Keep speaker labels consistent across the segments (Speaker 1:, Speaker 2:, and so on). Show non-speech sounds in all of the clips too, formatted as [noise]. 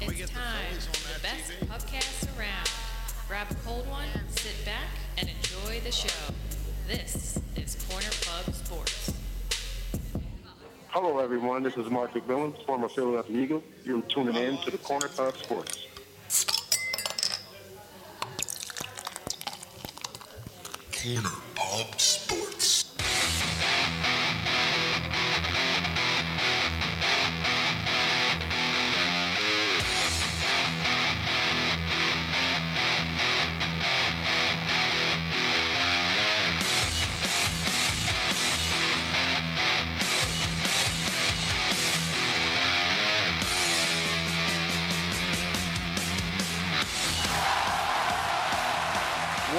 Speaker 1: it's time. The best podcast around. Grab a cold one, sit back, and enjoy the show. This is Corner Pub Sports.
Speaker 2: Hello, everyone. This is Mark McMillan, former Philadelphia Eagle. You're tuning in to the Corner Pub Sports.
Speaker 3: Corner Pub Sports.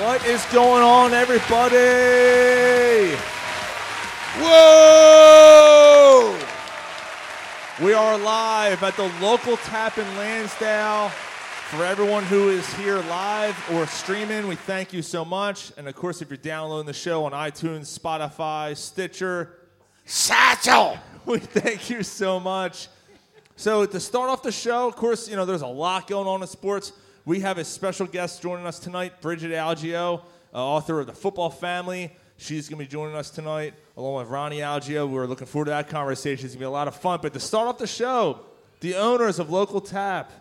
Speaker 4: What is going on, everybody?
Speaker 5: Whoa!
Speaker 4: We are live at the local tap in Lansdale. For everyone who is here live or streaming, we thank you so much. And of course, if you're downloading the show on iTunes, Spotify, Stitcher,
Speaker 5: Satchel!
Speaker 4: [laughs] we thank you so much. So to start off the show, of course, you know there's a lot going on in sports. We have a special guest joining us tonight, Bridget Algio, uh, author of The Football Family. She's going to be joining us tonight along with Ronnie Algio. We're looking forward to that conversation. It's going to be a lot of fun. But to start off the show, the owners of Local Tap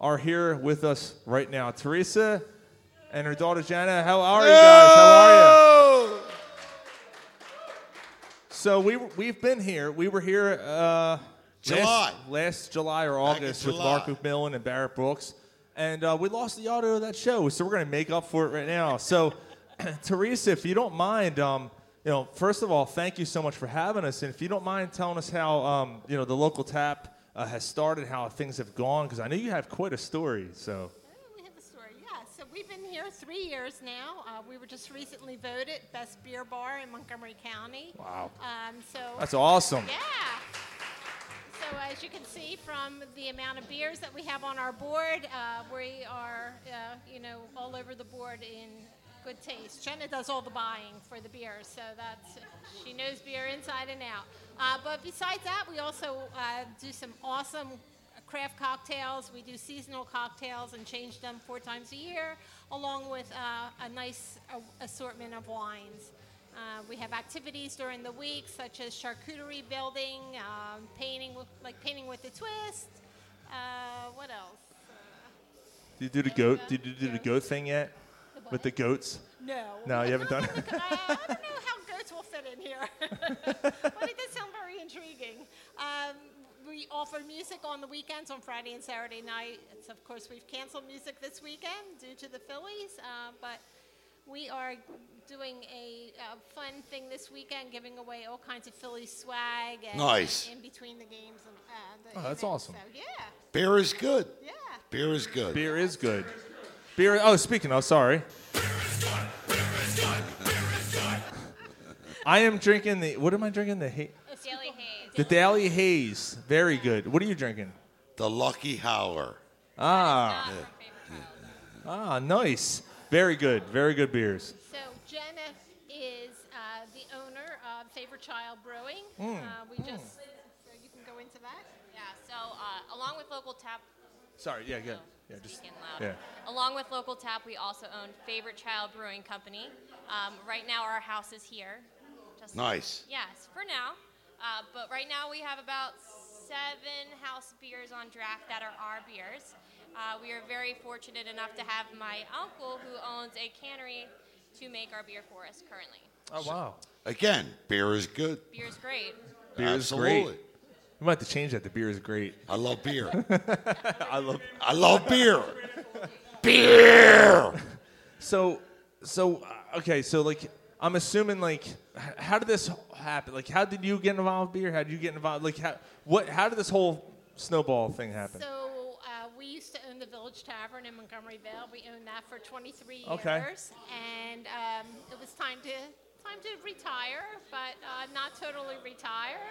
Speaker 4: are here with us right now. Teresa and her daughter Jana. How are you guys? How are you?
Speaker 5: Oh!
Speaker 4: So we we've been here. We were here uh,
Speaker 5: July.
Speaker 4: last, last July or
Speaker 5: in
Speaker 4: August with
Speaker 5: July.
Speaker 4: Mark McMillan and Barrett Brooks, and uh, we lost the audio of that show. So we're going to make up for it right now. So [clears throat] Teresa, if you don't mind, um, you know, first of all, thank you so much for having us, and if you don't mind telling us how um, you know the local tap uh, has started, how things have gone, because I know you have quite a story. So
Speaker 6: Oh, we have a story. Yeah, so we've been here three years now. Uh, we were just recently voted best beer bar in Montgomery County.
Speaker 4: Wow.
Speaker 6: Um, so
Speaker 4: that's awesome.
Speaker 6: yeah. So as you can see from the amount of beers that we have on our board, uh, we are uh, you know all over the board in good taste. Jenna does all the buying for the beer, so that's she knows beer inside and out. Uh, but besides that, we also uh, do some awesome craft cocktails. We do seasonal cocktails and change them four times a year, along with uh, a nice uh, assortment of wines. Uh, we have activities during the week, such as charcuterie building, um, painting with, like painting with a twist. Uh, what else?
Speaker 4: Did you do the goat? Did you do the goat thing yet? With the goats?
Speaker 6: No.
Speaker 4: No, you haven't
Speaker 6: [laughs]
Speaker 4: done
Speaker 6: I, don't know how
Speaker 4: [laughs]
Speaker 6: goats will fit in here, but it does sound very intriguing. Um, we offer music on the weekends on Friday and Saturday night. It's, of course, we've canceled music this weekend due to the Phillies, uh, but we are doing a, uh fun thing this weekend, giving away all kinds of Philly swag. And,
Speaker 5: Nice.
Speaker 6: In between the games. And, uh, the
Speaker 4: Oh, [laughs] that's
Speaker 6: events.
Speaker 4: awesome.
Speaker 6: So, yeah,
Speaker 5: Beer is good.
Speaker 6: yeah.
Speaker 5: Beer is good.
Speaker 4: Beer is good. Beer. Oh, speaking of, sorry. I am drinking the. What am I drinking? The ha-
Speaker 6: Daily haze.
Speaker 4: the Daly Haze. Very good. What are you drinking?
Speaker 5: The Lucky Howler.
Speaker 4: Ah. Ah, nice. Very good. Very good beers.
Speaker 6: So Jenna is uh, the owner of Favorite Child Brewing. Uh, we just so you can go into that.
Speaker 7: Yeah, so uh, along with local tap,
Speaker 4: Sorry. Yeah. Good. Yeah. Just.
Speaker 7: speaking loud.
Speaker 4: Yeah.
Speaker 7: Along with local tap, we also own Favorite Child Brewing Company. Um, right now, our house is here. Just
Speaker 5: Nice.
Speaker 7: Yes, for now. Uh, but right now, we have about seven house beers on draft that are our beers. Uh, we are very fortunate enough to have my uncle, who owns a cannery, to make our beer for us currently.
Speaker 4: Oh wow.
Speaker 5: Again, beer is good.
Speaker 7: Beer's great.
Speaker 4: Beer is
Speaker 5: Absolutely.
Speaker 4: great. We might have to change that. The beer is great.
Speaker 5: I love beer.
Speaker 4: [laughs] I love.
Speaker 5: I
Speaker 4: [laughs]
Speaker 5: love beer. beer!
Speaker 4: So, so uh, okay. So like, I'm assuming like, h- how did this happen? Like, how did you get involved with beer? How did you get involved? Like, how what? How did this whole snowball thing happen?
Speaker 6: So uh, we used to own the Village Tavern in Montgomeryville. We owned that for 23
Speaker 4: Okay.
Speaker 6: years, and um, it was time to time to retire, but uh, not totally retire.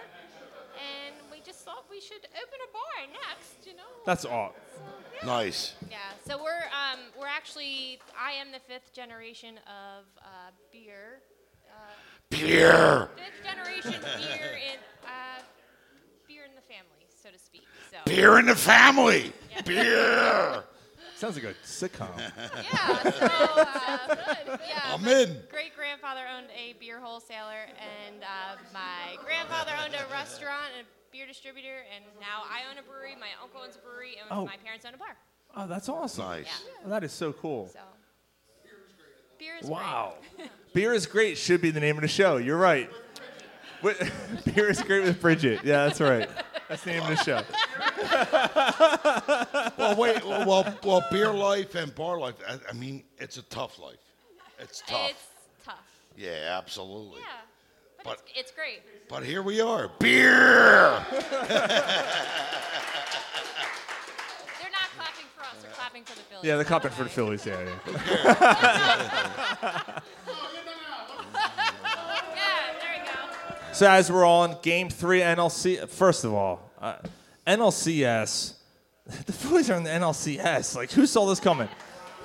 Speaker 6: And we just thought we should open a bar next. You know.
Speaker 4: That's all.
Speaker 6: So, yeah.
Speaker 5: Nice.
Speaker 7: Yeah, so we're um, we're actually I am the fifth generation of uh, beer.
Speaker 4: [laughs]
Speaker 5: Beer!
Speaker 7: Fifth generation beer in uh, beer in the family, so to speak. So
Speaker 5: Beer in the family!
Speaker 7: yeah,
Speaker 5: Beer.
Speaker 4: Sounds like a sitcom.
Speaker 7: [laughs] Yeah,
Speaker 8: [laughs]
Speaker 7: so uh, yeah,
Speaker 5: I'm in.
Speaker 7: great grandfather owned a beer wholesaler, and uh, my grandfather owned a restaurant and a beer distributor, and now I own a brewery. My uncle owns a brewery, and
Speaker 4: Oh.
Speaker 7: my parents own a bar.
Speaker 4: oh, that's awesome.
Speaker 5: Nice.
Speaker 4: Oh, that is so cool.
Speaker 7: So beer is great.
Speaker 4: Wow. [laughs] Beer is great should be the name of the show. You're right. Wi- Beer is great with [laughs] Bridget. Yeah, that's right. That's the name of the show.
Speaker 5: Well, wait. Well, well, beer life and bar life. I, I mean, it's a tough life. It's tough.
Speaker 7: It's tough.
Speaker 5: yeah, absolutely.
Speaker 7: Yeah, but,
Speaker 5: But-
Speaker 7: it's, it's great.
Speaker 5: But here we are. Beer. [laughs]
Speaker 7: They're not clapping for us; they're clapping for the Phillies.
Speaker 4: Yeah, they're
Speaker 7: by
Speaker 4: copping for the
Speaker 7: way.
Speaker 4: Phillies. Yeah, [laughs] yeah.
Speaker 8: [laughs]
Speaker 7: Yeah, there we go.
Speaker 4: So as we're on Game Three NLC, first of all, uh, NLCS. [laughs] The Phillies are in the NLCS. Like, who saw this coming?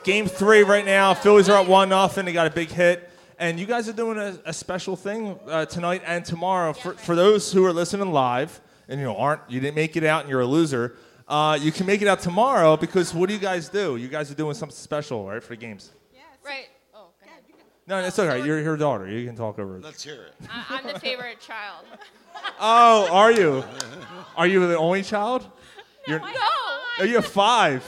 Speaker 4: Game Three right now. Phillies are up one nothing. They got a big hit, and you guys are doing a, a special thing uh, tonight and tomorrow for, for those who are listening live and you know aren't you didn't make it out and you're a loser. Uh, you can make it out tomorrow because what do you guys do? You guys are doing something special, right, for the games?
Speaker 7: Right. Oh, go ahead.
Speaker 4: No, it's all right. You're her daughter. You can talk over it.
Speaker 5: Let's hear it.
Speaker 7: I- I'm the favorite child.
Speaker 4: Oh, are you? Are you the only child? You're,
Speaker 7: No,
Speaker 4: Are you a five?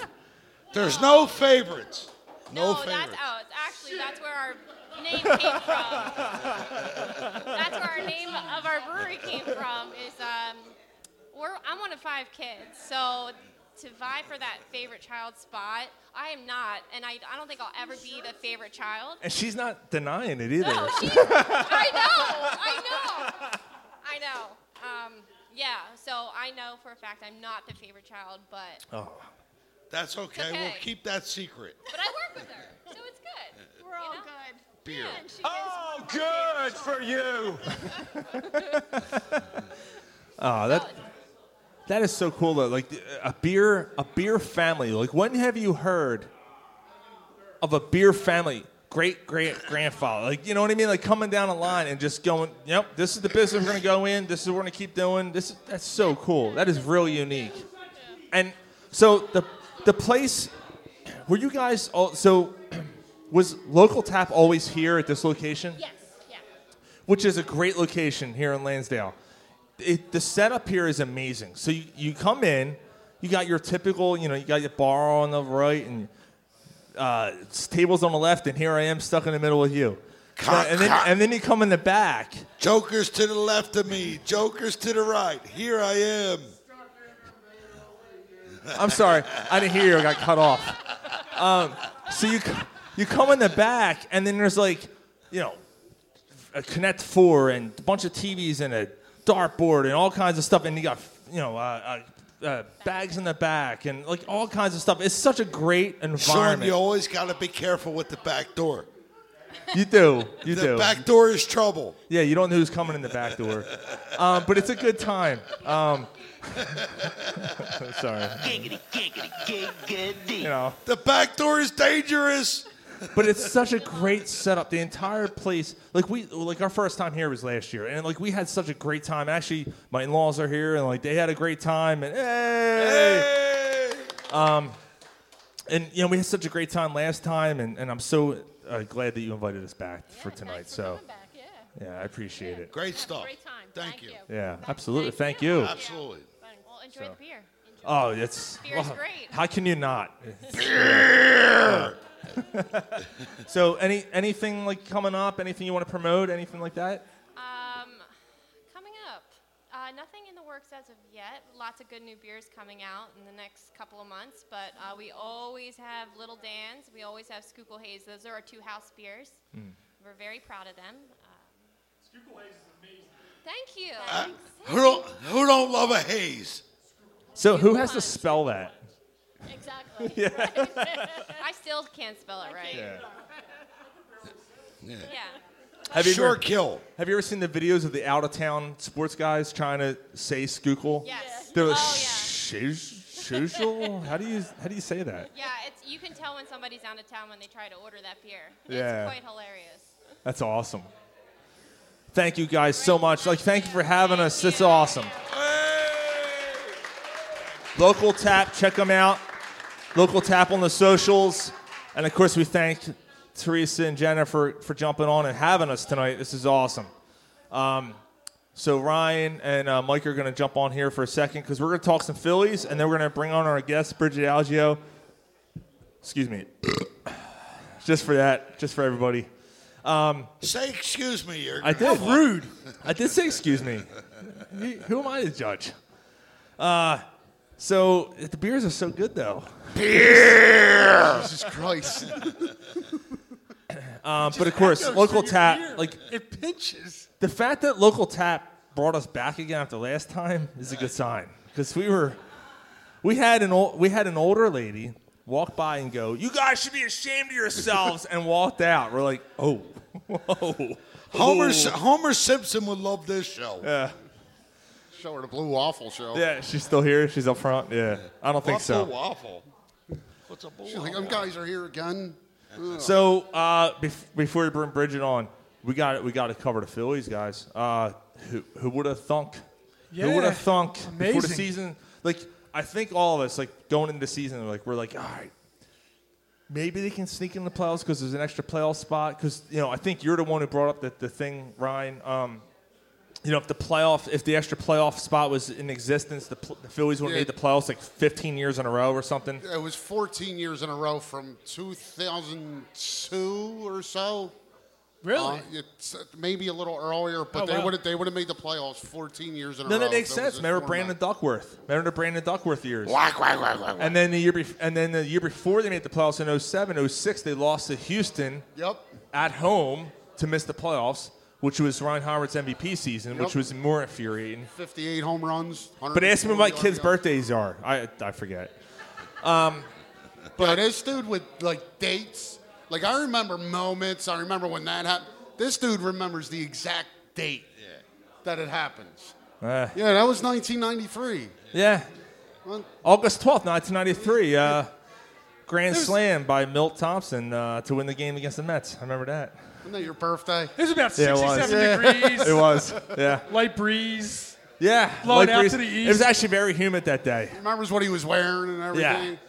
Speaker 5: There's no favorites. No,
Speaker 7: no, Oh, that's
Speaker 5: favorites.
Speaker 7: out. It's actually that's where our name came from. that's where our name of our brewery came from. Is um, we're I'm one of five kids, so to vie for that favorite child spot, I am not, and I, I don't think I'll ever be the favorite
Speaker 4: [laughs]
Speaker 7: child.
Speaker 4: And she's not denying it either.
Speaker 7: No,
Speaker 4: [laughs]
Speaker 7: she. I know. I know. I know. Um, yeah. So I know for a fact I'm not the favorite child, but
Speaker 4: oh.
Speaker 5: That's okay.
Speaker 7: okay.
Speaker 5: We'll keep that secret.
Speaker 7: but I work with her, so it's good.
Speaker 6: We're all
Speaker 7: know?
Speaker 6: good.
Speaker 5: Beer.
Speaker 6: And she
Speaker 9: Oh, good for you.
Speaker 4: oh, that that is so cool though. Like a beer, a beer family. Like when have you heard of a beer family? Great great grandfather. Like you know what I mean? Like coming down a line and just going, yep, this is the business we're gonna go in. This is what we're gonna keep doing. This is, that's so cool. That is real unique. And so the the place were you guys all so [clears throat] was local tap always here at this location?
Speaker 6: Yes, yeah.
Speaker 4: which is a great location here in Lansdale. It, the setup here is amazing. So you, you come in, you got your typical, you know, you got your bar on the right and uh, s- tables on the left, and here I am stuck in the middle with you.
Speaker 5: Cock,
Speaker 4: and, then,
Speaker 5: cock.
Speaker 4: and then you come in the back.
Speaker 5: Jokers to the left of me. Jokers to the right. Here I am.
Speaker 4: I'm sorry, I didn't hear you. I got cut off. Um, so you c- you come in the back, and then there's like, you know, a Connect Four and a bunch of TVs and a dartboard and all kinds of stuff, and you got you know uh, uh, uh, bags in the back and like all kinds of stuff. It's such a great
Speaker 5: Sean, you
Speaker 4: environment.
Speaker 5: always got to be careful with the back door.
Speaker 4: You
Speaker 5: [laughs]
Speaker 4: do, you
Speaker 5: The
Speaker 4: do.
Speaker 5: back door is trouble.
Speaker 4: Yeah, you don't know who's coming in the back door, um, but it's a good time. Um, [laughs] sorry,
Speaker 9: Giggity, giggity, giggity.
Speaker 4: you know.
Speaker 5: The back door is dangerous.
Speaker 4: but it's such a great setup. The entire place, like we, like our first time here was last year, and like we had such a great time. Actually, my in-laws are here, and like they had a great time, and hey, Um, and you know we had such a great time last time, and, and I'm so uh, glad that you invited us back for
Speaker 6: Yeah,
Speaker 4: tonight.
Speaker 6: thanks for
Speaker 4: So
Speaker 6: coming back, yeah.
Speaker 4: yeah, I appreciate it.
Speaker 5: Great
Speaker 6: Have a
Speaker 5: stuff.
Speaker 6: Great time.
Speaker 5: Thank, you.
Speaker 4: Yeah, absolutely. Thank you.
Speaker 5: Absolutely.
Speaker 7: Well, enjoy the beer.
Speaker 4: Oh, it's
Speaker 7: Beer's great.
Speaker 4: How can
Speaker 5: [laughs]
Speaker 4: you not? so any anything like coming up? Anything you want to promote? Anything like that?
Speaker 7: Um, coming up, uh, nothing in the works as of yet. Lots of good new beers coming out in the next couple of months, but uh, we always have Little Dan's. We always have Schuylkill Haze. Those are our two house beers.
Speaker 10: Mm.
Speaker 7: We're very proud of them. Um, Haze is amazing. Thank you.
Speaker 5: Who don't, who don't love a haze?
Speaker 4: So who has to spell that?
Speaker 6: Exactly.
Speaker 7: [laughs] I still can't spell it right.
Speaker 4: Yeah.
Speaker 5: Yeah.
Speaker 7: Yeah.
Speaker 4: Have you,
Speaker 5: Sure
Speaker 4: ever,
Speaker 5: kill.
Speaker 4: have you ever seen the videos of the out of town sports guys trying to say Schuylkill?
Speaker 7: Yes.
Speaker 4: They're like,
Speaker 7: Oh, yeah.
Speaker 4: "Schuylkill? How do you how do you say that?
Speaker 7: Yeah, it's you can tell when somebody's out of town when they try to order that beer.
Speaker 4: Yeah.
Speaker 7: It's quite hilarious.
Speaker 4: That's awesome. Thank you guys so much. Like, thank you for having us. It's awesome. Local Tap, check them out. Local Tap on the socials. And of course, we thank Teresa and Jenna for, for jumping on and having us tonight. This is awesome. Um, so, Ryan and uh, Mike are going to jump on here for a second because we're going to talk some Phillies and then we're going to bring on our guest, Bridget Algio. Excuse me. [coughs] just for that, just for everybody. Um,
Speaker 5: Say excuse me, you're
Speaker 4: I did. rude. I did say, excuse me. Who- Who am I to judge? Uh, so the beers are so good, though.
Speaker 11: Jesus Christ.
Speaker 4: Um, but of course, local tap. Like
Speaker 11: it pinches.
Speaker 4: the fact that local tap brought us back again after last time is a good sign because we were, we had an old, we had an older lady walk by and go, "You guys should be ashamed of yourselves," and walked out. We're like, "Oh, [laughs] whoa."
Speaker 5: [laughs] Homer S- Homer Simpson would love this show.
Speaker 11: Show her the blue waffle show.
Speaker 4: Yeah, she's still here. She's up front. Yeah, I don't think
Speaker 5: Buffalo
Speaker 4: so.
Speaker 5: waffle. What's a bull
Speaker 11: She's like,
Speaker 5: waffle?
Speaker 11: "Them guys are here again."
Speaker 4: So uh, bef- before we bring Bridget on, we got we got to cover the Phillies, guys. Uh, who who would have thunk? Who would
Speaker 10: Yeah.
Speaker 4: have thunk before the
Speaker 10: Amazing.
Speaker 4: season? Like I think all of us, like going into the season, like we're like, all right, maybe they can sneak in the playoffs because there's an extra playoff spot. Because you know, I think you're the one who brought up the, the thing, Ryan. Um, you know, if the playoff, if the extra playoff spot was in existence, the, pl- the Phillies would have
Speaker 11: Yeah.
Speaker 4: made the playoffs like 15 years in a row or something.
Speaker 11: It was 14 years in a row from 2002 or so.
Speaker 10: Really?
Speaker 11: Uh, it's uh, maybe a little earlier, but
Speaker 10: Oh,
Speaker 11: they
Speaker 10: wow.
Speaker 11: would have they would have made the playoffs 14 years in a
Speaker 4: No,
Speaker 11: row.
Speaker 4: that makes
Speaker 11: if it was
Speaker 4: sense.
Speaker 11: this
Speaker 4: Remember
Speaker 11: format.
Speaker 4: Brandon Duckworth? Remember the Brandon Duckworth years? And then the year bef- and then the year before they made the playoffs in 07, 06, they lost to Houston
Speaker 11: Yep.
Speaker 4: at home to miss the playoffs, which was Ryan Howard's MVP season, which
Speaker 11: Yep.
Speaker 4: was more infuriating.
Speaker 11: 58 home runs.
Speaker 4: But ask me what my kids'
Speaker 11: birthday.
Speaker 4: birthdays are. I
Speaker 11: [laughs]
Speaker 4: I forget. Um,
Speaker 11: But this dude with like dates, like I remember moments. I remember when that happened. This dude remembers the exact date that it happens.
Speaker 4: Uh,
Speaker 11: Yeah, that was 1993.
Speaker 4: yeah.
Speaker 11: Well-
Speaker 4: August 12th, 1993. Uh, Grand Slam by Milt Thompson uh, to win the game against the Mets. I remember that.
Speaker 11: Isn't that your birthday?
Speaker 10: It was about
Speaker 4: Yeah, it was.
Speaker 10: 67 degrees,
Speaker 4: was.
Speaker 10: [laughs]
Speaker 4: Yeah.
Speaker 10: light breeze.
Speaker 4: Yeah.
Speaker 10: Blowing
Speaker 4: like
Speaker 10: out
Speaker 4: breeze-
Speaker 10: to the
Speaker 4: It was
Speaker 10: east.
Speaker 4: actually very humid that day.
Speaker 11: Remembers what he was wearing and everything.
Speaker 4: [laughs]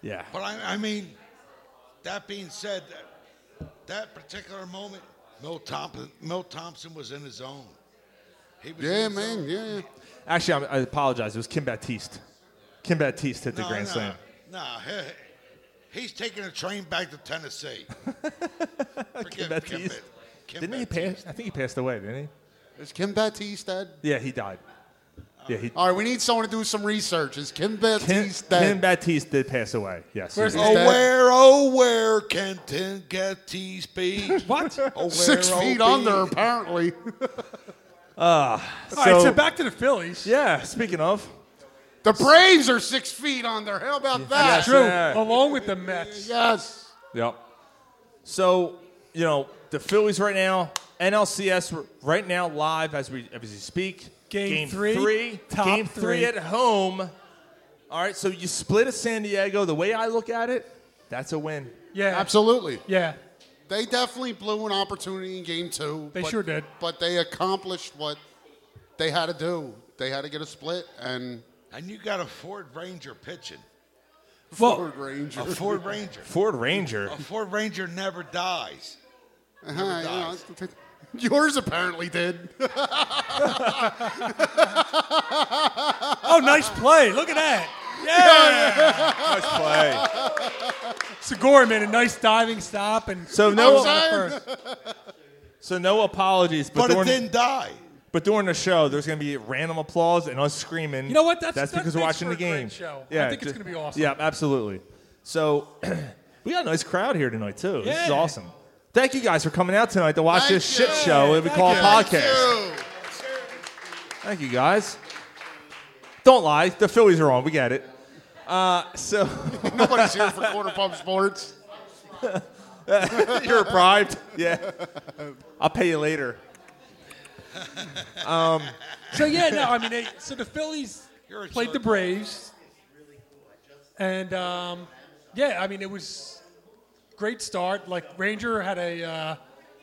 Speaker 4: Yeah.
Speaker 5: But I, I mean, that being said, that, that particular moment, Milt Thompson, Milt Thompson was in his own. He was in
Speaker 11: Yeah,
Speaker 5: his
Speaker 11: man.
Speaker 5: own.
Speaker 11: Yeah, yeah.
Speaker 4: Actually, I, I apologize. It was Kim Baptiste. Kim Baptiste hit the
Speaker 5: No,
Speaker 4: grand
Speaker 5: no,
Speaker 4: slam.
Speaker 5: No, he- he's taking a train back to Tennessee. Forget
Speaker 4: Baptiste.
Speaker 5: Bat- Kim
Speaker 4: Didn't he
Speaker 5: Baptiste.
Speaker 4: pass? I think he passed away, didn't
Speaker 11: Is Kim Baptiste dead?
Speaker 4: he? Yeah, he died. Yeah, he.
Speaker 11: All right, we need someone to do some research. Is Kim
Speaker 4: Kim,
Speaker 11: Baptiste dead?
Speaker 4: Kim Baptiste did pass away. Yes. he
Speaker 10: Where's
Speaker 4: did.
Speaker 11: He's
Speaker 5: Oh,
Speaker 11: dead.
Speaker 5: [laughs] where, oh, where can Tim Baptiste be?
Speaker 10: [laughs] What? All
Speaker 5: Oh, where,
Speaker 11: Six
Speaker 5: oh,
Speaker 11: feet
Speaker 5: be?
Speaker 11: under, apparently.
Speaker 4: Ah,
Speaker 10: right, so back to the Phillies.
Speaker 4: yeah. Speaking of,
Speaker 11: The Braves are six feet under. How about that?
Speaker 10: True,
Speaker 4: Yeah.
Speaker 10: along with the Mets.
Speaker 11: Yes.
Speaker 4: Yep. So, you know, the Phillies right now, NLCS r- right now live as we as we speak.
Speaker 10: Game three, top
Speaker 4: game three.
Speaker 10: three.
Speaker 4: at home. All right, so you split at San Diego. The way I look at it, that's a win.
Speaker 10: Yeah,
Speaker 11: Absolutely.
Speaker 10: yeah.
Speaker 11: They definitely blew an opportunity in game two.
Speaker 10: They
Speaker 11: but-
Speaker 10: sure did.
Speaker 11: But they accomplished what they had to do. They had to get a split and
Speaker 5: And you got a Ford Ranger pitching.
Speaker 10: Well,
Speaker 11: Ford Ranger.
Speaker 5: [laughs]
Speaker 11: [laughs]
Speaker 5: A Ford Ranger.
Speaker 4: Ford Ranger.
Speaker 5: A Ford Ranger never dies.
Speaker 11: Uh-huh, yeah, that's- Yours apparently did.
Speaker 10: oh, nice play. Look at that.
Speaker 4: Nice play.
Speaker 10: Segura e-, made a nice diving stop and
Speaker 4: So no-
Speaker 10: Outside first.
Speaker 4: So no apologies, but,
Speaker 5: But, it
Speaker 4: during,
Speaker 5: didn't die.
Speaker 4: but during the show, there's going to be random applause and us screaming.
Speaker 10: You know what? That's- that
Speaker 4: because we're
Speaker 10: makes
Speaker 4: watching
Speaker 10: for
Speaker 4: the
Speaker 10: a great
Speaker 4: game.
Speaker 10: show. I think it's
Speaker 4: ju-
Speaker 10: gonna be awesome.
Speaker 4: Yeah, absolutely. So [clears throat] we got a nice crowd here tonight too. This is
Speaker 10: Yeah.
Speaker 4: awesome. Thank you guys for coming out tonight to watch
Speaker 11: Thank
Speaker 4: this shit
Speaker 11: you.
Speaker 4: show that we
Speaker 10: Thank
Speaker 4: call
Speaker 10: you.
Speaker 4: a
Speaker 10: Thank
Speaker 4: podcast. Thank you guys. Don't lie. The Phillies are on. We get it. Uh, so [laughs]
Speaker 11: Nobody's here for Quarter Pump
Speaker 10: [laughs]
Speaker 11: Sports.
Speaker 4: you're bribed. Yeah. I'll pay you later.
Speaker 10: [laughs] So yeah, no, I mean, they, so the Phillies
Speaker 5: You're a
Speaker 10: played the
Speaker 5: jerk.
Speaker 10: Braves, and um, yeah, I mean, it was great start. Like Ranger had a uh,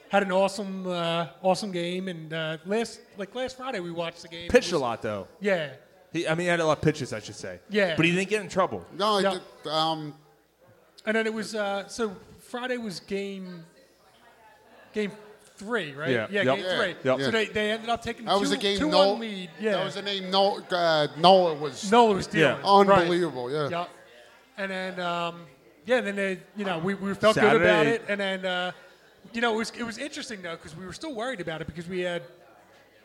Speaker 10: had an awesome uh, awesome game, and uh, last like last Friday we watched the game. It
Speaker 4: Pitched a
Speaker 10: was-
Speaker 4: lot though.
Speaker 10: Yeah,
Speaker 4: He, I mean, he had a lot of pitches, I should say.
Speaker 10: Yeah.
Speaker 4: But he didn't get in trouble.
Speaker 11: No,
Speaker 10: Yeah.
Speaker 11: did, um,
Speaker 10: And then it was uh, so Friday was game game three, right?
Speaker 11: Yeah.
Speaker 10: Yeah,
Speaker 11: Yep.
Speaker 10: game
Speaker 11: Yeah.
Speaker 10: three.
Speaker 11: Yep.
Speaker 10: So they, they ended up taking
Speaker 11: That
Speaker 10: two,
Speaker 11: was the game
Speaker 10: two
Speaker 11: Noel-
Speaker 10: one lead. Yeah.
Speaker 11: that was the name Noel, uh, Noah was.
Speaker 10: Nola was dealing. Right.
Speaker 11: Unbelievable, yeah.
Speaker 10: Yep. And then um, yeah, then they you know we, we felt good
Speaker 4: Saturday.
Speaker 10: about it, and then uh, you know it was it was interesting though because we were still worried about it because we had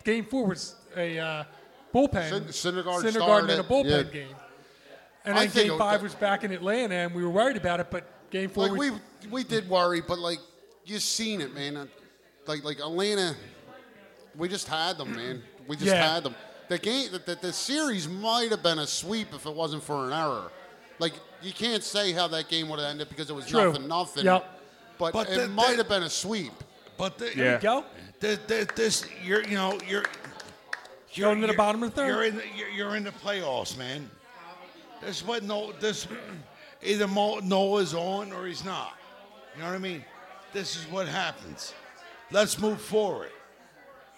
Speaker 10: game four was a uh, bullpen,
Speaker 11: Syn- Syndergaard
Speaker 10: Syndergaard and a
Speaker 11: started,
Speaker 10: bullpen
Speaker 11: yeah.
Speaker 10: game, and
Speaker 11: I
Speaker 10: then
Speaker 11: think it was-
Speaker 10: game five was back in Atlanta, and we were worried about it, but game four
Speaker 11: Like we we did worry, but like you seen it, man. Uh, Like like Atlanta, we just had them, man. We just
Speaker 10: Yeah.
Speaker 11: had them. The game, the, the, the series might have been a sweep if it wasn't for an error. Like you can't say how that game would have ended because it was
Speaker 10: True.
Speaker 11: nothing, nothing.
Speaker 10: Yep.
Speaker 11: But,
Speaker 5: But
Speaker 11: it
Speaker 5: the-
Speaker 11: might
Speaker 5: the-
Speaker 11: have been a sweep.
Speaker 5: But the,
Speaker 4: There you Yeah.
Speaker 10: go.
Speaker 5: The, the, this, you're, you know, you're. You're,
Speaker 10: into the bottom of the third.
Speaker 5: You're in the, you're, you're in the playoffs, man. This what no this either Mo, Noah's on or he's not. You know what I mean? This is what happens. Let's move forward.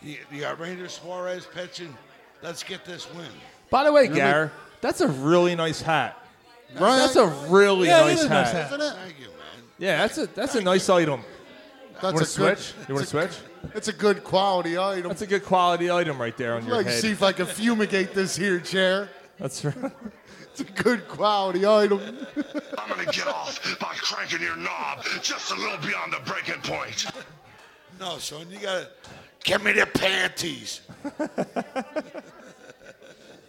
Speaker 5: You, you got Ranger Suarez pitching. Let's get this win.
Speaker 4: By the way,
Speaker 5: Remember-
Speaker 4: Gar, that's a really nice hat.
Speaker 5: Right.
Speaker 4: That's a really
Speaker 10: Yeah, it
Speaker 4: nice,
Speaker 10: is a
Speaker 4: hat.
Speaker 10: nice hat.
Speaker 11: Isn't it?
Speaker 5: Thank you, man.
Speaker 4: Yeah, that's a that's a nice item.
Speaker 11: That's
Speaker 4: You want to
Speaker 11: a good-
Speaker 4: switch? You want to switch?
Speaker 11: It's a good quality item.
Speaker 4: That's a good quality item right there on your
Speaker 11: like
Speaker 4: head.
Speaker 11: see if I can fumigate this here chair.
Speaker 4: That's right.
Speaker 11: [laughs] It's a good quality item.
Speaker 3: I'm gonna get off by cranking your knob just a little beyond the breaking point.
Speaker 5: No, son, you gotta give me the panties.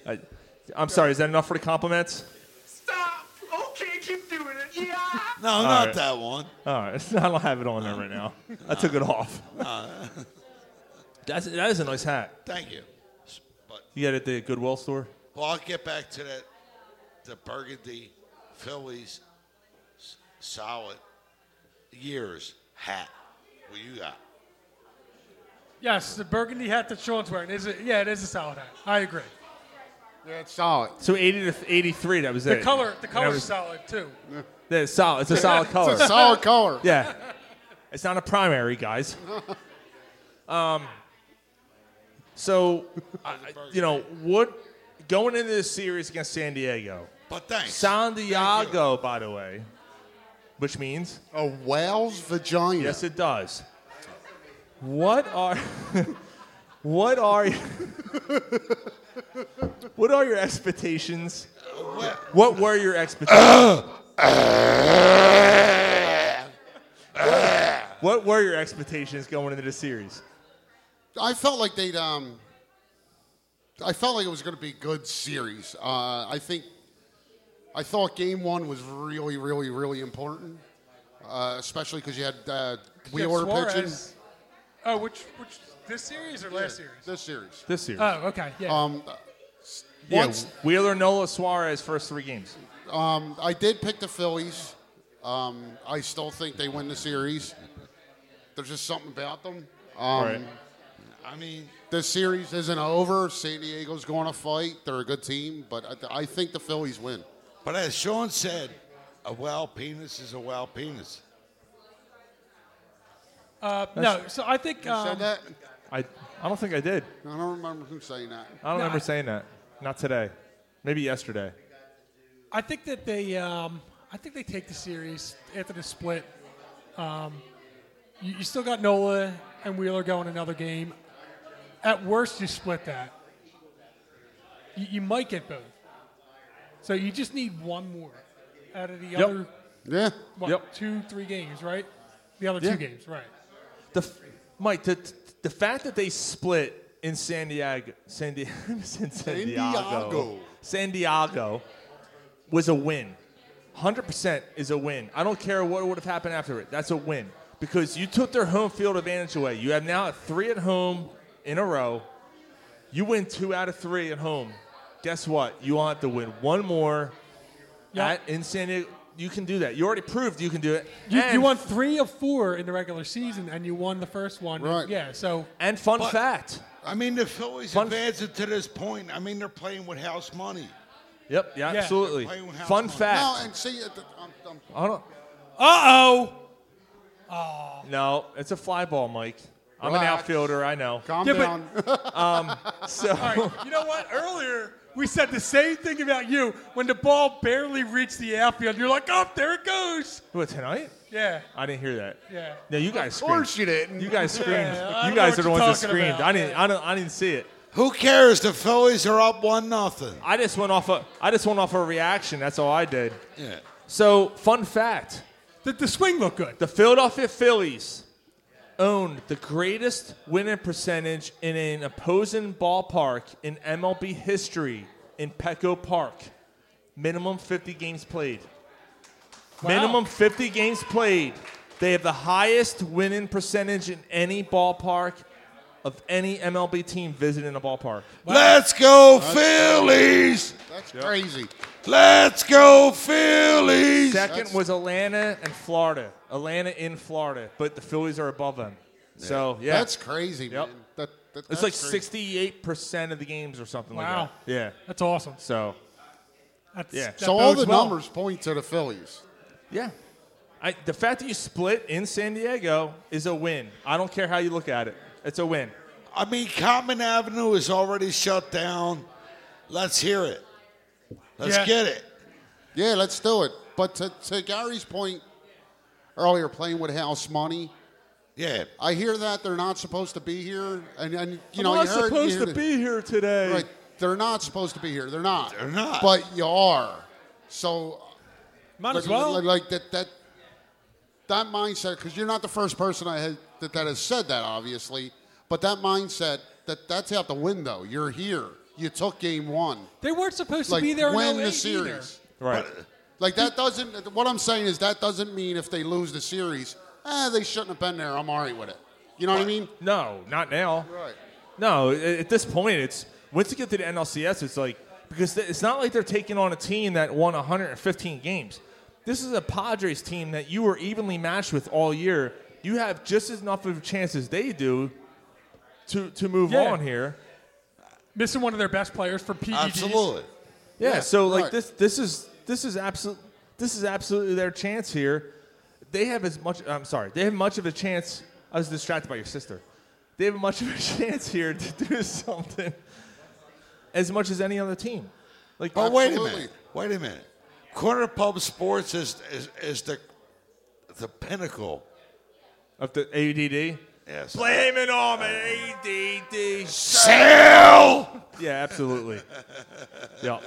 Speaker 4: I, I'm sorry. Is that enough for the compliments?
Speaker 9: Stop! Okay, keep doing it. Yeah.
Speaker 5: No,
Speaker 4: All
Speaker 5: not
Speaker 4: right.
Speaker 5: that one.
Speaker 4: All right, [laughs] I don't have it on there right now. I took
Speaker 11: [laughs]
Speaker 4: it off. That's that is a nice hat.
Speaker 5: Thank you. But
Speaker 4: You got it at the Goodwill store.
Speaker 5: Well, I'll get back to that. The Burgundy Phillies s- solid years hat. What you got?
Speaker 10: yes the burgundy hat that Sean's wearing is a, yeah it is a solid hat. I agree.
Speaker 11: Yeah, it's solid.
Speaker 4: So 80 to 83. That was
Speaker 10: The
Speaker 4: it.
Speaker 10: color the
Speaker 4: And that
Speaker 10: color is
Speaker 4: was-
Speaker 10: solid too.
Speaker 4: That's
Speaker 10: [laughs]
Speaker 4: solid. It's a solid color.
Speaker 11: It's a solid color.
Speaker 4: Yeah. It's not a primary, guys. Um, so, I, I- you know, what going into this series against San Diego,
Speaker 5: But thanks.
Speaker 4: San Diego, by the way, which means
Speaker 11: A whale's vagina.
Speaker 4: yes, it does. What are [laughs] what are [laughs] what are your expectations? What were your expectations?
Speaker 5: [coughs]
Speaker 4: What were your expectations going into this series?
Speaker 11: I felt like they'd. Um, I felt like it was going to be a good series. Uh, I think. I thought game one was really, really, really important, uh, especially because you had uh,
Speaker 10: Yeah,
Speaker 11: Wheeler pitching
Speaker 10: Suarez- Oh, which which this series or last series?
Speaker 11: this series.
Speaker 4: This series.
Speaker 10: Oh, okay. Yeah.
Speaker 11: Um,
Speaker 4: Yeah,
Speaker 11: once
Speaker 4: Wheeler, Nola, Suarez, first three games.
Speaker 11: um, I did pick the Phillies, um, I still think they win the series. There's just something about them. Um,
Speaker 4: Right.
Speaker 5: I mean,
Speaker 11: The series isn't over. San Diego's going to fight. They're a good team, but I, I think the Phillies win.
Speaker 5: but as Sean said, a well penis is a well penis.
Speaker 10: Uh, no, so I think
Speaker 11: Who
Speaker 10: um,
Speaker 11: said that?
Speaker 4: I, I don't think I did.
Speaker 11: I don't remember who saying that.
Speaker 4: I don't remember saying that. Not today. Maybe yesterday.
Speaker 10: I think that they um, I think they take the series after the split. Um, you, you still got Nola and Wheeler going another game. At worst, you split that. You, you might get both. So you just need one more out of the
Speaker 4: Yep.
Speaker 10: other
Speaker 11: Yeah.
Speaker 10: what,
Speaker 4: Yep.
Speaker 10: two, three games, right? The other
Speaker 4: Yeah.
Speaker 10: two games, right?
Speaker 4: The, f- Mike, the, the fact that they split in San Diego, San, Di- [laughs] San, San Diego,
Speaker 11: Diego.
Speaker 4: San Diego was a win. 100% is a win. I don't care what would have happened after it. That's a win because you took their home field advantage away. You have now three at home in a row. You win two out of three at home. Guess what? You will have to win one more
Speaker 10: Yeah.
Speaker 4: at, in San Diego. You can do that. You already proved you can do it.
Speaker 10: You, you
Speaker 4: And-
Speaker 10: won three of four in the regular season, and you won the first one.
Speaker 11: Right.
Speaker 10: Yeah. So
Speaker 4: And fun
Speaker 5: But-
Speaker 4: fact.
Speaker 5: I mean, the Phillies
Speaker 4: Fun-
Speaker 5: advancing to this point. I mean, they're playing with house money.
Speaker 4: Yep. Yeah.
Speaker 10: Yeah.
Speaker 4: Absolutely.
Speaker 5: They're playing with house
Speaker 4: Fun
Speaker 5: money.
Speaker 4: fact.
Speaker 11: No, and see, uh, th- um, um,
Speaker 4: I don't-
Speaker 10: Uh
Speaker 4: no, it's a fly ball, Mike. I'm an
Speaker 11: Relax.
Speaker 4: outfielder. I know.
Speaker 11: calm
Speaker 10: [laughs]
Speaker 4: [laughs]
Speaker 10: Yeah, but- um,
Speaker 11: down.
Speaker 4: um, So
Speaker 10: oh. You know what? Earlier We said the same thing about you when the ball barely reached the outfield. You're like, oh, there it goes.
Speaker 4: What tonight?
Speaker 10: Yeah.
Speaker 4: I didn't hear that.
Speaker 10: Yeah.
Speaker 4: No, you guys.
Speaker 10: Of course
Speaker 4: screamed.
Speaker 10: you didn't.
Speaker 4: You guys screamed.
Speaker 10: Yeah, I know
Speaker 4: you guys
Speaker 10: what
Speaker 4: are the
Speaker 10: you're
Speaker 4: ones that
Speaker 10: talking
Speaker 4: screamed.
Speaker 10: about.
Speaker 4: I didn't. I, don't, I didn't see it.
Speaker 5: Who cares? The Phillies are up one nothing.
Speaker 4: I just went off. A, I just went off a reaction. That's all I did.
Speaker 5: Yeah.
Speaker 4: So, fun fact:
Speaker 10: Did the swing look good?
Speaker 4: The Philadelphia Phillies owned the greatest winning percentage in an opposing ballpark in MLB history in Petco Park. Minimum 50 games played. Minimum 50 games played. They have the highest winning percentage in any ballpark of any MLB team visiting a ballpark.
Speaker 5: Let's go Phillies.
Speaker 11: That's crazy.
Speaker 5: Let's go Phillies.
Speaker 4: Second was Atlanta and Florida. Atlanta in Florida, but the Phillies are above them. So yeah,
Speaker 11: That's crazy,
Speaker 4: Yep.
Speaker 11: man. That, that,
Speaker 4: It's
Speaker 11: that's
Speaker 4: like
Speaker 11: crazy.
Speaker 4: sixty-eight percent of the games or something
Speaker 10: Wow.
Speaker 4: like that. Yeah.
Speaker 10: That's awesome.
Speaker 4: So
Speaker 10: That's,
Speaker 4: Yeah.
Speaker 10: that
Speaker 11: So all
Speaker 10: bodes
Speaker 11: the
Speaker 10: well.
Speaker 11: numbers point to the Phillies.
Speaker 4: yeah, I, the fact that you split in San Diego is a win. I don't care how you look at it. It's a win.
Speaker 5: I mean, Common Avenue is already shut down. Let's hear it. Let's
Speaker 10: Yeah.
Speaker 5: get it.
Speaker 11: Yeah, let's do it. But to, to Gary's point earlier, playing with house money,
Speaker 5: Yeah.
Speaker 11: I hear that they're not supposed to be here, and and you know you
Speaker 4: I'm not
Speaker 11: heard,
Speaker 4: supposed
Speaker 11: you heard
Speaker 4: to
Speaker 11: it.
Speaker 4: be here today.
Speaker 11: Right, they're not supposed to be here. They're not.
Speaker 5: They're not.
Speaker 11: But you are. So
Speaker 10: Might
Speaker 11: like,
Speaker 10: as well.
Speaker 11: like, like that that that mindset because you're not the first person I had that, that has said that obviously, but that mindset that that's out the window. You're here. You took game one.
Speaker 10: They weren't supposed
Speaker 11: Like
Speaker 10: to be there in
Speaker 11: win
Speaker 10: LA
Speaker 11: the
Speaker 10: either.
Speaker 11: series.
Speaker 4: Right.
Speaker 11: Like that doesn't. What I'm saying is that doesn't mean if they lose the series, eh, they shouldn't have been there. I'm alright with it. You know what I mean?
Speaker 4: No, not now.
Speaker 11: Right.
Speaker 4: No, a- at this point, it's once you get to the NLCS, it's like because th- it's not like they're taking on a team that won 115 games. This is a Padres team that you were evenly matched with all year. You have just as enough of a chance as they do to to move
Speaker 10: Yeah.
Speaker 4: on here.
Speaker 10: Missing one of their best players for PEDs.
Speaker 5: Absolutely.
Speaker 4: Yeah, so like
Speaker 11: right.
Speaker 4: this this is this is absolute this is absolutely their chance here. They have as much I'm sorry, they have much of a chance I was distracted by your sister. They have much of a [laughs] chance here to do something as much as any other team. Like
Speaker 5: But Oh, wait a
Speaker 11: Absolutely.
Speaker 5: minute. Wait a minute. Corner Pub Sports is is, is the the pinnacle.
Speaker 4: of the ADD.
Speaker 5: Yes.
Speaker 4: Blame it on the ADD.
Speaker 5: Sale.
Speaker 4: Yeah,
Speaker 5: [laughs]
Speaker 4: absolutely. yeah.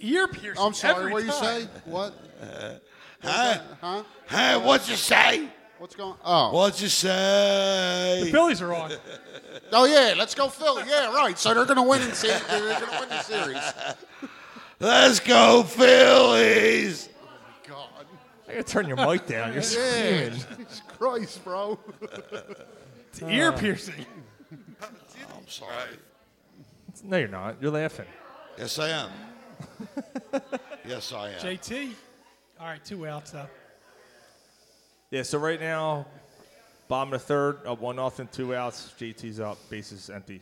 Speaker 10: Ear piercing.
Speaker 11: I'm sorry.
Speaker 10: every
Speaker 11: what do you
Speaker 10: time.
Speaker 11: say? What?
Speaker 5: Huh?
Speaker 11: Huh?
Speaker 5: Huh? What'd you say?
Speaker 11: What's going? Oh.
Speaker 5: What'd you
Speaker 10: The
Speaker 5: say?
Speaker 10: Phillies are on.
Speaker 11: Oh yeah, let's go Philly. Yeah, right. So they're gonna win in se- they're gonna win the series.
Speaker 5: Let's go
Speaker 4: Oh,
Speaker 5: Phillies.
Speaker 11: God.
Speaker 4: I gotta turn your mic down. You're
Speaker 11: Yeah.
Speaker 4: screaming.
Speaker 11: Jesus Christ, bro. [laughs]
Speaker 10: It's ear piercing.
Speaker 5: I'm sorry.
Speaker 4: No, you're not. You're laughing.
Speaker 5: Yes, I am. [laughs] yes, I am.
Speaker 10: JT. All right, two outs though.
Speaker 4: Yeah, so right now, bottom of the third, up one nothing, two outs. JT's up, bases empty.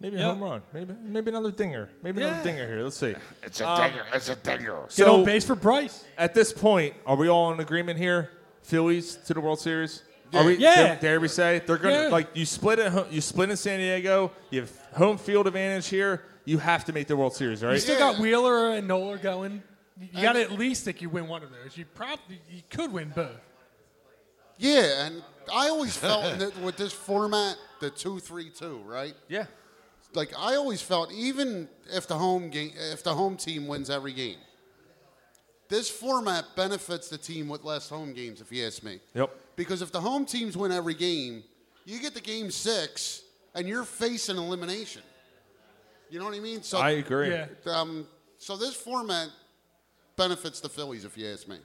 Speaker 4: Maybe
Speaker 10: Yep.
Speaker 4: a home run. Maybe maybe another dinger. Maybe
Speaker 10: Yeah.
Speaker 4: another dinger here. Let's see. Um,
Speaker 3: It's a dinger. It's a dinger.
Speaker 10: Get on
Speaker 4: So
Speaker 10: base for Bryce.
Speaker 4: at this point, are we all in agreement here? Phillies to the World Series. Are we?
Speaker 10: Yeah.
Speaker 4: Dare, dare we say they're gonna
Speaker 10: Yeah.
Speaker 4: like you split at home, you split in San Diego. You have home field advantage here. You have to make the World Series,
Speaker 10: You
Speaker 4: right?
Speaker 10: still got Wheeler and Nola going. You got to
Speaker 11: And-
Speaker 10: at least think you win one of those. You probably you could win both.
Speaker 11: Yeah, and I always
Speaker 4: [laughs]
Speaker 11: felt that with this format, the two three two, right?
Speaker 4: Yeah.
Speaker 11: Like I always felt, even if the home game, if the home team wins every game, this format benefits the team with less home games. If you ask me.
Speaker 4: Yep.
Speaker 11: Because if the home teams win every game, you get to game six, and you're facing elimination. You know what I mean? So
Speaker 4: I agree.
Speaker 10: Yeah.
Speaker 11: Um, so this format benefits the Phillies, if you ask me.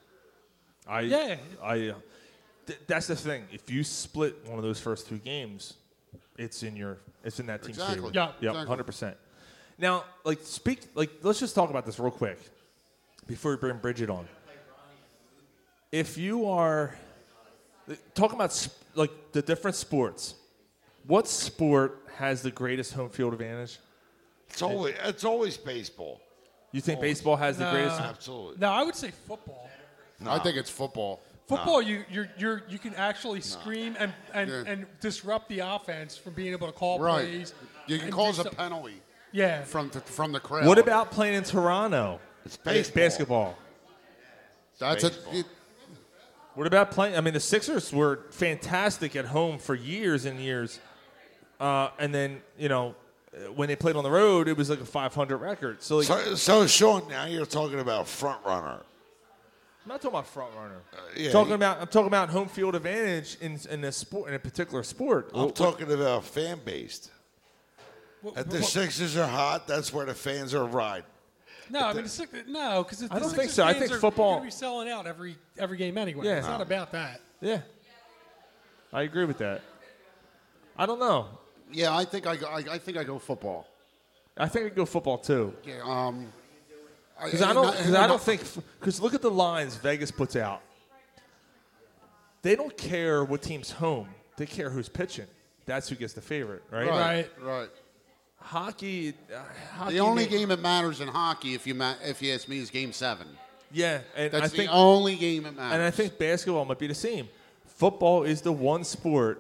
Speaker 4: I
Speaker 10: Yeah.
Speaker 4: I uh, th- that's the thing. If you split one of those first two games, it's in your it's in that team's
Speaker 11: Exactly.
Speaker 4: favor.
Speaker 10: Yeah.
Speaker 4: yep,
Speaker 11: Exactly.
Speaker 4: hundred percent. Now, like speak like let's just talk about this real quick before we bring Bridget on. If you are talking about sp- like the different sports, what sport has the greatest home field advantage?
Speaker 5: It's always it's always baseball.
Speaker 4: You think baseball has the greatest?
Speaker 5: Absolutely.
Speaker 10: No, I would say football.
Speaker 11: I think it's football.
Speaker 10: Football, you you you you can actually scream and and,
Speaker 11: Yeah.
Speaker 10: and disrupt the offense from being able to call
Speaker 11: Right.
Speaker 10: plays.
Speaker 11: You can
Speaker 10: and
Speaker 11: cause
Speaker 10: do
Speaker 11: a
Speaker 10: so-
Speaker 11: penalty.
Speaker 10: Yeah.
Speaker 11: From the, from the crowd.
Speaker 4: What about playing in Toronto? It's
Speaker 11: baseball.
Speaker 4: basketball.
Speaker 11: That's a- Baseball. it-
Speaker 4: what about playing? I mean, the Sixers were fantastic at home for years and years, uh, and then you know when they played on the road, it was like a 500 record. So, like,
Speaker 5: So, so, Sean, now you're talking about front runner.
Speaker 4: I'm not talking about front runner.
Speaker 5: yeah,
Speaker 4: talking
Speaker 5: you-
Speaker 4: about I'm talking about home field advantage in in a sport in a particular sport.
Speaker 5: I'm talking about fan based. If the
Speaker 10: what-
Speaker 5: Sixers are hot, that's where the fans are riding.
Speaker 10: No, I mean, the Six- no, because
Speaker 4: I don't think so. I think
Speaker 10: going
Speaker 4: football-
Speaker 10: to be selling out every every game anyway.
Speaker 4: Yeah.
Speaker 10: It's not
Speaker 4: No.
Speaker 10: about that.
Speaker 4: Yeah, I agree with that. I don't know.
Speaker 11: Yeah, I think I, go, I, I think I go football.
Speaker 4: I think I go football too.
Speaker 11: Yeah, um,
Speaker 4: Because I don't, cause I don't think. Because look at the lines Vegas puts out. They don't care what team's home. They care who's pitching. That's who gets the favorite, right?
Speaker 11: Right, right.
Speaker 4: Hockey. uh, hockey
Speaker 11: the only
Speaker 4: may-
Speaker 11: game that matters in hockey, if you ma- if you ask me, is Game Seven.
Speaker 4: Yeah, and
Speaker 11: That's
Speaker 4: I
Speaker 11: the
Speaker 4: think
Speaker 11: only game that matters.
Speaker 4: And I think basketball might be the same. Football is the one sport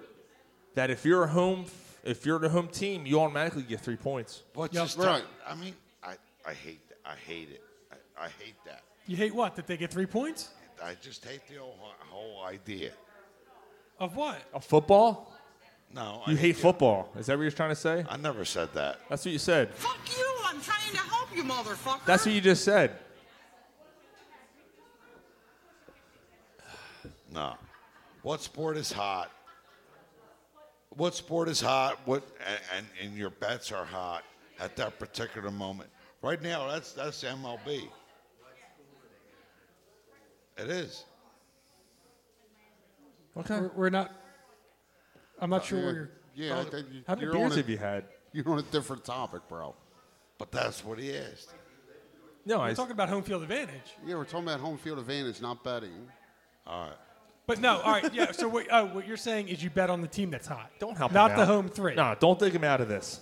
Speaker 4: that if you're a home, if you're the home team, you automatically get three points.
Speaker 5: What's
Speaker 10: Yep.
Speaker 5: just
Speaker 10: Right.
Speaker 5: I mean, I, I hate that. I hate it. I, I hate that.
Speaker 10: You hate what? That they get three points
Speaker 5: I just hate the whole, whole idea.
Speaker 10: of what?
Speaker 4: A football?
Speaker 5: No,
Speaker 4: You
Speaker 5: I,
Speaker 4: hate football? Is that what you're trying to say?
Speaker 5: I never said that.
Speaker 4: That's what you said.
Speaker 9: Fuck you! I'm trying to help you, motherfucker.
Speaker 4: That's what you just said.
Speaker 5: No. What sport is hot? What sport is hot? What and, and, and your bets are hot at that particular moment. Right now, that's that's MLB. It is.
Speaker 4: Okay.
Speaker 10: We're, we're not. I'm not sure where you're.
Speaker 11: Uh, Yeah, I
Speaker 10: Oh,
Speaker 11: think you-
Speaker 10: how many
Speaker 11: you're on
Speaker 10: beers
Speaker 11: a,
Speaker 4: Have you had?
Speaker 11: You're on a different topic, bro.
Speaker 5: But that's what he asked.
Speaker 4: No,
Speaker 10: We're
Speaker 4: I.
Speaker 10: talking about home field advantage.
Speaker 11: Yeah, we're talking about home field advantage, not betting.
Speaker 10: But no, all right, yeah. So what, oh, what you're saying is you bet on the team that's hot.
Speaker 4: Don't help.
Speaker 10: Not
Speaker 4: him
Speaker 10: the
Speaker 4: out.
Speaker 10: home three.
Speaker 4: Nah, don't take him out of this.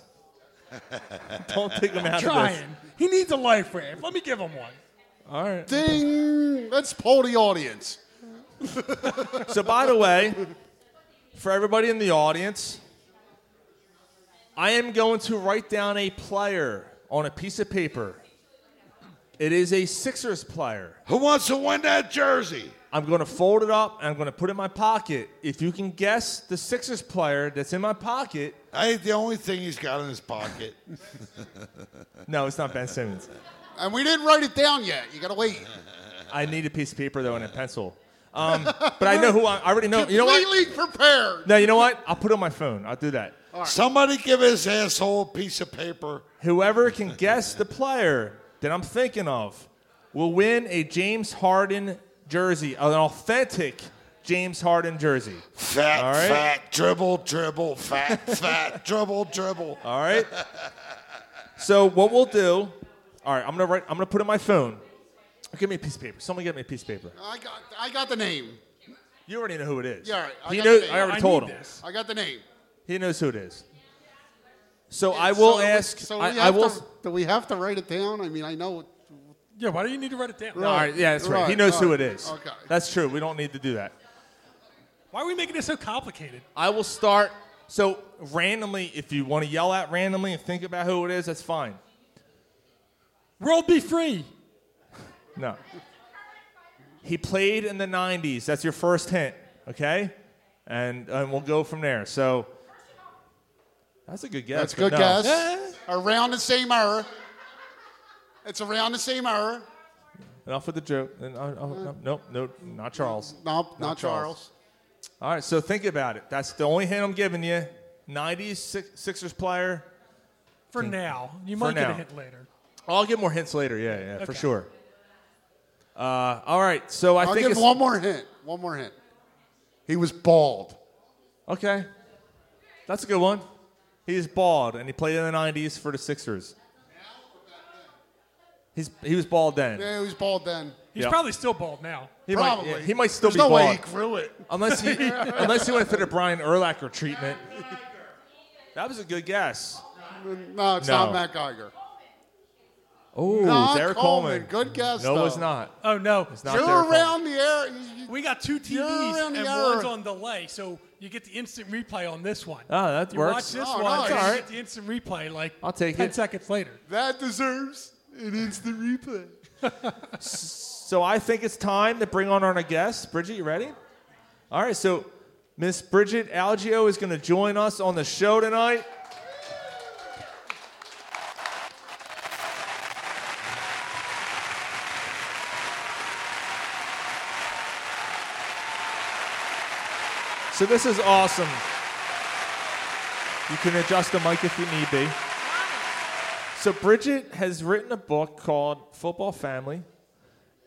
Speaker 4: don't take him out of this.
Speaker 10: Trying. He needs a life raft. Let me give him one.
Speaker 4: All
Speaker 11: [laughs]
Speaker 4: right.
Speaker 11: Ding! Let's poll the audience.
Speaker 4: [laughs] So, by the way, for everybody in the audience, I am going to write down a player on a piece of paper. It is a Sixers player.
Speaker 5: Who wants to win that jersey?
Speaker 4: I'm going to fold it up and I'm going to put it in my pocket. If you can guess the Sixers player that's in my pocket,
Speaker 5: I ain't the only thing he's got in his pocket.
Speaker 4: [laughs] no, it's not Ben Simmons.
Speaker 11: And we didn't write it down yet. You gotta wait.
Speaker 4: I need a piece of paper though and a pencil. Um, but I know who I, I already know. You know what?
Speaker 11: Completely prepared.
Speaker 4: No, you know what? I'll put it on my phone. I'll do that.
Speaker 5: Somebody give his asshole a piece of paper.
Speaker 4: Whoever can guess the player that I'm thinking of will win a James Harden jersey, an authentic James Harden jersey.
Speaker 5: Fat,
Speaker 4: All right.
Speaker 5: fat, dribble, dribble,
Speaker 4: [laughs]
Speaker 5: fat, fat, dribble, dribble.
Speaker 4: All right. So what we'll do? All right, I'm gonna write. I'm gonna put it in my phone. Give me a piece of paper. Someone get me a piece of paper.
Speaker 11: I got, I got the name.
Speaker 4: You already know who it is.
Speaker 11: Yeah, all right. I
Speaker 4: He
Speaker 11: got
Speaker 4: knows,
Speaker 11: the name.
Speaker 4: I already
Speaker 10: I
Speaker 4: told
Speaker 10: need
Speaker 4: him.
Speaker 10: this.
Speaker 11: I got the name.
Speaker 4: He knows who it is. So
Speaker 11: Yeah,
Speaker 4: I will
Speaker 11: so we-
Speaker 4: ask.
Speaker 11: so we
Speaker 4: I, I
Speaker 11: have
Speaker 4: will.
Speaker 11: To, do we have to write it down? I mean, I know.
Speaker 10: Yeah, why do you need to write it down?
Speaker 11: Right.
Speaker 4: all right. Yeah, that's right. He
Speaker 11: Right,
Speaker 4: knows who
Speaker 11: right.
Speaker 4: it is.
Speaker 11: Okay.
Speaker 4: That's true. We don't need to do that.
Speaker 10: Why are we making this so complicated?
Speaker 4: I will start. So randomly, if you want to yell out randomly and think about who it is, that's fine.
Speaker 10: World be free.
Speaker 4: No. He played in the '90s. That's your first hint, okay? And and we'll go from there. So that's a good guess.
Speaker 11: That's a
Speaker 4: but
Speaker 11: good
Speaker 4: no.
Speaker 11: guess.
Speaker 4: [laughs] Eh,
Speaker 11: Around the same hour. It's around the same hour.
Speaker 4: Enough with the joke. And I- I- no, no, no, not Charles.
Speaker 11: Mm. Nope, not, Charles.
Speaker 4: All right. So think about it. That's the only hint I'm giving you. '90s Six- Sixers player. Hmm.
Speaker 10: For now. You
Speaker 4: For
Speaker 10: might get
Speaker 4: now. Oh,
Speaker 10: a hint later.
Speaker 4: I'll give more hints later. Yeah, yeah, for
Speaker 10: Okay.
Speaker 4: sure. Uh, all right. So I
Speaker 11: I'll
Speaker 4: think
Speaker 11: give
Speaker 4: it's
Speaker 11: one more hint. One more hint. He was bald.
Speaker 4: Okay. That's a good one. He's bald, and he played in the 90s for the Sixers. He's, he was bald then.
Speaker 11: Yeah, he was bald then.
Speaker 10: He's
Speaker 4: Yeah.
Speaker 10: probably still bald now.
Speaker 4: He
Speaker 11: Probably.
Speaker 4: Might, yeah, he might still
Speaker 11: There's
Speaker 4: be
Speaker 11: no
Speaker 4: bald.
Speaker 11: way he grew it.
Speaker 4: Unless
Speaker 11: [laughs]
Speaker 4: he, unless he went through the Brian Urlacher treatment. That was a good guess.
Speaker 11: No, it's
Speaker 4: No.
Speaker 11: not Matt Geiger.
Speaker 4: Oh,
Speaker 11: Nah,
Speaker 4: it's Eric
Speaker 11: Coleman.
Speaker 4: Coleman.
Speaker 11: Good guess,
Speaker 4: No,
Speaker 11: though.
Speaker 4: it's not.
Speaker 10: Oh no,
Speaker 4: It's not
Speaker 11: You're
Speaker 4: Derek Coleman.
Speaker 11: around the air.
Speaker 10: We got two
Speaker 11: You're
Speaker 10: TVs
Speaker 11: around
Speaker 10: and
Speaker 11: the
Speaker 10: one's
Speaker 11: hour.
Speaker 10: on delay, so you get the instant replay on this one.
Speaker 4: Oh, that
Speaker 10: you
Speaker 4: works.
Speaker 10: Watch this
Speaker 11: Oh,
Speaker 10: one,
Speaker 11: nice.
Speaker 10: and
Speaker 4: All
Speaker 10: you
Speaker 4: right.
Speaker 10: get the instant replay like
Speaker 4: I'll take
Speaker 10: ten
Speaker 4: it.
Speaker 10: seconds later.
Speaker 11: That deserves an instant replay.
Speaker 4: So I think it's time to bring on our guest. Bridget, you ready? All right, so Miss Bridget Algio is going to join us on the show tonight. So this is awesome. You can adjust the mic if you need be. So Bridget has written a book called Football Family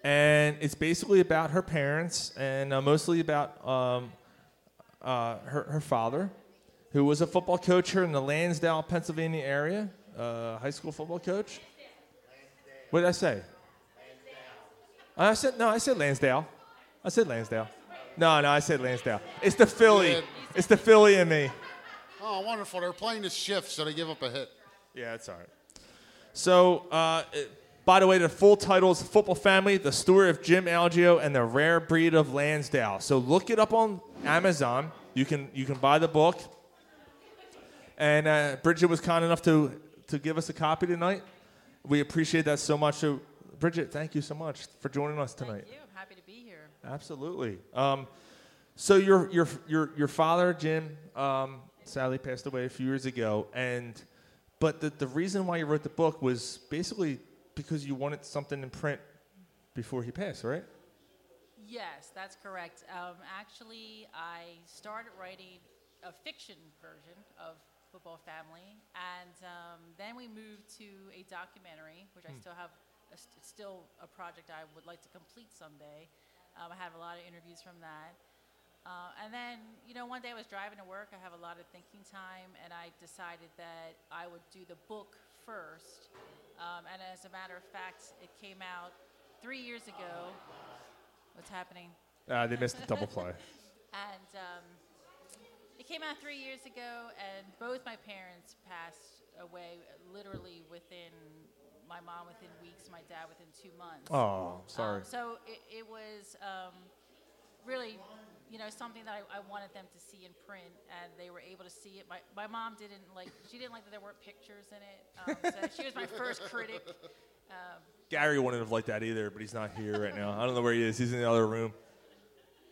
Speaker 4: and it's basically about her parents and uh, mostly about um, uh, her, her father, who was a football coach here in the Lansdale, Pennsylvania area, uh, high school football coach. What did I say? I said no. I said Lansdale. I said Lansdale. No, no, I said Lansdale. It's the Philly.
Speaker 11: Yeah.
Speaker 4: It's the Philly in me.
Speaker 11: Oh, wonderful. They're playing the shift, so they give up a hit.
Speaker 4: Yeah, it's all right. So, uh, it- by the way, the full title is Football Family, The Story of Jim Algio and the Rare Breed of Lansdale. So look it up on Amazon. You can, you can buy the book. And uh, Bridget was kind enough to, to give us a copy tonight. We appreciate that so much. So, Bridget, thank you so much for joining us tonight.
Speaker 12: Thank you. I'm happy to be here.
Speaker 4: Absolutely. Um, so your your your your father Jim um, sadly passed away a few years ago, and but the the reason why you wrote the book was basically because you wanted something in print before he passed, right?
Speaker 12: Yes, that's correct. Um, actually, I started writing a fiction version of Football Family, and um, then we moved to a documentary, which I still have, a st- it's still a project I would like to complete someday. Um, I have a lot of interviews from that. Uh, and then, you know, one day I was driving to work. I have a lot of thinking time, and I decided that I would do the book first. Um, and as a matter of fact, it came out three years ago. What's happening?
Speaker 4: Uh, they missed the
Speaker 12: [laughs]
Speaker 4: double play.
Speaker 12: And um, it came out three years ago, and both my parents passed away literally within my mom within weeks, my dad within two months.
Speaker 4: Oh, sorry.
Speaker 12: Um, so it, it was um, really, you know, something that I, I wanted them to see in print, and they were able to see it. My, my mom didn't like; she didn't like that there weren't pictures in it. Um, so she was my first critic. um,
Speaker 4: Gary wouldn't have liked that either, but he's not here right now. I don't know where he is. He's in the other room.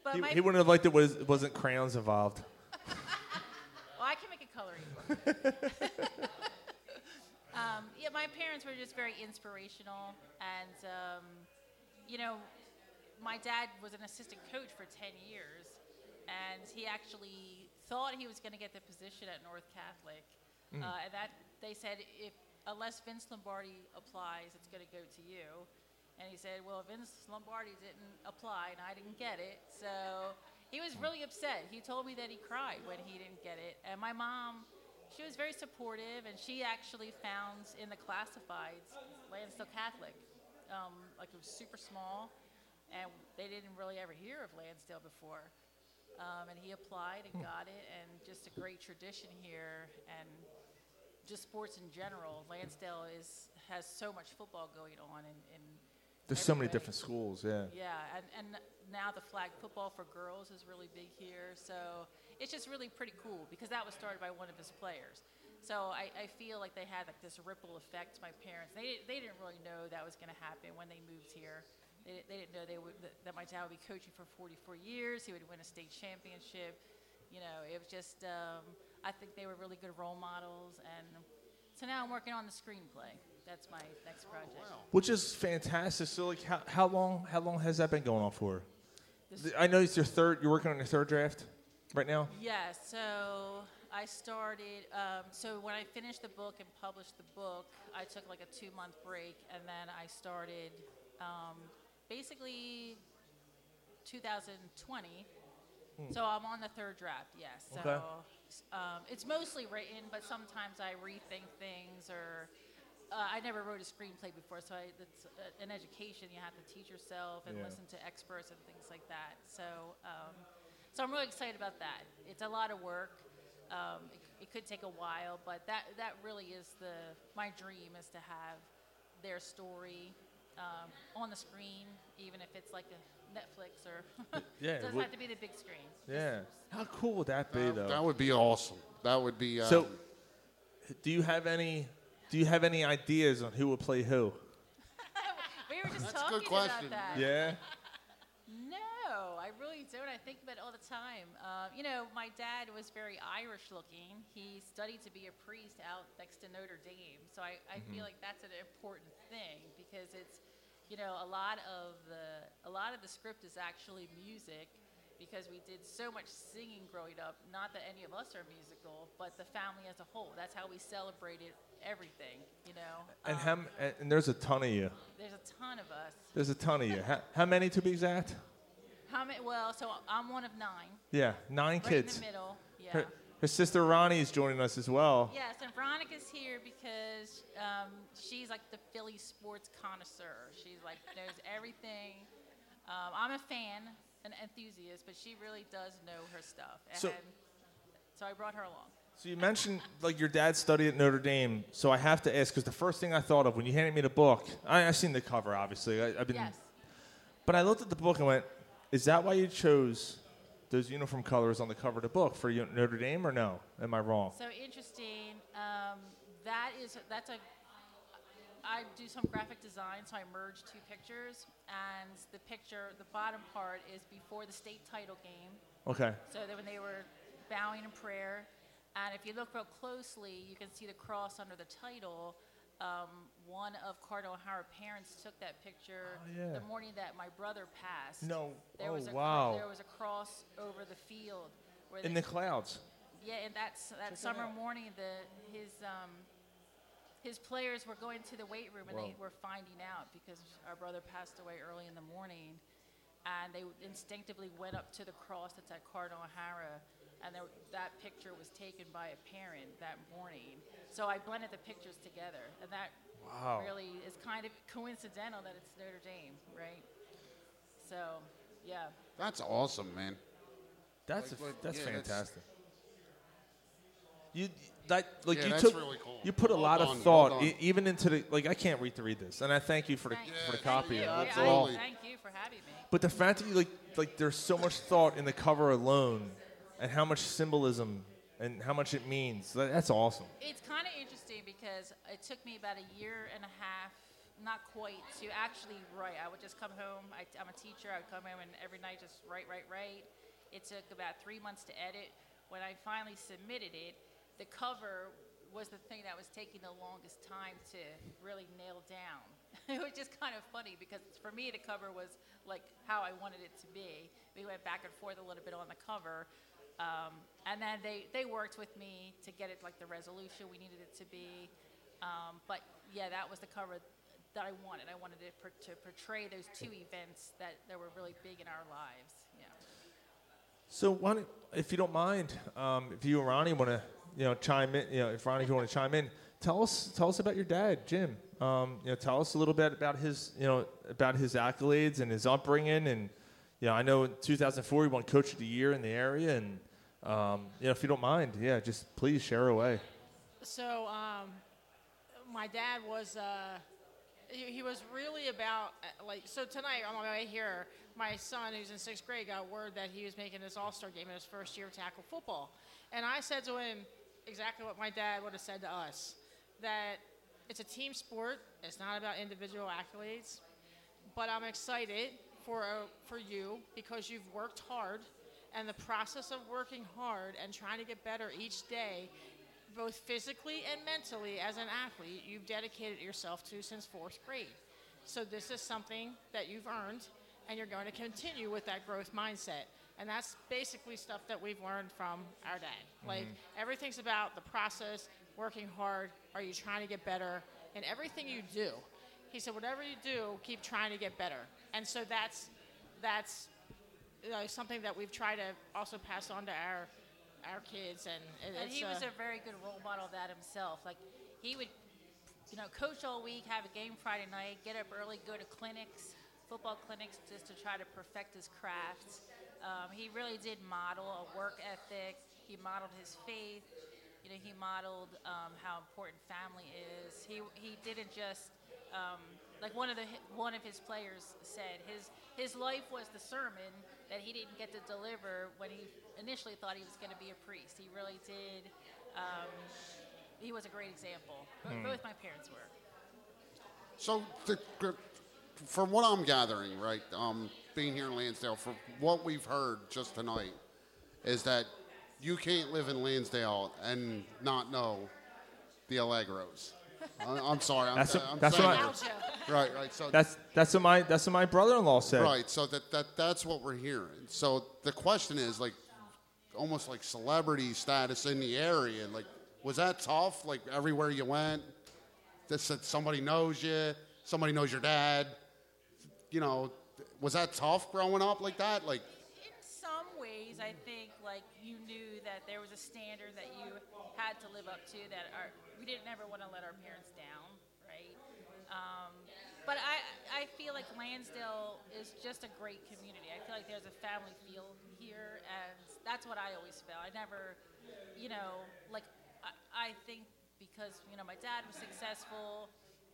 Speaker 12: But
Speaker 4: He,
Speaker 12: my,
Speaker 4: he wouldn't have liked it was wasn't crayons involved.
Speaker 12: Well, I can make it coloring. um, yeah, my parents were just very inspirational, and um, you know, my dad was an assistant coach for ten years, and he actually thought he was going to get the position at North Catholic, uh, and that they said if unless Vince Lombardi applies, it's going to go to you. And he said, "Well, Vince Lombardi didn't apply, and I didn't get it, so." He was really upset. He told me that he cried when he didn't get it. And my mom, she was very supportive, and she actually found in the classifieds Lansdale Catholic. Um, like it was super small, and they didn't really ever hear of Lansdale before. Um, and he applied and got it, and just a great tradition here, and just sports in general. Lansdale is has so much football going on, and, and
Speaker 4: There's so many
Speaker 12: everybody-
Speaker 4: different schools. Yeah.
Speaker 12: yeah, and, and now the flag football for girls is really big here. So it's just really pretty cool because that was started by one of his players. So I, I feel like they had like this ripple effect. My parents, they, didn't- they didn't really know that was going to happen when they moved here. They, di- they didn't know they would, that, that my dad would be coaching for 44 years. He would win a state championship. You know, it was just, um, I think they were really good role models. And so now I'm working on the screenplay. That's my next project.
Speaker 4: which is fantastic. So, like, how, how long how long has that been going on for? Th- I know it's your third. You're working on your third draft right now.
Speaker 12: Yeah, so I started. Um, so when I finished the book and published the book, I took like a two month break, and then I started um, basically 2020. So I'm on the third draft, yes. So
Speaker 4: Okay.
Speaker 12: s- um, it's mostly written, but sometimes I rethink things or. Uh, I never wrote a screenplay before, so I, it's uh, an education. You have to teach yourself and
Speaker 4: Yeah.
Speaker 12: listen to experts and things like that. So, um, so I'm really excited about that. It's a lot of work. Um, it, it could take a while, but that that really is the my dream is to have their story um, on the screen, even if it's like a Netflix or [laughs]
Speaker 4: Yeah, it
Speaker 12: doesn't
Speaker 4: would-
Speaker 12: have to be the big screen.
Speaker 4: Yeah. How cool would that be, though?
Speaker 11: That would be awesome. That would be. Uh,
Speaker 4: so, do you have any? Do you have any ideas on who would play who?
Speaker 12: we were just
Speaker 11: a
Speaker 12: talking
Speaker 11: good question.
Speaker 12: about that.
Speaker 4: Yeah.
Speaker 12: No, I really don't. I think about it all the time. Uh, you know, my dad was very Irish looking. He studied to be a priest out next to Notre Dame. So I,
Speaker 13: Mhm.
Speaker 12: I feel
Speaker 4: Mm-hmm.
Speaker 12: like that's an important thing because it's, you know, a lot of the a lot of the script is actually music because we did so much singing growing up. Not that any of us are musical, but the family as a whole. That's how we celebrated everything. You know,
Speaker 4: And how? m- And and there's a ton of you.
Speaker 12: there's a ton of us.
Speaker 4: There's a ton of you. How, how many to be exact?
Speaker 12: How many? Well, so I'm one of nine.
Speaker 4: Yeah, nine
Speaker 12: Right
Speaker 4: kids.
Speaker 12: in the middle. Yeah.
Speaker 4: Her, her sister Ronnie is joining us as well.
Speaker 12: Yes, and Veronica's here because um, she's like the Philly sports connoisseur. She's like knows everything. Um, I'm a fan, an enthusiast, but she really does know her stuff. And
Speaker 4: So-
Speaker 12: so I brought her along.
Speaker 4: So you mentioned like your dad studied at Notre Dame, so I have to ask because the first thing I thought of when you handed me the book, I, I seen the cover obviously. I, I've been,
Speaker 12: Yes.
Speaker 4: but I looked at the book and went, "Is that why you chose those uniform colors on the cover of the book for U- Notre Dame, or no? Am I wrong?"
Speaker 12: So interesting. Um, that is that's a. I do some graphic design, so I merge two pictures, and the picture, the bottom part, is before the state title game.
Speaker 4: Okay.
Speaker 12: So that when they were bowing in prayer, and if you look real closely, you can see the cross under the title. Um, one of Cardinal O'Hara's parents took that picture
Speaker 4: Oh, yeah.
Speaker 12: the morning that my brother passed.
Speaker 4: No.
Speaker 12: There
Speaker 4: Oh,
Speaker 12: was a, cr-
Speaker 4: wow.
Speaker 12: There was a cross over the field. Where
Speaker 4: In
Speaker 12: they-
Speaker 4: the clouds.
Speaker 12: yeah, and that's that summer morning, the his um, his players were going to the weight room and they
Speaker 13: Wow.
Speaker 12: were finding out because our brother passed away early in the morning, and they instinctively went up to the cross that's at Cardinal O'Hara, and there, that picture was taken by a parent that morning. So I blended the pictures together, and that
Speaker 4: Wow.
Speaker 12: really is kind of coincidental that it's Notre Dame, right? So, yeah.
Speaker 11: that's awesome, man.
Speaker 4: That's
Speaker 11: Like,
Speaker 4: a,
Speaker 11: like,
Speaker 4: that's
Speaker 11: yeah, that's-
Speaker 4: fantastic. you that like
Speaker 11: Yeah,
Speaker 4: you
Speaker 11: that's
Speaker 4: took
Speaker 11: really cool.
Speaker 4: you put a
Speaker 11: Well
Speaker 4: lot
Speaker 11: done,
Speaker 4: of
Speaker 11: well
Speaker 4: thought
Speaker 11: done.
Speaker 4: e- even into the like I can't wait to read this and I thank you for the for the copy.
Speaker 12: you.
Speaker 4: That's
Speaker 12: Yeah, I-
Speaker 4: all.
Speaker 12: thank you for having me.
Speaker 4: But the fact that you like like there's so much thought in the cover alone, and how much symbolism and how much it means. That, that's awesome.
Speaker 12: It's kind of interesting because it took me about a year and a half, not quite, to actually write. I would just come home. I, I'm a teacher. I would come home and every night just write, write, write. It took about three months to edit. When I finally submitted it, the cover was the thing that was taking the longest time to really nail down. [laughs] it was just kind of funny because for me, the cover was like how I wanted it to be. We went back and forth a little bit on the cover. Um, and then they, they worked with me to get it like the resolution we needed it to be. Um, but yeah, that was the cover that I wanted. I wanted it per- to portray those two events that, that were really big in our lives. Yeah.
Speaker 4: So why don't, if you don't mind, um, if you and Ronnie want to you know chime in, you know if Ronnie if you want to chime in, tell us tell us about your dad, Jim. Um, you know, tell us a little bit about his you know about his accolades and his upbringing and. you know, I know in 2004 he won Coach of the Year in the area, and um, you know, if you don't mind, yeah, just please share away.
Speaker 14: So um, my dad was uh, he, he was really about uh, like so tonight on my way here, my son who's in sixth grade got word that he was making this All Star game in his first year of tackle football, and I said to him exactly what my dad would have said to us that it's a team sport. It's not about individual accolades, but I'm excited for uh, for you because you've worked hard. And the process of working hard and trying to get better each day both physically and mentally as an athlete you've dedicated yourself to since fourth grade. So this is something that you've earned and you're going to continue with that growth mindset. And that's basically stuff that we've learned from our dad. Like
Speaker 13: Mhm.
Speaker 14: everything's about the process, working hard, are you trying to get better in everything you do. He said whatever you do, keep trying to get better. And so that's that's you know, something that we've tried to also pass on to our our kids and, it-
Speaker 12: and
Speaker 14: it's
Speaker 12: he was
Speaker 14: uh,
Speaker 12: a very good role model of that himself. Like he would, you know, coach all week, have a game Friday night, get up early, go to clinics, football clinics, just to try to perfect his craft. Um, he really did model a work ethic. He modeled his faith. You know, he modeled um, how important family is. He he didn't just um, like one of the one of his players said his his life was the sermon that he didn't get to deliver when he initially thought he was going to be a priest. He really did. Um, he was a great example. Bo-
Speaker 11: Hmm.
Speaker 12: Both my parents were.
Speaker 11: So, the, from what I'm gathering, right, um, being here in Lansdale, from what we've heard just tonight, is that you can't live in Lansdale and not know the Allegros. I, I'm sorry. I'm,
Speaker 4: That's what-
Speaker 11: I'm
Speaker 4: that's what
Speaker 11: saying
Speaker 4: I-
Speaker 11: it. [laughs] Right, right. So
Speaker 4: That's that's what my that's what my brother-in-law said.
Speaker 11: Right. So that, that that's what we're hearing. So the question is like almost like celebrity status in the area. Like was that tough? Like everywhere you went? That said somebody knows you, somebody knows your dad. You know, was that tough growing up like that? Like
Speaker 12: in some ways, I think like you knew that there was a standard that you had to live up to that our, we didn't ever want to let our parents down, right? Um, but I, I feel like Lansdale is just a great community. I feel like there's a family feel here, and that's what I always felt. I never, you know, like I, I think because you know my dad was successful,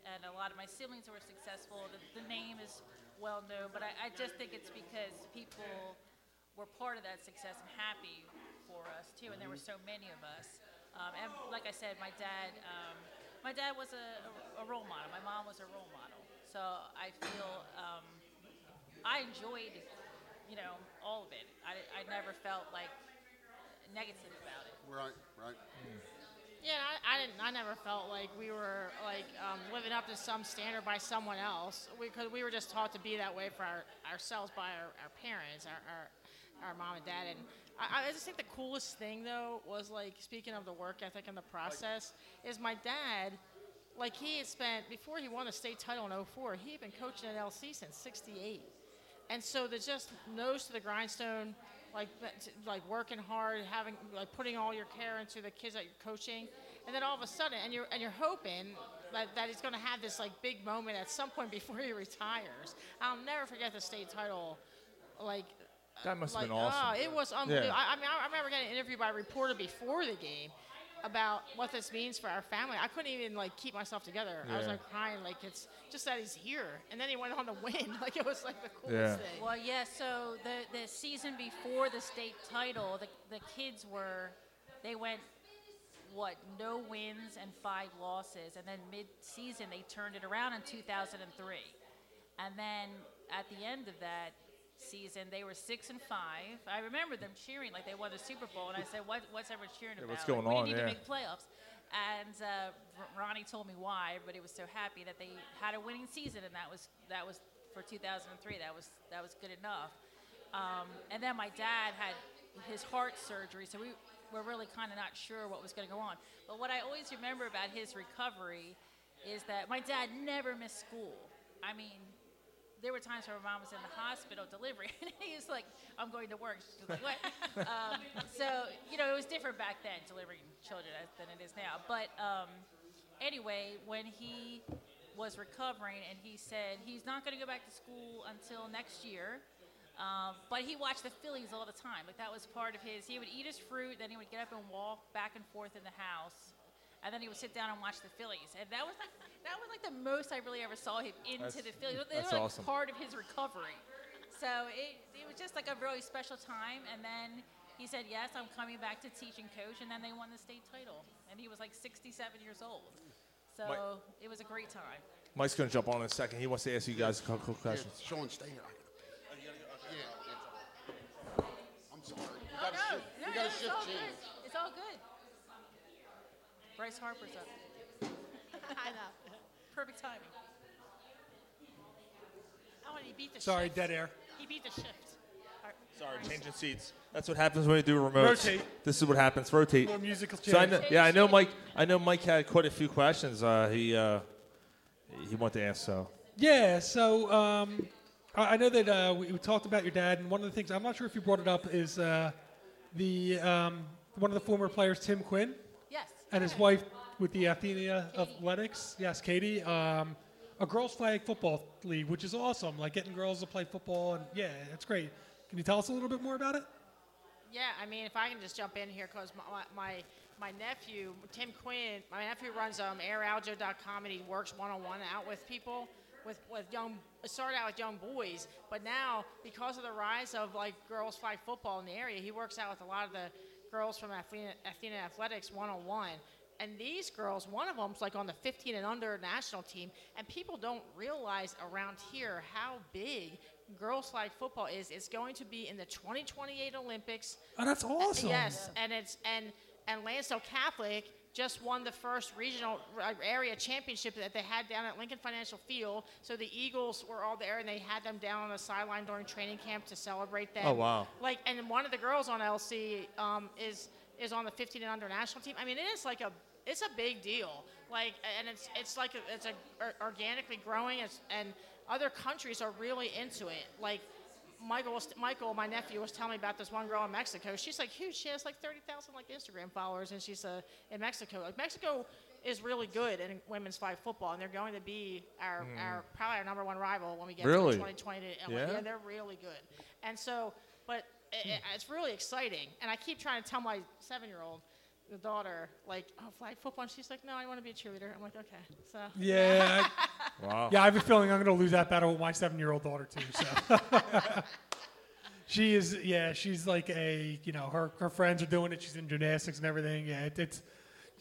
Speaker 12: and a lot of my siblings were successful. The, the name is well known, but I, I just think it's because people were part of that success and happy for us too. And there were so many of us. Um, and like I said, my dad, um, my dad was a, a, a role model. My mom was a role model. So I feel um, I enjoyed, you know, all of it. I, I never felt like negative about it.
Speaker 11: Right, right.
Speaker 14: Yeah, I, I didn't. I never felt like we were like um, living up to some standard by someone else. Because we, were just taught to be that way for our, ourselves by our, our parents, our, our our mom and dad. And I, I just think the coolest thing though was like speaking of the work ethic and the process is my dad. Like he had spent before he won the state title in 04, he had been coaching at LC since '68. And so the just nose to the grindstone, like that- t- like working hard, having like putting all your care into the kids that you're coaching, and then all of a sudden, and you're and you're hoping that, that he's going to have this like big moment at some point [laughs] before he retires. I'll never forget the state title, like.
Speaker 4: That must have
Speaker 14: like,
Speaker 4: been awesome.
Speaker 14: Oh, it was unbelievable.
Speaker 4: Yeah.
Speaker 14: I, I mean, I remember getting an interview by a reporter before the game about what this means for our family. I couldn't even like keep myself together. I was
Speaker 4: Yeah.
Speaker 14: like crying, like it's just that he's here. And then he went on to win. [laughs] Like it was like the coolest
Speaker 4: Yeah.
Speaker 14: thing.
Speaker 12: Well, yeah. So the the season before the state title, the the kids were, they went, what no wins and five losses, and then mid season they turned it around in 2003, and then at the end of that season they were six and five. I remember them cheering like they won the Super Bowl, and I said, what, what's everyone cheering
Speaker 4: Yeah,
Speaker 12: about?
Speaker 4: what's
Speaker 12: Like,
Speaker 4: going
Speaker 12: we
Speaker 4: on,
Speaker 12: Need to
Speaker 4: yeah.
Speaker 12: make playoffs. And uh, R- Ronnie told me why everybody was so happy that they had a winning season, and that was that was for 2003. That was that was good enough. Um, and then my dad had his heart surgery, so we were really kind of not sure what was going to go on. But what I always remember about his recovery is that my dad never missed school. I mean, there were times where my mom was in the hospital delivering, [laughs] and he was like, "I'm going to work." She was like, "What?" um, so you know, it was different back then delivering children as- than it is now. But um, anyway, when he was recovering, and he said he's not going to go back to school until next year. Um, but he watched the Phillies all the time. Like that was part of his. He would eat his fruit, then he would get up and walk back and forth in the house, and then he would sit down and watch the Phillies. And that was like that was like the most I really ever saw him into
Speaker 4: That's-
Speaker 12: the Phillies. They
Speaker 4: that's
Speaker 12: were like
Speaker 4: awesome.
Speaker 12: part of his recovery. So it, it was just like a really special time. And then he said, Yes, I'm coming back to teach and coach. And then they won the state title. And he was like 67 years old. So
Speaker 4: My-
Speaker 12: it was a great time.
Speaker 11: Oh,
Speaker 4: Mike's gonna jump on in a second. He wants to ask you guys a couple
Speaker 11: yeah,
Speaker 4: of questions.
Speaker 11: Sean, stay here. I'm sorry. You
Speaker 12: Oh,
Speaker 11: gotta
Speaker 12: no.
Speaker 11: shift-
Speaker 12: No,
Speaker 11: you
Speaker 12: no,
Speaker 11: gotta
Speaker 12: it's
Speaker 11: shift
Speaker 12: all
Speaker 11: gears.
Speaker 12: good. It's all good. Bryce Harper's up. [laughs] I know. Perfect timing.
Speaker 14: Oh, and he beat the
Speaker 10: [laughs] Sorry,
Speaker 14: shift.
Speaker 10: dead air.
Speaker 14: He beat the shift.
Speaker 4: Sorry, changing seats. That's what happens when you do remotes.
Speaker 10: Rotate.
Speaker 4: This is what happens. Rotate.
Speaker 10: Little musical
Speaker 4: So I
Speaker 10: change.
Speaker 4: know, yeah, I know Mike. I know Mike had quite a few questions. Uh, he uh, he wanted to ask. So
Speaker 10: Yeah, so um, I, I know that uh, we, we talked about your dad, and one of the things I'm not sure if you brought it up is uh, the um, one of the former players, Tim Quinn.
Speaker 12: Yes.
Speaker 10: And his wife with the Athena Athletics. Yes, Katie. Um, a girls' flag football league, which is awesome. Like getting girls to play football, and yeah, it's great. Can you tell us a little bit more about it?
Speaker 14: Yeah, I mean, if I can just jump in here, because my, my my nephew, Tim Quinn, my nephew runs um, airaljo.com and he works one on one out with people. With, with young it started out with young boys, but now because of the rise of like girls flag football in the area, he works out with a lot of the girls from Athena, Athena Athletics one on one. And these girls, one of them's like on the 15 and under national team, and people don't realize around here how big girls flag football is. It's going to be in the 2028 Olympics.
Speaker 10: Oh, that's
Speaker 14: Uh,
Speaker 10: awesome.
Speaker 14: Yes, and it's and and Lansdale Catholic just won the first regional uh, area championship that they had down at Lincoln Financial Field. So the Eagles were all there, and they had them down on the sideline during training camp to celebrate them.
Speaker 4: Oh, wow.
Speaker 14: Like, and one of the girls on LC um, is is on the 15 and under national team. I mean, it is like a it's a big deal. Like, and it's it's like a, it's a or- organically growing, it's, and other countries are really into it. Like. Michael, was, Michael, my nephew, was telling me about this one girl in Mexico. She's like huge. She has like thirty thousand like Instagram followers, and she's uh, in Mexico. Like Mexico is really good in women's flag football, and they're going to be our,
Speaker 4: Mm.
Speaker 14: our probably our number one rival when we get
Speaker 4: Really?
Speaker 14: to twenty twenty.
Speaker 4: Yeah?
Speaker 14: yeah, they're really good. And so, but i i
Speaker 10: Hmm.
Speaker 14: it's really exciting. And I keep trying to tell my seven year old, the daughter, like, oh, flag football. And she's like, no, I want to be a cheerleader. I'm like, okay. So
Speaker 10: Yeah. I-
Speaker 4: Wow.
Speaker 10: Yeah, I have a feeling I'm going to lose that battle with my seven-year-old daughter too. So. [laughs] she is. Yeah, she's like a. You know, her her friends are doing it. She's in gymnastics and everything. Yeah, it, it's.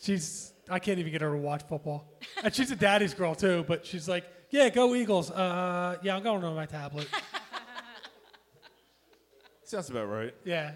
Speaker 10: She's. I can't even get her to watch football. And she's a daddy's girl too. But she's like, yeah, go Eagles. Uh, yeah, I'm going on my tablet.
Speaker 4: Sounds about right.
Speaker 10: Yeah.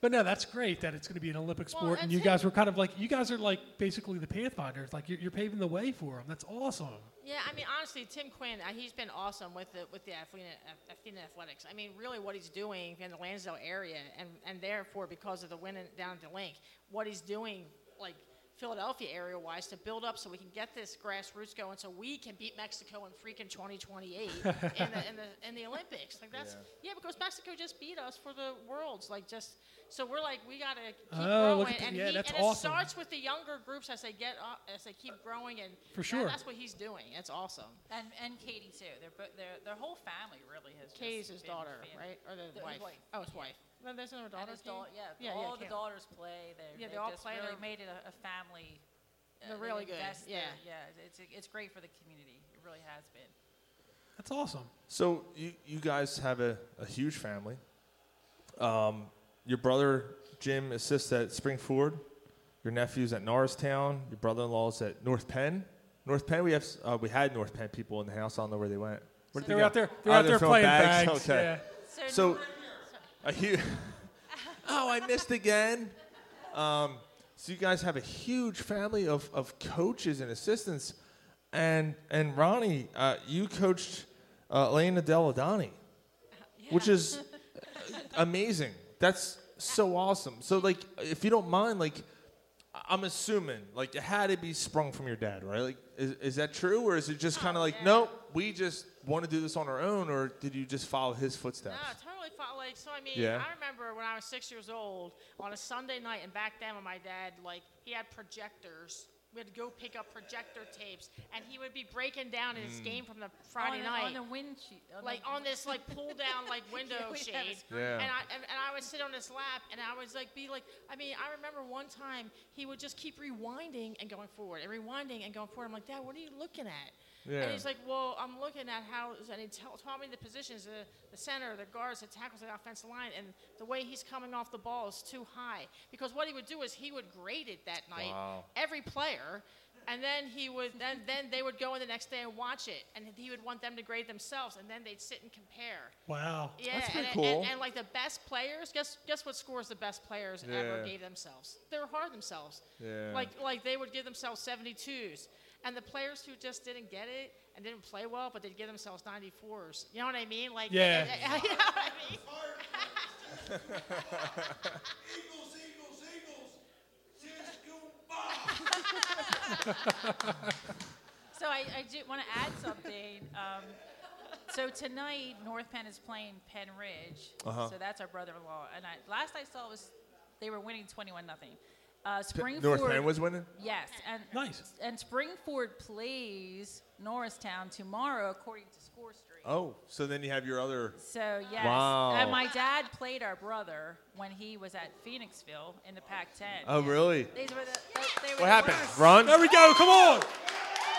Speaker 10: But no, that's great that it's going to be an Olympic sport,
Speaker 14: and
Speaker 10: and you
Speaker 14: see-
Speaker 10: guys were kind of like you guys are like basically the pathfinders. Like you're, you're paving the way for them. That's awesome.
Speaker 14: Yeah, I mean, honestly, Tim Quinn, uh, he's been awesome with the with the Athena, Athena Athletics. I mean, really, what he's doing in the Lansdale area, and and therefore because of the win in, down at the link, what he's doing like Philadelphia area wise to build up so we can get this grassroots going, so we can beat Mexico in freaking 2028 in the in the in the Olympics. Like that's yeah. because Mexico just beat us for the worlds. Like just so we're like we gotta keep
Speaker 10: Oh,
Speaker 14: growing,
Speaker 10: look at the-
Speaker 14: and,
Speaker 10: yeah,
Speaker 14: he,
Speaker 10: that's
Speaker 14: and it
Speaker 10: awesome.
Speaker 14: starts with the younger groups as they get up, as they keep growing, and
Speaker 10: For
Speaker 14: that-
Speaker 10: sure.
Speaker 14: that's what he's doing. It's awesome.
Speaker 12: And and Katie too. Their bo- their their whole family really has. just
Speaker 14: Katie's his
Speaker 12: been
Speaker 14: daughter,
Speaker 12: fan-
Speaker 14: right? Or the,
Speaker 12: The-
Speaker 14: wife. Oh, his wife. No, there's another
Speaker 12: And
Speaker 14: daughter.
Speaker 12: his
Speaker 14: Katie?
Speaker 12: daughter, yeah.
Speaker 14: yeah,
Speaker 12: all the
Speaker 14: Kim.
Speaker 12: daughters play. They're,
Speaker 14: Yeah,
Speaker 12: they
Speaker 14: they all
Speaker 12: just
Speaker 14: play.
Speaker 12: Really
Speaker 14: They're-
Speaker 12: made it a, a family. uh,
Speaker 14: They're
Speaker 12: they
Speaker 14: really good,
Speaker 12: invest their-
Speaker 14: yeah.
Speaker 12: yeah. It's it's great for the community. It really has been.
Speaker 10: That's awesome.
Speaker 4: So you, you guys have a, a huge family. Um, your brother Jim assists at Spring Ford. Your nephew's at Norristown. Your brother-in-law's at North Penn. North Penn, we have s- uh, we had North Penn people in the house. I don't know where they went. Where did
Speaker 10: They were
Speaker 4: go?
Speaker 10: out there- they were
Speaker 4: Oh,
Speaker 10: out there
Speaker 4: throwing
Speaker 10: playing bags,
Speaker 4: Okay.
Speaker 10: yeah.
Speaker 4: So, a huge. [laughs] oh, I missed again. Um, so you guys have a huge family of, of coaches and assistants, and and Ronnie, uh, you coached uh, Elena Deladani,
Speaker 12: [laughs]
Speaker 4: which is amazing. That's so awesome. So like, if you don't mind, like, I- I'm assuming like it had to be sprung from your dad, right? Like, is, is that true, or is it just
Speaker 12: Oh,
Speaker 4: kind of like, nope, we just want to do this on our own, or did you just follow his footsteps?
Speaker 14: No, totally. Fo- like, so I mean,
Speaker 4: Yeah.
Speaker 14: I remember when I was six years old on a Sunday night, and back then when my dad, like, he had projectors. We had to go pick up projector tapes, and he would be breaking down his
Speaker 12: Mm.
Speaker 14: game from the Friday
Speaker 12: on,
Speaker 14: night.
Speaker 12: on the windshield.
Speaker 14: like on this like pull down like window
Speaker 12: we have a
Speaker 14: shade
Speaker 12: screen.
Speaker 4: Yeah.
Speaker 14: and I and, and I would sit on his lap and I was like be like I mean I remember one time he would just keep rewinding and going forward and rewinding and going forward I'm like dad what are you looking at
Speaker 13: Yeah.
Speaker 14: and he's like well I'm looking at how and he tell, taught me the positions the, the center the guards the tackles the offensive line and the way he's coming off the ball is too high because what he would do is he would grade it that night
Speaker 13: Wow.
Speaker 14: every player and then he would then then they would go in the next day and watch it and he would want them to grade themselves and then they'd sit and compare
Speaker 10: Wow.
Speaker 14: yeah
Speaker 10: That's pretty
Speaker 14: and,
Speaker 10: cool.
Speaker 14: and, and like the best players guess guess what scores the best players ever
Speaker 4: Yeah.
Speaker 14: gave themselves they were hard themselves
Speaker 4: Yeah.
Speaker 14: like like they would give themselves 72s and the players who just didn't get it and didn't play well but they'd give themselves 94s you know what i mean like
Speaker 10: Yeah.
Speaker 14: [laughs] you know what i mean
Speaker 8: [laughs]
Speaker 14: [laughs]
Speaker 5: Eagles, Eagles, Eagles.
Speaker 12: [laughs] so I, I do want to add something. Um, so tonight, North Penn is playing Penn Ridge.
Speaker 13: Uh-huh.
Speaker 12: So that's our brother-in-law. And I, last I saw was they were winning 21 nothing. Uh, Springford.
Speaker 4: Northman was winning?
Speaker 12: Yes, and
Speaker 10: nice.
Speaker 12: And Springford plays Norristown tomorrow, according to Score Street.
Speaker 4: Oh, so then you have your other.
Speaker 12: So yes,
Speaker 4: Wow.
Speaker 12: and my dad played our brother when he was at Phoenixville in the Pac-10.
Speaker 4: Oh, really?
Speaker 12: These were the, they, they were
Speaker 4: What
Speaker 12: the
Speaker 4: happened?
Speaker 12: worst.
Speaker 4: Run. There we go. Come on.
Speaker 10: Get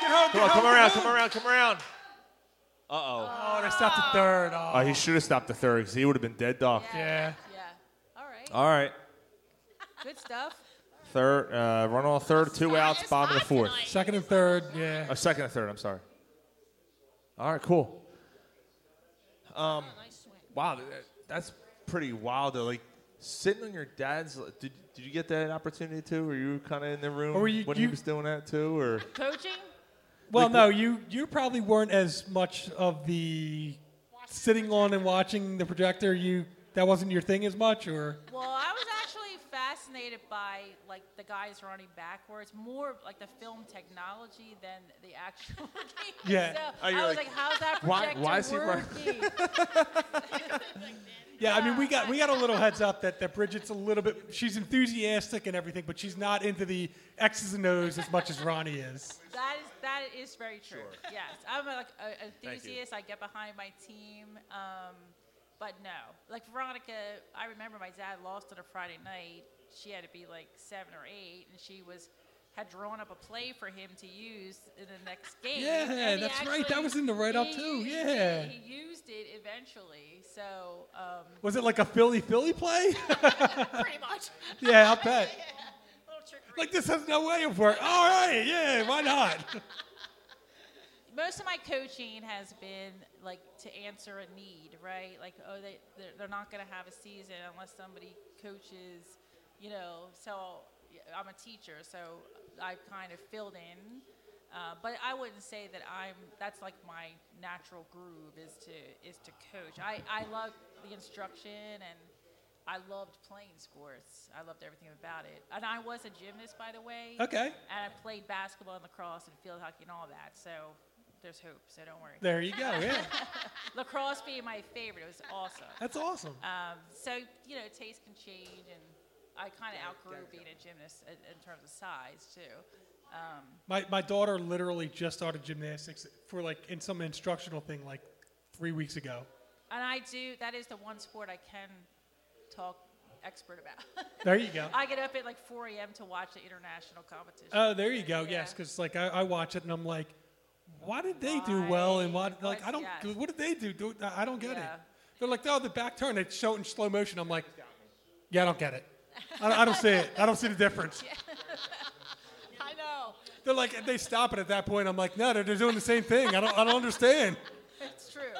Speaker 10: home,
Speaker 4: Come
Speaker 10: get
Speaker 4: on. Come
Speaker 10: home, get
Speaker 4: around.
Speaker 10: home.
Speaker 4: Come around. Come around. Uh oh.
Speaker 10: Oh, they stopped at third. Oh,
Speaker 4: Oh, he should have stopped the third because he would have been dead dog.
Speaker 10: yeah.
Speaker 4: All right.
Speaker 12: Good stuff.
Speaker 4: Third, uh, run on third, two outs, bottom of the fourth.
Speaker 10: Second and third, yeah.
Speaker 4: Oh, second and third, I'm sorry. All right, cool.
Speaker 12: Oh,
Speaker 4: Um, wow, th- that's pretty wild though. Like sitting on your dad's. Did, did you get that opportunity too? Were you kind of in the room
Speaker 10: Or were you-
Speaker 4: when he
Speaker 10: you-
Speaker 4: was doing that too, or
Speaker 14: Coaching?
Speaker 10: Well,
Speaker 4: Like,
Speaker 10: no, you you probably weren't as much of the sitting on and watching the projector. You that wasn't your thing as much, or
Speaker 12: Well, I was actually fascinated by like the guys running backwards, more of, like the film technology than the actual [laughs] game.
Speaker 10: Yeah.
Speaker 12: So
Speaker 10: Oh, you're
Speaker 12: I was
Speaker 10: like,
Speaker 12: like, how's that
Speaker 10: why-
Speaker 12: projector
Speaker 10: why is he run-
Speaker 12: working?
Speaker 10: yeah, I mean, we got we got a little heads up that that Bridget's a little bit. She's enthusiastic and everything, but she's not into the X's and O's as much as Ronnie is.
Speaker 12: that is that is very true. Yes, I'm like an
Speaker 10: you.
Speaker 12: enthusiast. I get behind my team, um, but no, like Veronica. I remember my dad lost on a Friday night. She had to be like seven or eight, and she was had drawn up a play for him to use in the
Speaker 10: [laughs]
Speaker 12: next game.
Speaker 10: Yeah,
Speaker 12: and he
Speaker 10: that's right. That
Speaker 12: actually-
Speaker 10: was in the write-up
Speaker 12: he
Speaker 10: too,
Speaker 12: u- he-
Speaker 10: yeah.
Speaker 12: he, used it eventually. So um,
Speaker 10: Was it like a Philly Philly play? [laughs]
Speaker 12: pretty much?
Speaker 10: yeah, I'll bet.
Speaker 12: Little trickery.
Speaker 10: Like this has no way of work. All right, yeah, why not? [laughs]
Speaker 12: most of my coaching has been like to answer a need, right? Like, oh, they they're, they're not going to have a season unless somebody coaches, you know. So yeah, I'm a teacher, so I've kind of filled in, uh, but I wouldn't say that I'm. That's like my natural groove is to is to coach. I I love the instruction and. I loved playing sports. I loved everything about it. And I was a gymnast, by the way.
Speaker 10: Okay.
Speaker 12: And I played basketball and lacrosse and field hockey and all that. So there's hope. So don't worry.
Speaker 10: There you go, yeah.
Speaker 12: [laughs] lacrosse being my favorite. It was awesome.
Speaker 10: That's awesome.
Speaker 12: Um, so you know, taste can change, and I kind of outgrew being a gymnast in, in terms of size too. Um,
Speaker 10: My, my daughter literally just started gymnastics for like in some instructional thing like three weeks ago.
Speaker 12: and I do. That is the one sport I can talk expert about.
Speaker 10: There you go.
Speaker 12: I get up at like 4 a.m. to watch the international competition.
Speaker 10: Oh, there you go. Yes, because like I, I watch it and I'm like, why did they do well and why like I don't
Speaker 12: yes.
Speaker 10: what did they do? do I I don't get
Speaker 12: Yeah.
Speaker 10: it. They're like, oh, the back turn. They show it in slow motion. I'm like, yeah, I don't get it. I don't, I don't see it. I don't see the difference.
Speaker 12: I know.
Speaker 10: They're like, they stop it at that point. I'm like, no, they're, they're doing the same thing. I don't, I
Speaker 12: [laughs]
Speaker 10: don't understand.
Speaker 14: It's true. [laughs]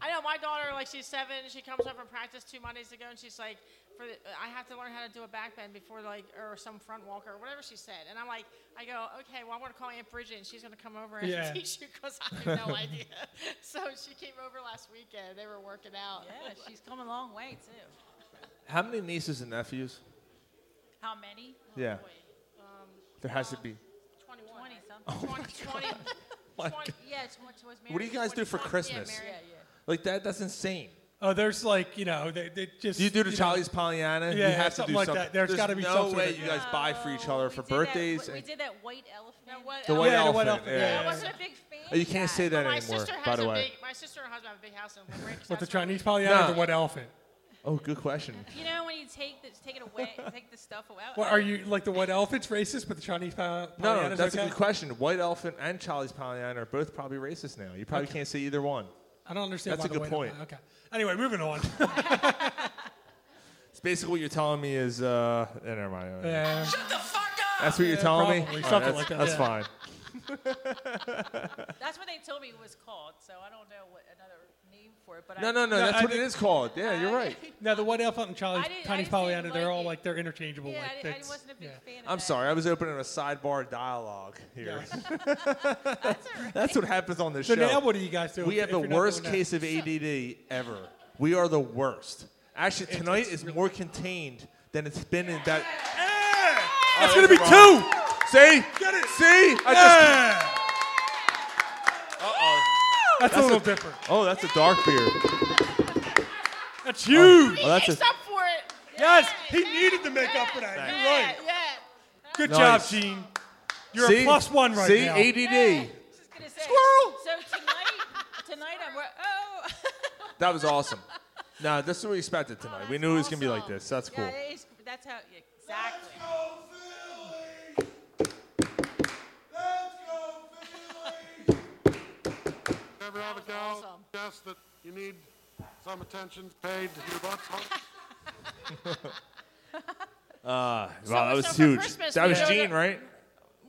Speaker 14: I know my daughter, like she's seven, she comes up from practice two Mondays ago, and she's like, "For the, I have to learn how to do a back bend before like or some front walker or whatever she said." And I'm like, I go, "Okay, well I'm gonna call Aunt Bridget, and she's gonna come over and
Speaker 12: Yeah.
Speaker 14: [laughs] teach you because I have no idea." [laughs] so she came over last weekend. They were working out.
Speaker 12: Yeah, she's come a long way too.
Speaker 4: how many nieces and nephews?
Speaker 12: How many?
Speaker 4: Yeah,
Speaker 12: Oh, Um,
Speaker 4: there has to be.
Speaker 12: 21. 20
Speaker 4: Oh
Speaker 12: something.
Speaker 4: my
Speaker 12: 20, 20,
Speaker 4: My
Speaker 12: 20 yeah, it's what was married.
Speaker 4: What do you guys do for Christmas?
Speaker 12: Yeah, married.
Speaker 4: Like that, that's insane.
Speaker 10: Oh, there's like, you know, they, they just.
Speaker 4: Do you do the
Speaker 10: know-
Speaker 4: Charlie's Pollyanna? you
Speaker 10: Yeah,
Speaker 4: have to
Speaker 10: something
Speaker 4: do
Speaker 10: like
Speaker 4: something.
Speaker 10: that. There's gotta be
Speaker 4: no
Speaker 10: some sort
Speaker 4: way
Speaker 10: of-
Speaker 4: you guys buy for each other for birthdays.
Speaker 12: That, we
Speaker 4: and-
Speaker 12: did that white elephant.
Speaker 4: The white
Speaker 10: Yeah, the white
Speaker 4: elephant,
Speaker 10: elephant, yeah. I
Speaker 4: yeah.
Speaker 10: wasn't
Speaker 14: a big fan
Speaker 4: Oh, You can't say that
Speaker 14: But my
Speaker 4: anymore.
Speaker 14: sister has
Speaker 4: by the
Speaker 14: a
Speaker 4: way,
Speaker 14: big, my sister and her husband have a big house in Limerick.
Speaker 10: With the Chinese Pollyanna or
Speaker 4: No.
Speaker 10: the white elephant?
Speaker 4: Oh, good question.
Speaker 12: You know when you take the, take it away, take the stuff away.
Speaker 10: What are you like the white elephant's racist, but the Chinese Poll-
Speaker 4: No,
Speaker 10: Pollyanna's
Speaker 4: that's
Speaker 10: okay?
Speaker 4: a good question. White Elephant and Charlie's Pollyanna are both probably racist now. You probably
Speaker 10: Okay.
Speaker 4: can't say either one.
Speaker 10: I don't understand.
Speaker 4: That's
Speaker 10: why
Speaker 4: a
Speaker 10: the white
Speaker 4: good point.
Speaker 10: elephant- Okay. Anyway,
Speaker 12: [laughs]
Speaker 10: moving on.
Speaker 4: It's basically what you're telling me is, uh, eh, never mind. never mind.
Speaker 10: Yeah. Shut the fuck up!
Speaker 4: That's what you're
Speaker 10: Yeah,
Speaker 4: telling
Speaker 10: probably,
Speaker 4: me.
Speaker 10: something
Speaker 4: that's,
Speaker 10: like that,
Speaker 4: That's
Speaker 10: yeah.
Speaker 12: [laughs]
Speaker 4: fine.
Speaker 12: That's what they told me it was called. So I don't know what another name for it, but
Speaker 4: No,
Speaker 12: I,
Speaker 4: no, no. that's
Speaker 10: I
Speaker 4: what it
Speaker 10: think-
Speaker 4: is called. Yeah, you're right.
Speaker 10: Now the white elephant and Charlie,
Speaker 12: I didn't- I
Speaker 10: Chinese
Speaker 12: just didn't
Speaker 10: Pollyanna, they're
Speaker 12: like
Speaker 10: all
Speaker 12: it.
Speaker 10: like they're interchangeable.
Speaker 12: Yeah,
Speaker 10: like,
Speaker 12: I didn't- I
Speaker 10: that's-
Speaker 12: wasn't a big fan of
Speaker 4: I'm
Speaker 12: that.
Speaker 4: sorry. I was opening a sidebar dialogue here.
Speaker 12: That's all right.
Speaker 4: [laughs] That's what happens on this
Speaker 10: So
Speaker 4: show.
Speaker 10: now what do you guys do
Speaker 4: We
Speaker 10: if-
Speaker 4: have
Speaker 10: if
Speaker 4: the
Speaker 10: you're not
Speaker 4: worst
Speaker 10: doing that?
Speaker 4: case of ADD ever. We are the worst. Actually, tonight is more contained than it's been in that.
Speaker 10: That's gonna be
Speaker 4: two. See? Get it? Oh, See? I just. Uh-oh.
Speaker 10: That's a little different.
Speaker 4: Oh, that's a dark beer.
Speaker 10: That's huge.
Speaker 4: Oh, that's a,
Speaker 9: up for it.
Speaker 10: Yes, he needed to make up for that.
Speaker 9: Yeah,
Speaker 10: You're right.
Speaker 9: yeah.
Speaker 13: Good
Speaker 4: Nice.
Speaker 13: job, Gene. You're
Speaker 4: See?
Speaker 13: a plus one right
Speaker 4: See?
Speaker 13: now.
Speaker 4: ADD.
Speaker 12: gonna say, Squirrel. So tonight, tonight I'm. wor- Oh.
Speaker 4: That was awesome. No, this is what we expected tonight. we knew it was going to be like this. That's cool.
Speaker 12: Yeah, it is, that's how yeah, exactly.
Speaker 15: Ever have a gal guess that you need some attention paid to your butt? [laughs]
Speaker 4: Ah,
Speaker 13: So-
Speaker 4: wow, that was
Speaker 13: so for
Speaker 4: huge.
Speaker 13: Christmas,
Speaker 4: that
Speaker 13: we
Speaker 4: was
Speaker 13: go to-
Speaker 4: Gene, right?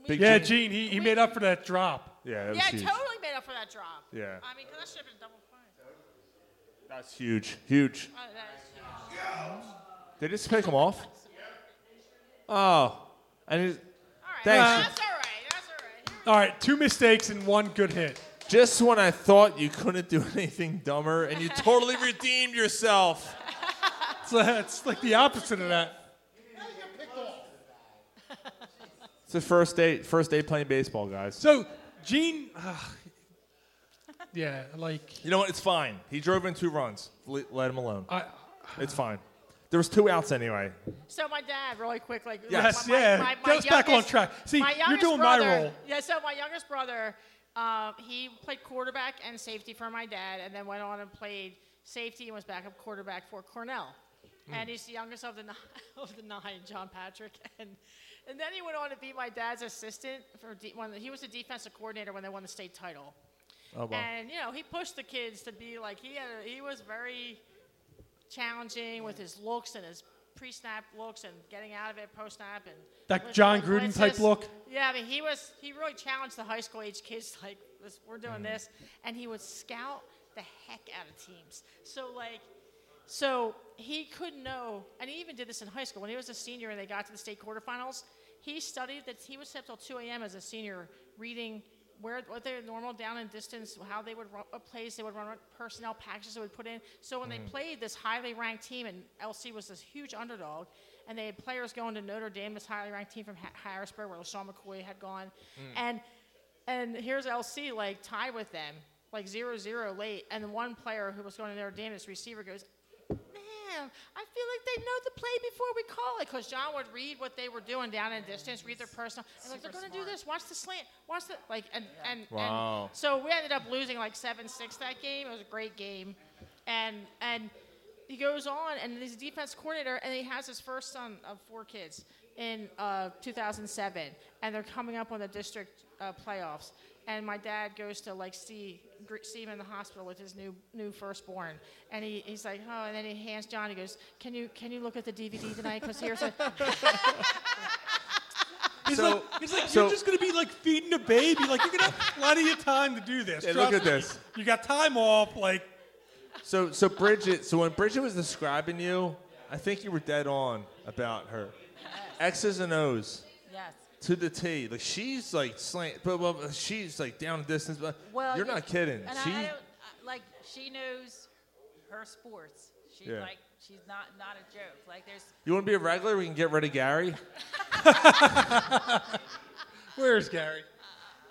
Speaker 4: Big
Speaker 10: yeah, Gene, he, he made up for that drop.
Speaker 4: Yeah, that was
Speaker 14: Yeah,
Speaker 4: huge.
Speaker 14: totally made up for that drop.
Speaker 4: Yeah.
Speaker 14: I mean, 'cause that should have been double point.
Speaker 4: That's huge. Huge.
Speaker 14: Oh, that is huge.
Speaker 4: Did they just pick him off? Oh. And he's-
Speaker 10: Thanks.
Speaker 14: That's all right. That's all right.
Speaker 10: All right, two mistakes and one good hit.
Speaker 4: Just when I thought you couldn't do [laughs] anything dumber and you totally
Speaker 10: [laughs]
Speaker 4: redeemed yourself.
Speaker 10: It's, uh, it's like the opposite of that.
Speaker 4: It's the first day first day playing baseball, guys.
Speaker 10: So, Gene, ah, yeah, like
Speaker 4: You know what? It's fine. He drove in two runs. Le- let him alone.
Speaker 10: I,
Speaker 4: it's fine. There was two outs anyway.
Speaker 14: So my dad, really quick, like
Speaker 4: Yes,
Speaker 14: my, my,
Speaker 4: yeah.
Speaker 14: my, my
Speaker 10: Get us back on
Speaker 14: youngest-
Speaker 10: track. See,
Speaker 14: my
Speaker 10: you're
Speaker 14: youngest
Speaker 10: doing my
Speaker 14: brother,
Speaker 10: role.
Speaker 14: Yeah, so my youngest brother, um, he played quarterback and safety for my dad, and then went on and played safety and was backup quarterback for Cornell. And
Speaker 10: Hmm.
Speaker 12: Mm.
Speaker 14: he's the youngest of the nine, [laughs] of the nine, John Patrick, and and then he went on to be my dad's assistant for de- when he was the defensive coordinator when they won the state title.
Speaker 4: Oh, wow.
Speaker 14: And you know, he pushed the kids to be like he had. A, he was very challenging with his looks and his pre-snap looks and getting out of it post-snap and
Speaker 10: That
Speaker 14: with
Speaker 10: John
Speaker 14: the
Speaker 10: Gruden type
Speaker 14: blitzes.
Speaker 10: look?
Speaker 14: Yeah, I mean, he was he really challenged the high school age kids like this, we're
Speaker 10: Mm.
Speaker 14: doing this, and he would scout the heck out of teams. So like. So he could know, and he even did this in high school. When he was a senior and they got to the state quarterfinals, he studied that he was up till 2 a.m. as a senior reading where what their normal down and distance, how they would run what plays, they would run what personnel packages they would put in. So when
Speaker 12: Mhm.
Speaker 14: they played this highly ranked team, and LC was this huge underdog, and they had players going to Notre Dame, this highly ranked team from ha- Harrisburg, where LaShawn McCoy had gone,
Speaker 12: Mm.
Speaker 14: and and here's LC like tied with them, like zero zero late, and the one player who was going to Notre Dame, this receiver goes, "Man, I feel like they know the play before we call it," because John would read what they were doing down in distance, read their personal, and like they're
Speaker 12: Super
Speaker 14: going to do this. Watch the slant. Watch the like, and and,
Speaker 12: Wow.
Speaker 14: and so we ended up losing like seven six that game. It was a great game, and and he goes on and he's a defense coordinator and he has his first son of four kids in uh, 2007 and they're coming up on the district uh, playoffs and my dad goes to like see, gr- see him in the hospital with his new new firstborn and he, he's like oh and then he hands john he goes can you can you look at the dvd tonight because here's [laughs] a
Speaker 13: He's
Speaker 4: So-
Speaker 13: like, he's like
Speaker 4: so-
Speaker 13: you're just going to be like feeding a baby. Like, you're going to have plenty of time to do this.
Speaker 4: Yeah, look
Speaker 13: Trust
Speaker 4: at
Speaker 13: me.
Speaker 4: this.
Speaker 13: You got time off. Like,
Speaker 4: So so Bridget, so when Bridget was describing you, I think you were dead on about her. X's and O's.
Speaker 12: Yes.
Speaker 4: To the T. Like she's like slant but, but but she's like down distance but
Speaker 12: Well,
Speaker 4: you're
Speaker 12: you-
Speaker 4: not kidding.
Speaker 12: And
Speaker 4: She
Speaker 12: I, I don't, I, like she knows her sports. She's
Speaker 4: Yeah.
Speaker 12: like she's not not a joke. Like there's
Speaker 4: You want to be a regular? We can get rid
Speaker 12: [laughs]
Speaker 4: of Gary. [laughs]
Speaker 10: Where's Gary?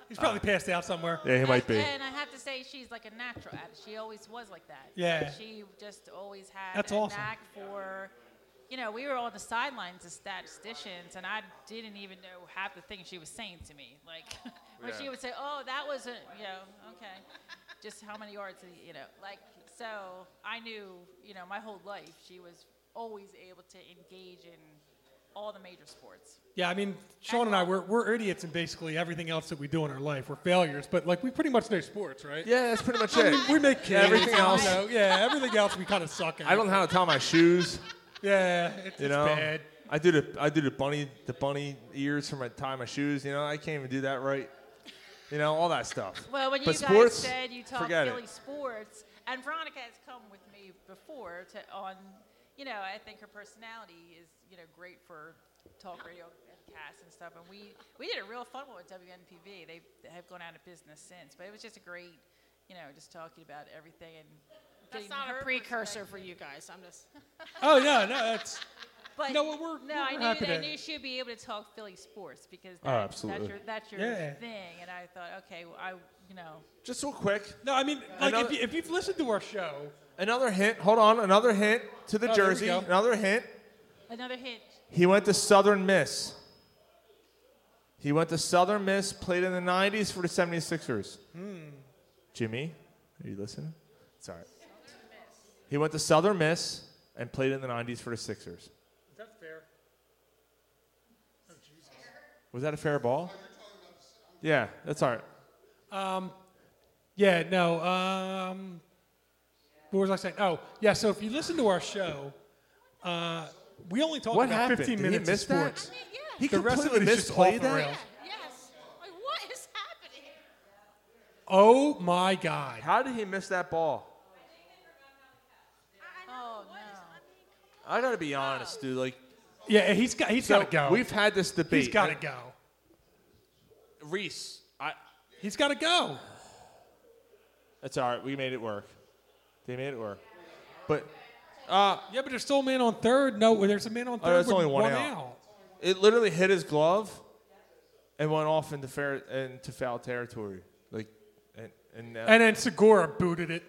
Speaker 10: He's probably passed out somewhere.
Speaker 4: Uh, Yeah, he might be.
Speaker 12: And I have to say, she's like a natural at it. She always was like that.
Speaker 10: Yeah.
Speaker 12: She just always had
Speaker 10: That's
Speaker 12: a
Speaker 10: awesome.
Speaker 12: knack for, you know, we were on the sidelines as statisticians, and I didn't even know half the things she was saying to me. Like, [laughs] when
Speaker 14: Yeah.
Speaker 12: she would say, oh, that was a, you know, okay, just how many yards, did he- you know, like, so I knew, you know, my whole life she was always able to engage in all the major sports.
Speaker 10: Yeah, I mean, Sean and I, we're, we're idiots in basically everything else that we do in our life. We're failures, but like we pretty much know sports, right?
Speaker 4: Yeah, that's pretty much
Speaker 10: I
Speaker 4: it.
Speaker 10: mean, we make kids.
Speaker 4: Yeah, everything
Speaker 10: you
Speaker 4: else-
Speaker 10: know, yeah, everything else we kind of suck at.
Speaker 4: I don't know how to tie my shoes.
Speaker 10: Yeah, it's,
Speaker 4: You
Speaker 10: it's
Speaker 4: know,
Speaker 10: bad.
Speaker 4: I do the I do the bunny the bunny ears for my tie my shoes. You know, I can't even do that right. You know, all that stuff.
Speaker 12: Well, when
Speaker 4: but
Speaker 12: you
Speaker 4: sports,
Speaker 12: guys said you taught
Speaker 4: forget
Speaker 12: Philly
Speaker 4: it.
Speaker 12: sports, and Veronica has come with me before to on, you know, I think her personality is you know great for talk radio and casts and stuff. And we we did a real fun one with WNPV. They they have gone out of business since, but it was just a great, you know, just talking about everything and.
Speaker 14: that's
Speaker 12: getting
Speaker 14: not
Speaker 12: her
Speaker 14: a precursor for you guys i'm just
Speaker 10: Oh yeah, no, that's
Speaker 12: [laughs] But
Speaker 10: No, well, we're-
Speaker 12: no,
Speaker 10: we're
Speaker 12: I knew
Speaker 10: happy
Speaker 12: that I
Speaker 10: to-
Speaker 12: knew she'd be able to talk Philly sports because
Speaker 4: Oh,
Speaker 12: that,
Speaker 4: absolutely.
Speaker 12: that's your that's your
Speaker 10: Yeah.
Speaker 12: thing. And I thought, okay, well, I you know,
Speaker 4: Just real quick.
Speaker 10: No, I mean, like
Speaker 4: Another-
Speaker 10: if, you, if you've listened to our show,
Speaker 4: Another hint. Hold on. Another hint to the
Speaker 10: Oh, there we
Speaker 4: jersey.
Speaker 10: go.
Speaker 4: Another hint.
Speaker 12: another hint.
Speaker 4: He went to Southern Miss. He went to Southern Miss, played in the 90s for the 76ers.
Speaker 13: Hmm.
Speaker 4: Jimmy, are you listening? It's all right. He went to Southern Miss and played in the 90s for the Sixers.
Speaker 10: Is that fair? Oh, Jesus.
Speaker 4: Was that a fair ball? Yeah, that's all right.
Speaker 10: Um, yeah, no. Um, what was I saying? Oh, yeah. So if you listen to our show, uh, we only talk
Speaker 4: What
Speaker 10: about
Speaker 4: happened?
Speaker 10: 15
Speaker 4: Did he
Speaker 10: minutes of
Speaker 4: miss that?
Speaker 10: sports.
Speaker 4: He
Speaker 10: the rest of it
Speaker 4: completely
Speaker 10: is just
Speaker 4: misplayed
Speaker 10: off the
Speaker 4: that?
Speaker 10: rails.
Speaker 7: Yes. Like, what is happening?
Speaker 10: Oh my God!
Speaker 4: How did he miss that ball? I gotta be honest, dude. Like,
Speaker 10: yeah, he's got he's
Speaker 4: So,
Speaker 10: got to go.
Speaker 4: We've had this debate.
Speaker 10: He's got to
Speaker 4: I-
Speaker 10: go.
Speaker 4: Reese, I.
Speaker 10: He's got to go.
Speaker 4: That's all right. We made it work. They made it work. But uh,
Speaker 10: yeah, but there's still a man on third. No, there's a man on third.
Speaker 4: Oh, that's
Speaker 10: with
Speaker 4: only one, out.
Speaker 10: out.
Speaker 4: It literally hit his glove and went off into fair into foul territory. Like, and and, uh,
Speaker 10: And then Segura booted it.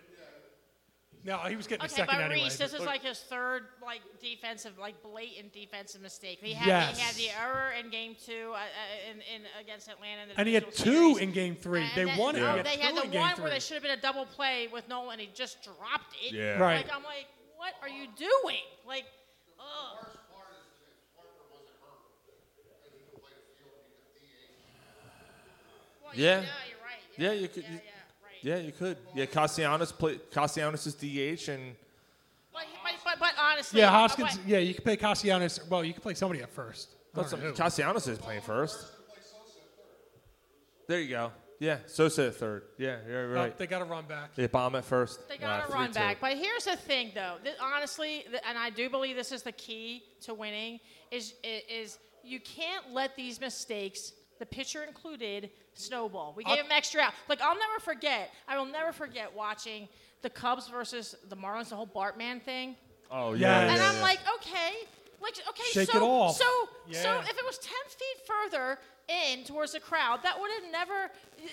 Speaker 10: No, he was getting a
Speaker 14: Okay,
Speaker 10: second
Speaker 14: but
Speaker 10: anyway.
Speaker 14: Reese, this
Speaker 10: but-
Speaker 14: is like his third like defensive, like blatant defensive mistake. He had he had
Speaker 10: Yes.
Speaker 14: the error in game two uh, uh, in, in against Atlanta. in the
Speaker 10: and he had
Speaker 14: divisional
Speaker 10: two
Speaker 14: series.
Speaker 10: in game three.
Speaker 14: And
Speaker 10: They
Speaker 14: then-
Speaker 10: won it.
Speaker 14: oh,
Speaker 10: He had
Speaker 14: They
Speaker 10: two
Speaker 14: had
Speaker 10: in
Speaker 14: the
Speaker 10: game
Speaker 14: one
Speaker 10: three.
Speaker 14: where there should have been a double play with Nolan, and he just dropped it.
Speaker 10: Yeah. Right.
Speaker 14: Like I'm like, what are you doing? Like, ugh. Oh,
Speaker 4: yeah. yeah, you could. you- Yeah, you could. Yeah, Castellanos play. Castellanos is DH, and
Speaker 14: But, but, but, but honestly,
Speaker 10: Yeah,
Speaker 14: uh,
Speaker 10: Hoskins.
Speaker 14: but-
Speaker 10: Yeah, you could play Castellanos. Well, you could play somebody at first. I
Speaker 4: that's
Speaker 10: don't know who.
Speaker 4: Castellanos is playing first. There you go. Yeah, Sosa at third. Yeah, you're
Speaker 10: No,
Speaker 4: right.
Speaker 10: they got to run back.
Speaker 4: They bomb at first.
Speaker 14: They got to
Speaker 4: Nah,
Speaker 14: run
Speaker 4: 3-2.
Speaker 14: back. But here's the thing, though. Th honestly, th- and I do believe this is the key to winning is i- is you can't let these mistakes, the pitcher included, snowball. We gave him extra out. Like I'll never forget. I will never forget watching the Cubs versus the Marlins, the whole Bartman thing.
Speaker 4: Oh
Speaker 10: Yeah,
Speaker 4: yeah. yeah,
Speaker 14: and
Speaker 4: yeah,
Speaker 14: I'm like, okay, like okay,
Speaker 4: Shake
Speaker 14: so
Speaker 4: it off.
Speaker 14: so so
Speaker 4: Yeah.
Speaker 14: if it was ten feet further in towards the crowd, that would have never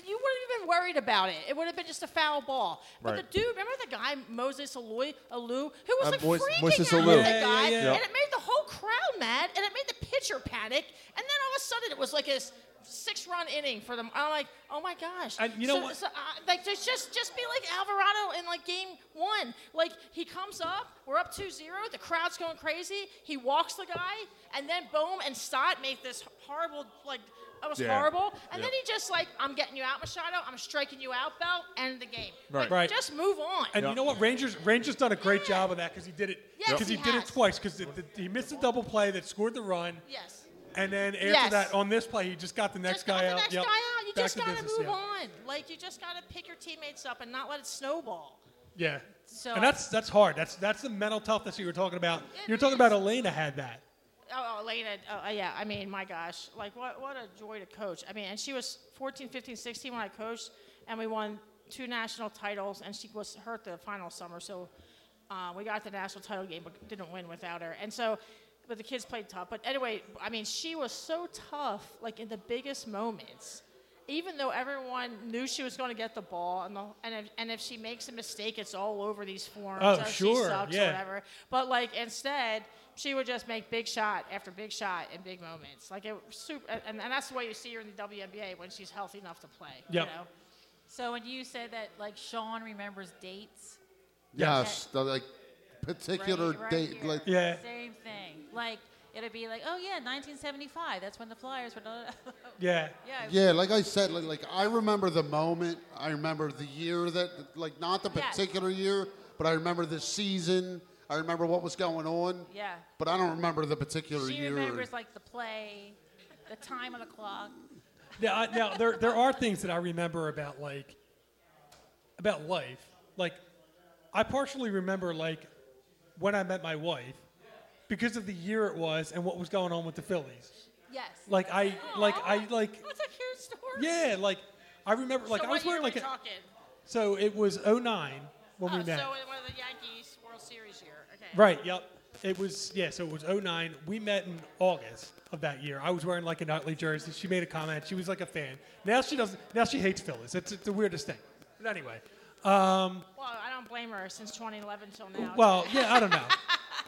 Speaker 14: you wouldn't have been worried about it. It would have been just a foul ball. But
Speaker 4: Right.
Speaker 14: the dude, remember the guy Moses Alou, Alou who was
Speaker 4: Uh,
Speaker 14: like
Speaker 4: Mois-
Speaker 14: freaking
Speaker 4: Moises
Speaker 14: out
Speaker 4: Alou.
Speaker 14: at the
Speaker 4: Yeah,
Speaker 14: guy,
Speaker 4: yeah, yeah.
Speaker 14: and it made the whole crowd mad, and it made the pitcher panic, and then all of a sudden it was like a Six-run inning for them. I'm like, oh my gosh.
Speaker 10: And you know
Speaker 14: So-
Speaker 10: what?
Speaker 14: so, uh, like just just just be like Alvarado in like game one. Like he comes up, we're up 2-0, the crowd's going crazy. He walks the guy, and then boom, and Stott made this horrible like it was
Speaker 10: Yeah.
Speaker 14: horrible. And
Speaker 10: Yeah.
Speaker 14: then he just like, I'm getting you out, Machado. I'm striking you out, Belt. End the game.
Speaker 10: Right.
Speaker 14: Like,
Speaker 10: Right.
Speaker 14: Just move on.
Speaker 10: And you know what? Rangers Rangers done a great job of that because he did it
Speaker 14: Yes,
Speaker 10: because he,
Speaker 14: he
Speaker 10: did it
Speaker 14: has.
Speaker 10: twice because he missed the double play that scored the run.
Speaker 14: Yes.
Speaker 10: And then after
Speaker 14: Yes.
Speaker 10: that, on this play, he just got the next guy
Speaker 14: The
Speaker 10: out.
Speaker 14: next
Speaker 10: Yep.
Speaker 14: guy out. You
Speaker 10: Back
Speaker 14: just
Speaker 10: to
Speaker 14: gotta
Speaker 10: business,
Speaker 14: move
Speaker 10: yeah.
Speaker 14: on. Like you just gotta pick your teammates up and not let it snowball.
Speaker 10: Yeah.
Speaker 14: So-
Speaker 10: and that's that's hard. That's that's the mental toughness you were talking about. You're talking about Elena had that.
Speaker 14: Oh, Elena, oh, yeah, I mean, my gosh, like what, what a joy to coach. I mean, and she was 14, 15, 16 when I coached, and we won two national titles, and she was hurt the final summer, so uh, we got the national title game, but didn't win without her. And so, but the kids played tough. But anyway, I mean, she was so tough, like in the biggest moments. Even though everyone knew she was going to get the ball, and, the, and, if, and if she makes a mistake, it's all over these forums.
Speaker 10: Oh,
Speaker 14: she
Speaker 10: sure,
Speaker 14: sucks," or
Speaker 10: yeah.
Speaker 14: whatever. But like instead, she would just make big shot after big shot in big moments. Like it was super, and, and that's the way you see her in the WNBA when she's healthy enough to play. you
Speaker 12: Yep.
Speaker 14: know?
Speaker 12: So when you said that, like Sean remembers dates,
Speaker 11: Yes, the, like particular
Speaker 12: right, right
Speaker 11: date.
Speaker 12: here,
Speaker 11: Like,
Speaker 12: same thing. Like it'd be like, oh yeah, 1975. That's when the Flyers were.
Speaker 10: Yeah.
Speaker 12: yeah.
Speaker 11: Yeah, like I said, like, like I remember the moment. I remember the year that, like, not the
Speaker 12: Yes.
Speaker 11: particular year, but I remember the season. I remember what was going on.
Speaker 12: [laughs] Yeah.
Speaker 11: But I don't remember the particular
Speaker 12: She
Speaker 11: year.
Speaker 12: remembers like the play, the time on the clock.
Speaker 10: Now, I, now there there are things that I remember about like about life. Like I partially remember like when I met my wife because of the year it was and what was going on with the Phillies.
Speaker 12: Yes.
Speaker 10: Like I
Speaker 14: Oh,
Speaker 10: like I like
Speaker 14: That's a cute story.
Speaker 10: yeah like I remember like
Speaker 14: so
Speaker 10: I was
Speaker 14: what year
Speaker 10: wearing like
Speaker 14: are we
Speaker 10: a,
Speaker 14: talking?
Speaker 10: so it was 09 when
Speaker 14: oh,
Speaker 10: we met.
Speaker 14: So in one of the Yankees World Series year. Okay.
Speaker 10: Right. Yep. It was yeah. So it was 09. We met in August of that year. I was wearing like an Utley jersey. She made a comment. She was like a fan. Now she doesn't. Now she hates Phillies. It's, it's the weirdest thing. But anyway, um,
Speaker 14: Well, I don't blame her since 2011 till now.
Speaker 10: well, yeah, I don't know.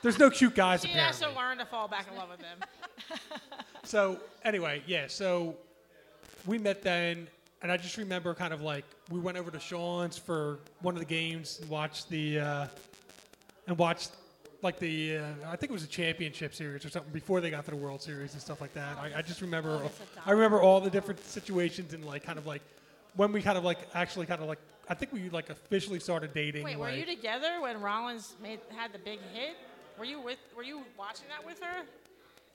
Speaker 10: There's no cute
Speaker 14: [laughs]
Speaker 10: guys
Speaker 14: She
Speaker 10: apparently.
Speaker 14: has to learn to fall back in love with them.
Speaker 10: So anyway, yeah. So we met then, and I just remember kind of like we went over to Sean's for one of the games and watched the uh, and watched like the uh, I think it was a championship series or something before they got to the World Series and stuff like that. I, I just remember I remember all the different situations and like kind of like when we kind of like actually kind of like I think we like officially started dating.
Speaker 14: Wait, were
Speaker 10: like-
Speaker 14: you together when Rollins made had the big hit? Were you with? Were you watching that with her?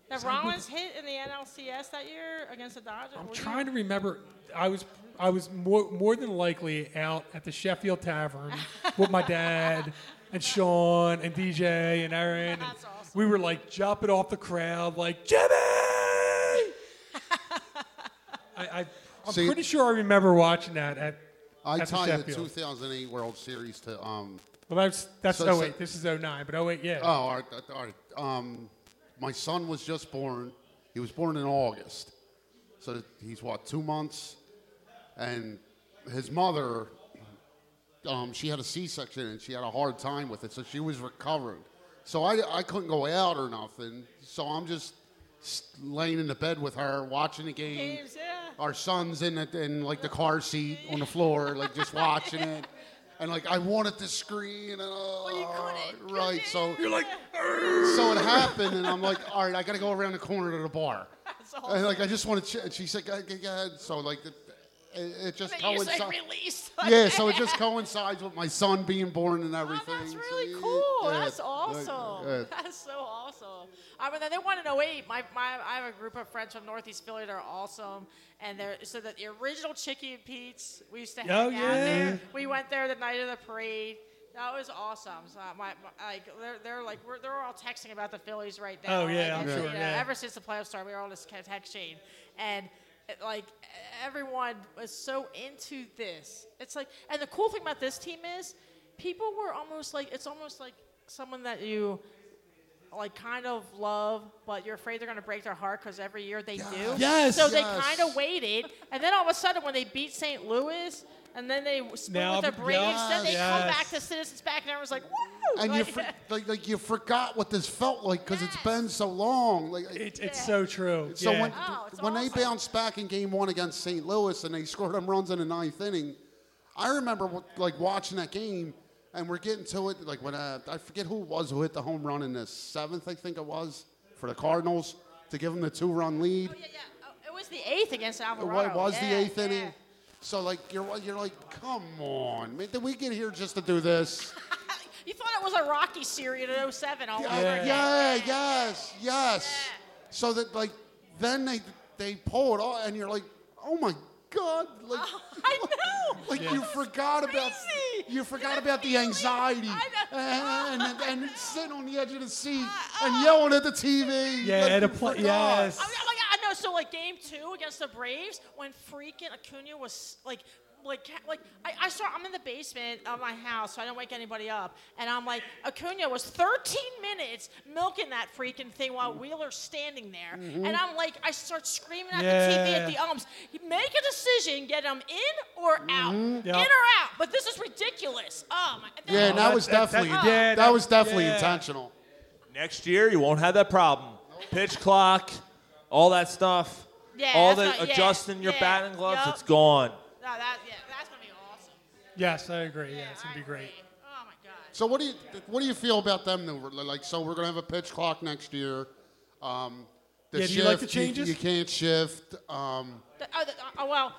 Speaker 14: That
Speaker 10: So I think-
Speaker 14: Rollins hit in the NLCS that year against the Dodgers.
Speaker 10: I'm trying to remember. I was I was more more than likely out at the Sheffield Tavern with my dad and Sean and DJ and Aaron. and We were like jumping off the crowd, like Jimmy. I, I I'm
Speaker 11: See-
Speaker 10: pretty sure I remember watching that at
Speaker 11: I
Speaker 10: at
Speaker 11: tie
Speaker 10: the
Speaker 11: the
Speaker 10: Sheffield.
Speaker 11: 2008 World Series to um.
Speaker 10: Well, that's that's
Speaker 11: so- so-
Speaker 10: 08. this is 09, but 08, yeah.
Speaker 11: Oh, all right, all right. Um, my son was just born. He was born in August, so he's what two months, and his mother, um, she had a C-section and she had a hard time with it, so she was recovering. So I, I couldn't go out or nothing. So I'm just s- laying in the bed with her, watching the game.
Speaker 14: Games, yeah.
Speaker 11: Our son's in it in like the car seat on the floor, like just watching it. And like I wanted to scream and uh, right, so
Speaker 5: You're like,
Speaker 11: so it happened, and I'm like, all right, I gotta go around the corner to the bar.
Speaker 14: [laughs] That's
Speaker 11: And like I just want to, ch-. and she said, go ahead, go ahead. so like it, it it just
Speaker 14: you said
Speaker 11: coincides.
Speaker 14: release.
Speaker 11: Yeah, so
Speaker 14: [laughs]
Speaker 11: it just coincides with my son being born and everything.
Speaker 14: Oh, That's really cool.
Speaker 11: yeah,
Speaker 14: That's
Speaker 11: yeah,
Speaker 14: awesome.
Speaker 10: uh,
Speaker 11: yeah.
Speaker 14: [laughs] That's so awesome. I mean, they won in 08. My, my, I have a group of friends from Northeast Philly that are awesome. And they're, so that the original Chicky and Pete's, we used to hang
Speaker 10: Oh,
Speaker 14: out
Speaker 10: yeah.
Speaker 14: there. We went there the night of the parade. That was awesome. So my, my like they're, they're like we're, they're all texting about the Phillies right now.
Speaker 10: Oh, yeah,
Speaker 14: Like,
Speaker 10: I'm
Speaker 14: it's,
Speaker 10: sure,
Speaker 14: you know,
Speaker 10: yeah.
Speaker 14: Ever since the playoffs started, we were all just kind of texting, and it, like everyone was so into this. It's like, and the cool thing about this team is, people were almost like it's almost like someone that you like kind of love, but you're afraid they're going to break their heart because every year they do.
Speaker 10: Yes.
Speaker 14: So they
Speaker 10: Yes.
Speaker 14: kind of waited, and then all of a sudden, when they beat St. Louis, and then they split
Speaker 11: Now-
Speaker 14: with the Braves, then they come
Speaker 11: Yes.
Speaker 14: back to Citizens Back, and everyone's like, "Woo!"
Speaker 11: And you
Speaker 14: Like-
Speaker 11: for, like, like you forgot what this felt like because it's been so long. Like
Speaker 10: It- it's so true.
Speaker 11: So
Speaker 10: yeah.
Speaker 11: when
Speaker 14: Oh,
Speaker 11: when they bounced back in Game One against St. Louis and they scored them runs in the ninth inning, I remember wa- like watching that game and we're getting to it like when uh, I forget who it was who hit the home run in the seventh, I think it was for the Cardinals to give them the two-run lead.
Speaker 14: It was the eighth against
Speaker 11: It
Speaker 14: Alvarado.
Speaker 11: wa- was
Speaker 14: Oh, yeah.
Speaker 11: the eighth inning. So like you're you're like, come on, man, did we get here just to do this?
Speaker 14: You thought it was a Rocky series in 07 all over
Speaker 11: Yeah,
Speaker 14: again.
Speaker 11: yeah, yes, yes. So that like then they they pull it off and you're like, oh my god,
Speaker 10: [laughs]
Speaker 11: like [laughs]
Speaker 14: I know.
Speaker 11: Like
Speaker 14: Yeah.
Speaker 11: you forgot about you forgot about the anxiety [laughs] and, and, and sitting on the edge of the seat and yelling at the TV.
Speaker 10: Uh, oh. Yeah,
Speaker 11: like
Speaker 10: at a
Speaker 11: you
Speaker 10: pla-
Speaker 11: forgot.
Speaker 10: yes.
Speaker 14: I mean, oh my god, I know. So like game two against the Braves, when freaking Acuna was like. Like, ca- like I, I saw, I'm in the basement of my house, so I don't wake anybody up. And I'm like, Acuna was 13 minutes milking that freaking thing while Wheeler's standing there.
Speaker 11: Mm-hmm.
Speaker 16: Mhm.
Speaker 14: And I'm like, I start screaming at the TV
Speaker 16: Yeah.
Speaker 14: at the umps, make a decision, get him in or out,
Speaker 11: Mhm.
Speaker 14: in
Speaker 11: Yep.
Speaker 14: or out. But this is ridiculous. Oh my.
Speaker 11: Yeah, and that was definitely that, was definitely
Speaker 4: yeah.
Speaker 11: intentional.
Speaker 4: Next year, you won't have that problem. Pitch clock, all that stuff,
Speaker 14: Yeah,
Speaker 4: all the
Speaker 14: that's not- yeah,
Speaker 4: adjusting your
Speaker 14: yeah,
Speaker 4: batting gloves,
Speaker 14: yup.
Speaker 4: it's gone.
Speaker 14: No, that, yeah, that's gonna be awesome.
Speaker 10: Yes, I agree. Yeah, it's gonna be great.
Speaker 11: So what do you what do you feel about them? though? Like, so we're gonna have a pitch clock next year. Um, the
Speaker 10: Yeah,
Speaker 11: shift,
Speaker 10: do you like the changes?
Speaker 11: You, can't shift. Um,
Speaker 14: The- oh, the, oh, well,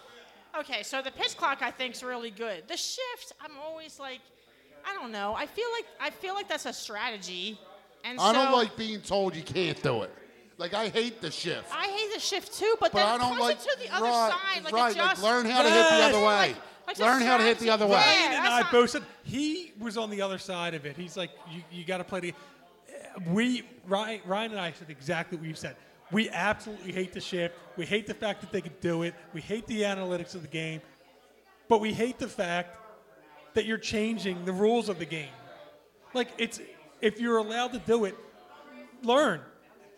Speaker 14: okay. So the pitch clock I think is really good. The shift, I'm always like, I don't know. I feel like I feel like that's a strategy. And
Speaker 11: I don't
Speaker 14: so-
Speaker 11: like being told you can't do it. Like I hate the shift.
Speaker 14: I hate the shift too, but,
Speaker 11: But
Speaker 14: then
Speaker 11: I don't
Speaker 14: push
Speaker 11: like-
Speaker 14: it to the other
Speaker 11: right,
Speaker 14: side, like
Speaker 11: right, like,
Speaker 14: adjust.
Speaker 11: learn how to hit the other way.
Speaker 14: Like, like the
Speaker 11: Learn how to hit the other way.
Speaker 14: strategy.
Speaker 11: Yeah,
Speaker 10: Ryan and
Speaker 11: that's
Speaker 10: I
Speaker 11: not-
Speaker 10: both said he was on the other side of it. He's like, you, you got to play the. We Ryan, Ryan and I said exactly what you said. We absolutely hate the shift. We hate the fact that they can do it. We hate the analytics of the game, but we hate the fact that you're changing the rules of the game. Like it's if you're allowed to do it, learn,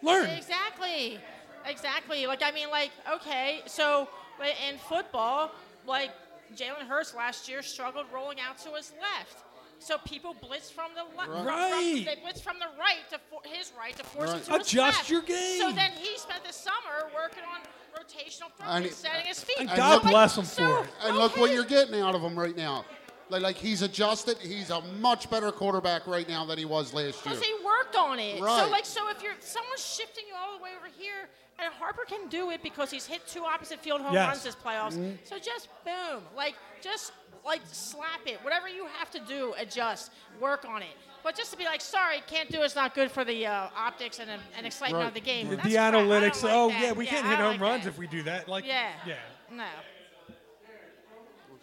Speaker 10: learn.
Speaker 14: Exactly. Exactly. Like I mean, like okay, so like, in football, like Jalen Hurts last year struggled rolling out to his left. So people blitz from the left.
Speaker 10: Right.
Speaker 14: they blitz from the right to for- his right to force
Speaker 10: Right.
Speaker 14: it to his
Speaker 10: Adjust
Speaker 14: left.
Speaker 10: your game.
Speaker 14: So then he spent the summer working on rotational
Speaker 11: And
Speaker 14: throwing,
Speaker 11: it-
Speaker 14: setting his feet.
Speaker 11: and
Speaker 14: So,
Speaker 11: look-
Speaker 14: like, so
Speaker 11: And look what you're getting out of him right now. Like, like he's adjusted. He's a much better quarterback right now than he was last year.
Speaker 14: Because he worked on it. So
Speaker 11: Right.
Speaker 14: like, so if you're someone's shifting you all the way over here, and Harper can do it because he's hit two opposite field home
Speaker 11: Yes.
Speaker 14: runs this playoffs.
Speaker 10: Mm-hmm.
Speaker 11: Mhm.
Speaker 14: So just boom, like just like slap it. Whatever you have to do, adjust, work on it. But just to be like, sorry, can't do. It's not good for the uh, optics and, and excitement of the game.
Speaker 10: The,
Speaker 14: That's
Speaker 10: the
Speaker 14: crap. I don't
Speaker 10: analytics.
Speaker 14: like
Speaker 10: oh
Speaker 14: that.
Speaker 10: yeah, we can't
Speaker 14: I
Speaker 10: hit
Speaker 14: don't
Speaker 10: home
Speaker 14: like
Speaker 10: runs if we do that. Like
Speaker 14: yeah.
Speaker 10: yeah.
Speaker 14: No.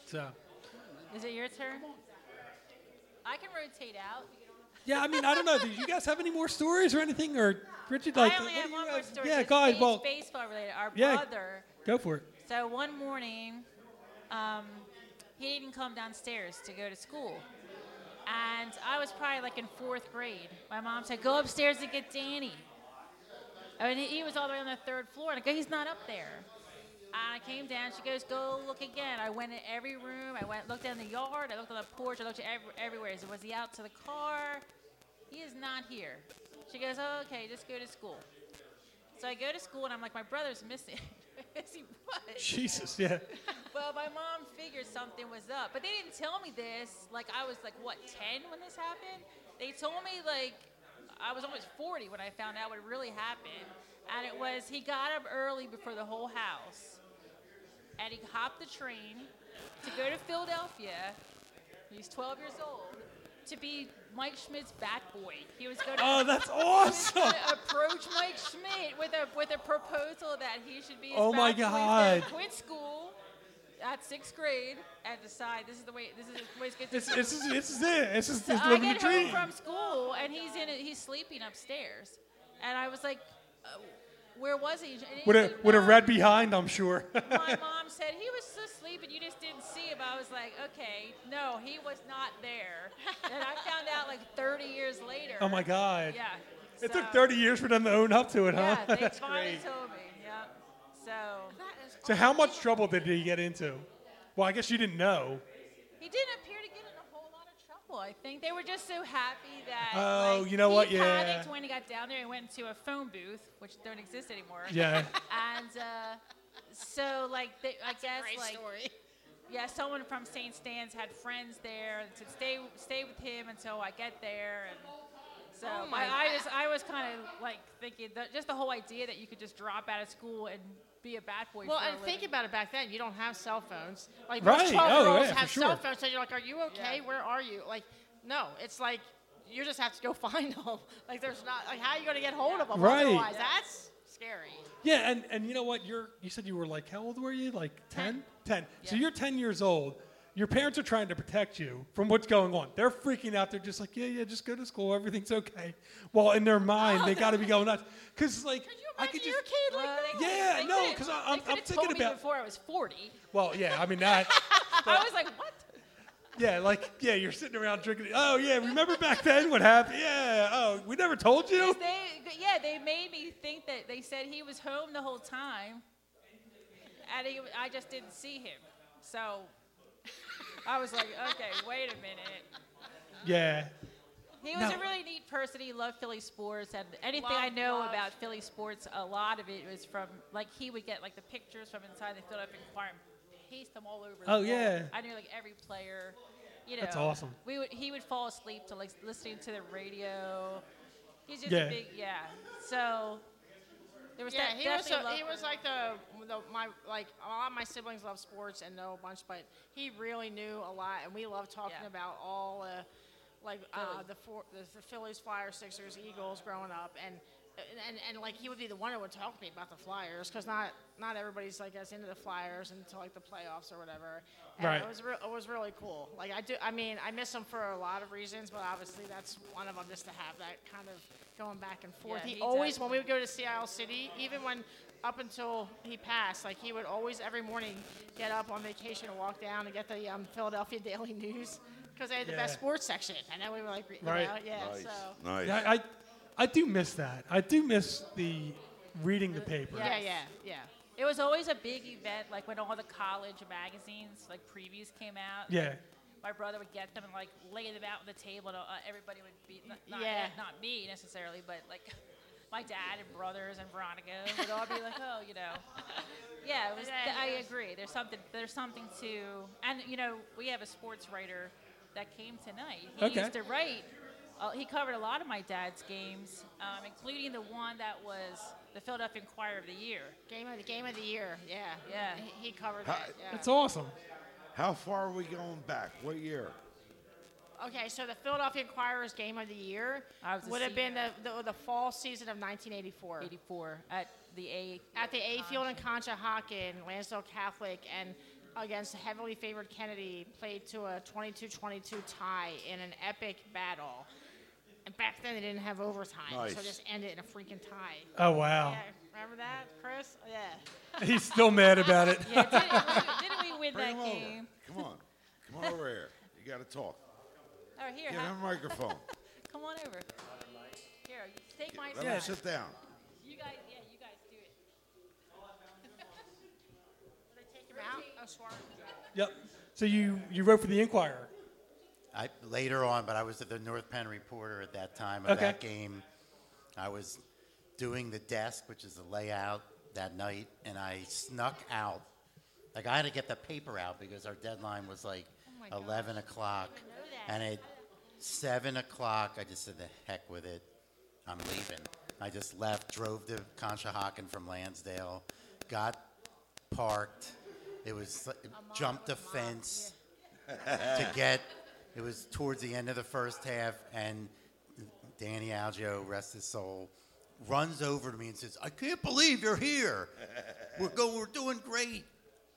Speaker 10: So
Speaker 12: Is it your turn? I can rotate out.
Speaker 10: yeah, I mean, I don't know. Do you guys have any more stories or anything, or Richard? Like,
Speaker 12: I only
Speaker 10: what do
Speaker 12: have
Speaker 10: you
Speaker 12: one more
Speaker 10: guys-
Speaker 12: story.
Speaker 10: Yeah,
Speaker 12: It's
Speaker 10: God,
Speaker 12: base-
Speaker 10: well,
Speaker 12: baseball related. Our
Speaker 10: yeah,
Speaker 12: brother.
Speaker 10: go for it.
Speaker 12: So one morning, um, he didn't come downstairs to go to school. And I was probably like in fourth grade. My mom said, Go upstairs and get Danny. I mean, he- he was all the way on the third floor. And I go, He's not up there. And I came down. She goes, Go look again. I went in every room. I went, looked down the yard. I looked on the porch. I looked ev- everywhere. I said, Was he out to the car? He is not here. She goes, oh, Okay, just go to school. So I go to school and I'm like, My brother's missing. [laughs] Is he what?
Speaker 10: Jesus, yeah.
Speaker 12: [laughs] well, my mom figured something was up, but they didn't tell me this. Like I was like what ten when this happened. They told me like I was almost forty when I found out what really happened, and it was he got up early before the whole house, and he hopped the train to go to Philadelphia. He's twelve years old. To be Mike Schmidt's bat boy, he was going to.
Speaker 10: Oh,
Speaker 12: [laughs]
Speaker 10: that's
Speaker 12: he was gonna
Speaker 10: awesome.
Speaker 12: approach Mike Schmidt with a with a proposal that he should be. his
Speaker 10: Oh, my
Speaker 12: bat boy instead of
Speaker 10: God.
Speaker 12: Quit school at sixth grade and decide this is the way this is the way it's good.
Speaker 10: This, this is this is it. This is
Speaker 12: So
Speaker 10: this
Speaker 12: I
Speaker 10: living the
Speaker 12: get
Speaker 10: dream.
Speaker 12: home from school and he's in it. He's sleeping upstairs, and I was like, uh, "Where was he?" And he
Speaker 10: Would
Speaker 12: said,
Speaker 10: have would have
Speaker 12: "Mom,
Speaker 10: read behind, I'm sure. [laughs]
Speaker 12: My mom said he was asleep and you just didn't see him. I was like, "Okay, no, he was not there." and I found out like 30 years later.
Speaker 10: Oh, my God.
Speaker 12: Yeah.
Speaker 10: it took
Speaker 12: so-
Speaker 10: 30 years for them to own up to it, huh?
Speaker 12: Yeah, they
Speaker 10: [laughs] That's
Speaker 12: finally
Speaker 10: great.
Speaker 12: told me. Yeah. So.
Speaker 10: So how much trouble did he get into? Well, I guess you didn't know.
Speaker 12: He didn't appear to get in a whole lot of trouble. I think they were just so happy that.
Speaker 10: Oh,
Speaker 12: like,
Speaker 10: you know
Speaker 12: he
Speaker 10: what?
Speaker 12: panicked
Speaker 10: Yeah.
Speaker 12: when he got down there and went into a phone booth, which don't exist anymore.
Speaker 10: Yeah.
Speaker 12: [laughs] and uh, so, like, they, I guess, like, yeah, someone from St. Stan's had friends there and said, "Stay, stay with him until I get there." And so
Speaker 14: Oh my
Speaker 12: I, I
Speaker 14: God.
Speaker 12: just, I was kind of like thinking that just the whole idea that you could just drop out of school and be a bad boy.
Speaker 14: Well,
Speaker 12: for a
Speaker 14: and
Speaker 12: living.
Speaker 14: think about it. Back then, you don't have cell phones. Like
Speaker 12: Right.
Speaker 14: most twelve year
Speaker 12: Oh,
Speaker 14: olds
Speaker 12: yeah, for
Speaker 14: have
Speaker 12: sure.
Speaker 14: cell phones, so you're like, "Are you okay? Where are you?" Like, no, it's like you just have to go [laughs] find them. Like, there's not like how are you going to get hold of them?
Speaker 10: Right.
Speaker 14: Otherwise, that's scary.
Speaker 10: Yeah, and, and you know what? You're you said you were like how old were you? Like 10? 10. So you're 10 years old. Your parents are trying to protect you from what's going on. They're freaking out. They're just like, yeah, yeah, just go to school. Everything's okay. Well, in their mind,
Speaker 12: Oh.
Speaker 10: they got to be going nuts. Because, like, I could just.
Speaker 14: kid like
Speaker 10: yeah,
Speaker 12: They
Speaker 10: no,
Speaker 12: could've-
Speaker 10: 'cause
Speaker 12: they
Speaker 10: I- I'm-
Speaker 12: could've
Speaker 10: I'm thinking
Speaker 12: told me
Speaker 10: about-
Speaker 12: before I was 40.
Speaker 10: Well, yeah, I mean, that.
Speaker 12: I was like, what?
Speaker 10: Yeah, like, yeah, you're sitting around drinking. Oh, yeah, remember back then what happened? Yeah, oh, we never told you?
Speaker 12: 'Cause They, yeah, they made me think that they said he was home the whole time, and he, I just didn't see him. So [laughs] I was like, okay, wait a minute.
Speaker 10: Yeah.
Speaker 12: He was
Speaker 10: No.
Speaker 12: a really neat person. He loved Philly sports, and anything
Speaker 14: Love,
Speaker 12: I know
Speaker 14: love.
Speaker 12: about Philly sports, a lot of it was from like he would get like the pictures from inside the Philadelphia Inquirer and paste them all over. the
Speaker 10: Oh,
Speaker 12: wall.
Speaker 10: yeah.
Speaker 12: I knew like every player. You know,
Speaker 10: That's awesome.
Speaker 12: We would he would fall asleep to like listening to the radio. He's just
Speaker 10: Yeah.
Speaker 12: a big yeah. So there was
Speaker 14: yeah,
Speaker 12: that
Speaker 14: he was
Speaker 12: definitely
Speaker 14: a, he
Speaker 12: love-
Speaker 14: was like the, the my like a lot of my siblings love sports and know a bunch, but he really knew a lot, and we love talking about all uh, like uh,
Speaker 12: Philly.
Speaker 14: the, four, the the Phillies, Flyers, Sixers, Eagles growing up, and and and like he would be the one who would talk to me about the Flyers because not not everybody's like as into the Flyers until like the playoffs or whatever. And
Speaker 10: Right.
Speaker 14: It was re- it was really cool. Like I do, I mean, I miss him for a lot of reasons, but obviously that's one of them just to have that kind of going back and forth.
Speaker 12: Yeah,
Speaker 14: he,
Speaker 12: he
Speaker 14: always
Speaker 12: does.
Speaker 14: when we would go to Seattle City, even when up until he passed, like he would always every morning get up on vacation and walk down and get the um, Philadelphia [laughs] Daily News because they had the best
Speaker 10: Yeah.
Speaker 14: sports section, and then we were like, you
Speaker 10: Right.
Speaker 14: know, yeah,
Speaker 10: Nice.
Speaker 14: so.
Speaker 10: Nice. Yeah, I, I do miss that. I do miss the reading the paper.
Speaker 14: Yeah, yeah, yeah.
Speaker 12: It was always a big event, like when all the college magazines, like previews, came out.
Speaker 10: Yeah.
Speaker 12: like, my brother would get them and like lay them out on the table, and uh, everybody would be not, not,
Speaker 14: Yeah.
Speaker 12: not me necessarily, but like [laughs] my dad and brothers and Veronica would all be like, oh, you know, [laughs] yeah, it was.
Speaker 7: Yeah,
Speaker 12: I
Speaker 7: yeah.
Speaker 12: agree. There's something. There's something to, and you know, we have a sports writer that came tonight. He
Speaker 10: Okay.
Speaker 12: used to write.
Speaker 14: Oh,
Speaker 12: Uh, he covered a lot of my dad's games, um, including the one that was the Philadelphia Inquirer of the Year.
Speaker 14: Game of the Game of the Year. Yeah.
Speaker 12: Yeah.
Speaker 14: He, he covered
Speaker 5: Hi.
Speaker 14: that. Yeah.
Speaker 5: That's awesome. How far are we going back? What year?
Speaker 14: Okay, so the Philadelphia Inquirer's Game of the Year
Speaker 12: was a
Speaker 14: would have been the,
Speaker 12: senior.
Speaker 14: the, the fall season of 1984.
Speaker 12: 84 at the A.
Speaker 14: At the A field in Conshohocken, Lansdale Catholic, and against heavily favored Kennedy, played to a 22-22 tie in an epic battle. And back then they didn't have overtime,
Speaker 10: Nice.
Speaker 14: so it just ended in a freaking tie.
Speaker 10: Oh, wow.
Speaker 14: Yeah, remember that, Chris? Yeah. [laughs]
Speaker 10: [laughs] He's still mad about it.
Speaker 12: Yeah,
Speaker 10: [laughs]
Speaker 12: [laughs] didn't, we- didn't we win
Speaker 5: Bring
Speaker 12: that
Speaker 5: him over.
Speaker 12: game?
Speaker 5: Come on. Come on over here. You got to talk.
Speaker 12: Or Oh, here,
Speaker 5: Give
Speaker 12: huh?
Speaker 5: him a microphone.
Speaker 12: Come on over. Here, you take my
Speaker 5: Let
Speaker 12: side.
Speaker 5: him sit down.
Speaker 12: You guys, yeah, you guys do it.
Speaker 10: Yep. So you, you wrote for the Inquirer.
Speaker 16: I, later on, but I was the North Penn reporter at that time of
Speaker 10: Okay.
Speaker 16: that game. I was doing the desk, which is the layout, that night, and I snuck out. Like I had to get the paper out because our deadline was like
Speaker 8: my gosh.
Speaker 16: 11 o'clock, and at seven o'clock, I just said, "The heck with it, I'm leaving." I just left, drove to Conshohocken from Lansdale, got parked. It was like- jumped a fence to get. It was towards the end of the first half, and Danny Algio, rest his soul, runs over to me and says, "I can't believe you're here. We're go, we're doing great."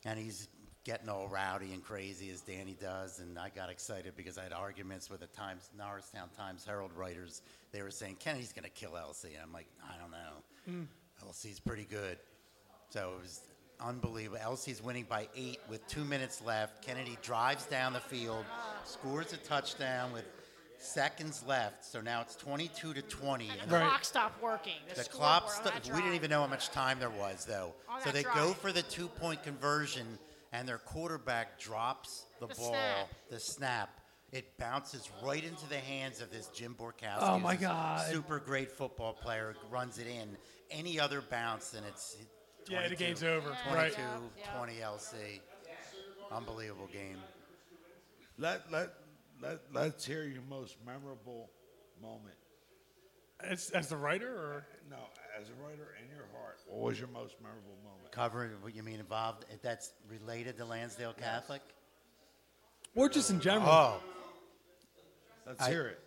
Speaker 16: And he's getting all rowdy and crazy as Danny does, and I got excited because I had arguments with the Times Norristown Times Herald writers. They were saying Kennedy's going to kill Elsie, and I'm like, I don't know.
Speaker 8: Mm.
Speaker 16: Elsie's pretty good. So it was unbelievable. Elsie's winning by eight with two minutes left. Kennedy drives down the field, scores a touchdown with seconds left. So now it's 22 to 20.
Speaker 14: And
Speaker 16: and
Speaker 14: the clock stopped working. The,
Speaker 16: the
Speaker 14: scoreboard
Speaker 16: clock.
Speaker 14: on
Speaker 16: St-
Speaker 14: that
Speaker 16: we didn't
Speaker 14: drive.
Speaker 16: even know how much time there was, though.
Speaker 14: On
Speaker 16: So
Speaker 14: that
Speaker 16: they go
Speaker 14: drive.
Speaker 16: for the two-point conversion, and their quarterback drops the,
Speaker 14: The
Speaker 16: ball.
Speaker 14: snap.
Speaker 16: The snap. It bounces right into the hands of this Jim Borkowski.
Speaker 10: Oh,
Speaker 16: who's
Speaker 10: my
Speaker 16: this
Speaker 10: God.
Speaker 16: Super great football player runs it in. Any other bounce, and it's
Speaker 10: Yeah,
Speaker 16: 22,
Speaker 10: the game's over. Yeah.
Speaker 16: 22,
Speaker 10: Right.
Speaker 16: 20 LC. Unbelievable game.
Speaker 5: [laughs] Let let let let's hear your most memorable moment.
Speaker 10: As, as the writer, or
Speaker 5: no, as a writer in your heart, what was your most memorable moment?
Speaker 16: Covering what you mean involved? if That's related to Lansdale Catholic.
Speaker 10: Or just in general.
Speaker 16: Oh.
Speaker 5: Let's hear it.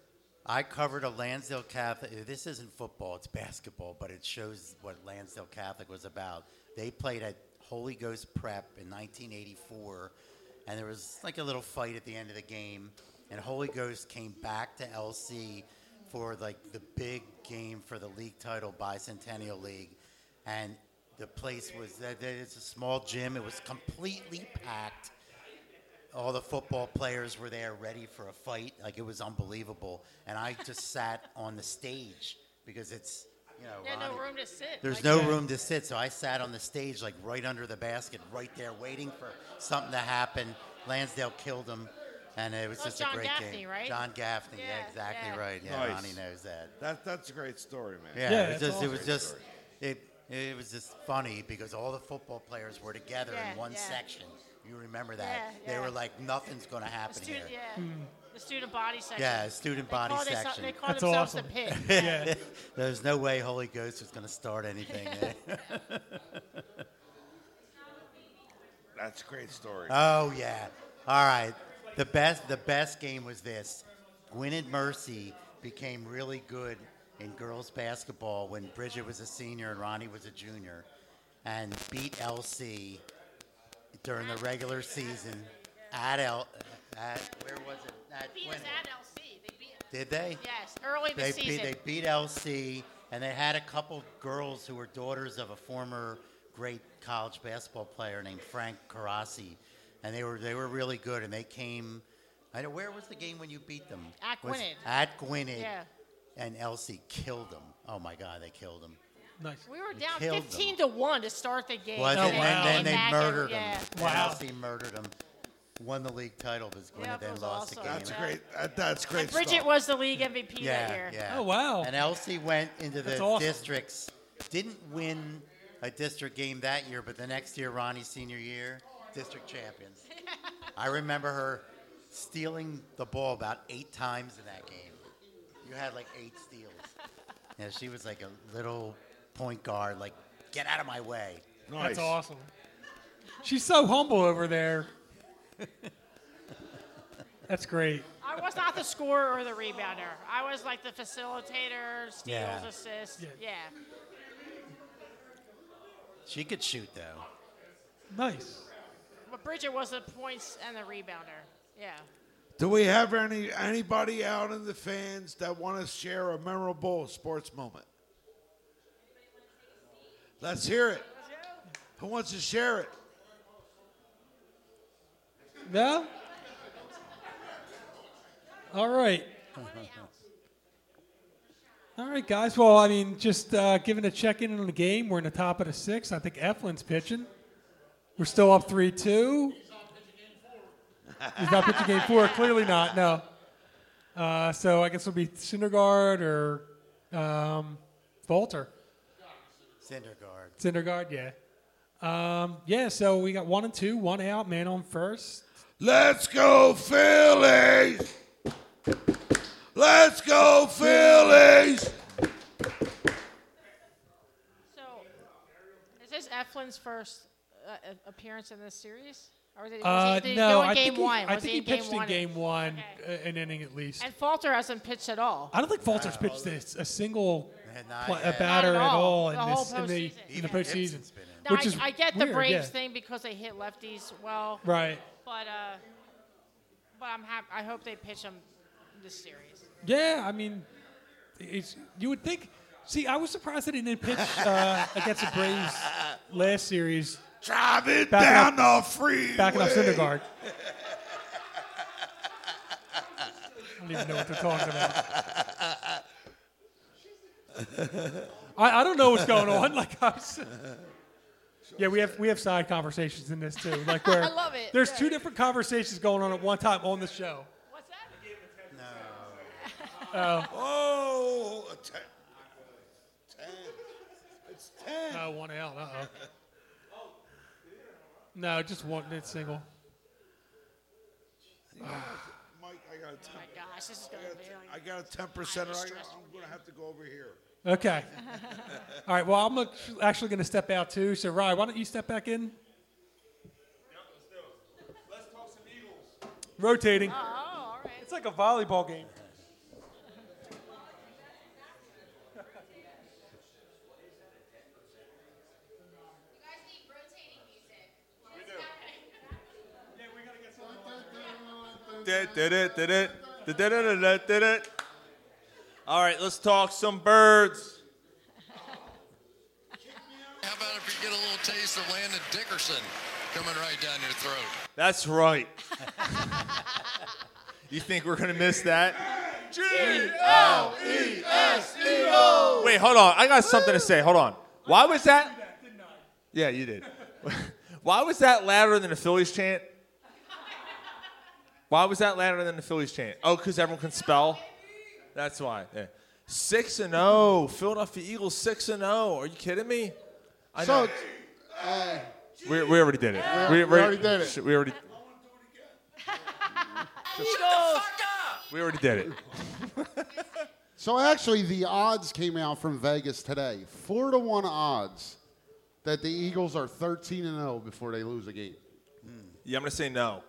Speaker 16: I covered a Lansdale Catholic. This isn't football, it's basketball, but it shows what Lansdale Catholic was about. They played at Holy Ghost Prep in 1984, and there was like a little fight at the end of the game, and Holy Ghost came back to LC for like the big game for the league title, Bicentennial League, and the place was that it's a small gym. It was completely packed all the football players were there ready for a fight. Like it was unbelievable. And I just sat on the stage because it's, you know,
Speaker 14: There's no
Speaker 16: Ronnie-
Speaker 14: room to sit.
Speaker 16: There's
Speaker 14: Like
Speaker 16: no
Speaker 14: that.
Speaker 16: room to sit. So I sat on the stage, like right under the basket, right there, waiting for something to happen. Lansdale killed him. And it was
Speaker 14: That was
Speaker 16: just
Speaker 14: Oh, John
Speaker 16: a great
Speaker 14: Gaffney,
Speaker 16: game.
Speaker 14: right?
Speaker 16: John Gaffney, yeah,
Speaker 14: Yeah,
Speaker 16: exactly
Speaker 14: yeah.
Speaker 16: right. Yeah,
Speaker 5: Nice.
Speaker 16: Ronnie knows that.
Speaker 5: That that's a great story, man.
Speaker 16: Yeah, it was just, it was just, it, it was just funny because all the football players were together
Speaker 14: Yeah,
Speaker 16: in one
Speaker 14: yeah.
Speaker 16: section. You remember that?
Speaker 14: Yeah,
Speaker 16: They
Speaker 14: yeah.
Speaker 16: were like, nothing's going to happen
Speaker 14: The student,
Speaker 16: here.
Speaker 14: yeah. The student body section.
Speaker 16: Yeah, student
Speaker 14: They
Speaker 16: body
Speaker 14: call themselves-
Speaker 16: section.
Speaker 14: they call themselves the pit. Yeah.
Speaker 16: [laughs] There's no way Holy Ghost was going to start
Speaker 14: [laughs]
Speaker 16: anything. there. [laughs]
Speaker 5: That's a great story.
Speaker 16: oh yeah. All right. The best the best game was this. Gwyneth Mercy became really good in girls basketball when Bridget was a senior and Ronnie was a junior, and beat LC during the regular season at L. At, where was it? At
Speaker 14: Beat us
Speaker 16: Gwynedd.
Speaker 14: at LC. They beat
Speaker 16: Did they?
Speaker 14: Yes, early in the
Speaker 16: they
Speaker 14: season.
Speaker 16: Beat, they beat LC, and they had a couple girls who were daughters of a former great college basketball player named Frank Carrassi, and they were they were really good, and they came. I know where was the game when you beat them?
Speaker 14: At
Speaker 16: Was-
Speaker 14: Gwynedd.
Speaker 16: At Gwynedd.
Speaker 14: Yeah.
Speaker 16: And LC killed them. Oh my God, they killed them.
Speaker 10: Nice.
Speaker 14: We were down
Speaker 16: killed them.
Speaker 14: 15 to 1 to start the game.
Speaker 16: Was it?
Speaker 14: and
Speaker 16: And then,
Speaker 14: came
Speaker 16: they
Speaker 14: back
Speaker 16: murdered
Speaker 14: and,
Speaker 16: him.
Speaker 14: yeah.
Speaker 16: LC murdered him. won the league title because Glenna
Speaker 14: Yeah, that
Speaker 16: then
Speaker 14: was
Speaker 16: lost the
Speaker 14: awesome.
Speaker 16: game.
Speaker 14: That's great-
Speaker 10: Uh,
Speaker 5: that- that's great
Speaker 14: And Bridget was the league MVP
Speaker 16: yeah,
Speaker 14: that year.
Speaker 16: Yeah.
Speaker 10: Oh, wow.
Speaker 16: And Elsie went into
Speaker 10: That's
Speaker 16: the
Speaker 10: awesome.
Speaker 16: districts. Didn't win a district game that year, but the next year, Ronnie's senior year, district
Speaker 10: [laughs]
Speaker 16: champions. I remember her stealing the ball about eight times in that game. You had like eight steals. Yeah, she was like a little point guard, like, get out of my way.
Speaker 10: That's awesome. She's so humble over there. That's great.
Speaker 14: I was not the scorer or the rebounder. I was like the facilitator, steals,
Speaker 16: Yeah.
Speaker 14: assists. Yeah.
Speaker 16: She could shoot, though.
Speaker 10: Nice.
Speaker 14: But Bridget was the points and the rebounder. Yeah.
Speaker 5: Do we have any anybody out in the fans that want to share a memorable sports moment? Let's hear it. Who wants to share it?
Speaker 10: No? All right. [laughs] All right, guys. Well, I mean, just uh, giving a check in on the game. We're in the top of the sixth. I think Eflin's pitching. We're still up 3 2. He's not pitching game four. Clearly not. No. Uh, so I guess it'll be Syndergaard or um, Volter.
Speaker 16: Cindergard.
Speaker 10: Syndergaard, yeah. Um, yeah, so we got one and two, one out, man on first.
Speaker 5: Let's go, Phillies! Let's go, Phillies!
Speaker 14: So, is this Eflin's first uh, a- appearance in this series? Or was it, was
Speaker 10: Uh,
Speaker 14: he, did
Speaker 10: no,
Speaker 14: he go in
Speaker 10: I
Speaker 14: game
Speaker 10: think he,
Speaker 14: one?
Speaker 10: I
Speaker 14: was
Speaker 10: think
Speaker 14: he
Speaker 10: he
Speaker 14: in game
Speaker 10: pitched
Speaker 14: one?
Speaker 10: in game one, uh, an inning at least.
Speaker 14: And Falter hasn't pitched at all.
Speaker 10: I don't think Falter's pitched a, a single
Speaker 16: not
Speaker 10: pla- a
Speaker 16: yet.
Speaker 10: batter
Speaker 14: Not
Speaker 10: at
Speaker 14: at
Speaker 10: all,
Speaker 14: all.
Speaker 10: in,
Speaker 14: The
Speaker 10: this,
Speaker 14: whole
Speaker 10: in
Speaker 14: postseason,
Speaker 10: the in the
Speaker 14: yeah.
Speaker 10: postseason.
Speaker 14: No,
Speaker 10: which
Speaker 14: I,
Speaker 10: is
Speaker 14: I get the
Speaker 10: weird,
Speaker 14: Braves
Speaker 10: yeah.
Speaker 14: thing because they hit lefties well.
Speaker 10: Right.
Speaker 14: But uh, but I'm happy. I hope they pitch them this series.
Speaker 10: Yeah, I mean, it's you would think. See, I was surprised that he didn't pitch uh, against the Braves last series.
Speaker 5: Driving
Speaker 10: Backing
Speaker 5: down
Speaker 10: up-
Speaker 5: the freeway.
Speaker 10: Backing up Syndergaard. I don't even know what they're talking about. I, I don't know what's going on. [laughs] Like I was, yeah, we have we have side conversations in this too. Like
Speaker 14: [laughs]
Speaker 10: where
Speaker 14: I love it.
Speaker 10: there's
Speaker 14: Yeah.
Speaker 10: two different conversations going on at one time on the show.
Speaker 14: What's that?
Speaker 10: Uh,
Speaker 5: [laughs] Oh, a ten. Ten. It's ten.
Speaker 10: Oh, one out. Uh oh. No, just one mid single.
Speaker 5: Mike, I got a ten.
Speaker 14: Oh my gosh, this is
Speaker 5: I
Speaker 14: going
Speaker 5: got
Speaker 14: to
Speaker 5: a
Speaker 14: be
Speaker 5: ten-
Speaker 14: like.
Speaker 5: I got a ten percent.
Speaker 14: I'm
Speaker 5: I'm
Speaker 14: stressed.
Speaker 5: going to have to go over here.
Speaker 14: [laughs]
Speaker 10: Okay. All right. Well, I'm ac- actually going to step out too. So, Rye, why don't you step back in? Rotating.
Speaker 14: Oh, all right.
Speaker 10: It's like a volleyball game.
Speaker 4: [laughs] Did it, did it, did it, did it, did it, did it. All right, let's talk some birds.
Speaker 8: How about if you get a little taste of Landon Dickerson coming right down your throat?
Speaker 4: That's right. [laughs] you think we're gonna miss that? G
Speaker 8: O E S E O.
Speaker 4: Wait, hold on. I got something to say. Hold on. Why was that? Yeah, you did. [laughs] Why was that louder than the Phillies chant? Why was that louder than the Phillies chant? Oh, because everyone can spell. That's why. Yeah. Six and zero. Philadelphia Eagles six and zero. Are you kidding me? I
Speaker 11: So,
Speaker 4: know.
Speaker 11: uh,
Speaker 4: We, we already did it.
Speaker 11: Yeah, we already did it.
Speaker 4: shit, We already
Speaker 14: Eagles.
Speaker 4: [laughs] we already did it.
Speaker 11: so actually, the odds came out from Vegas today. Four to one odds that the Eagles are 13 and 0 before they lose a game.
Speaker 4: Yeah, I'm gonna say no.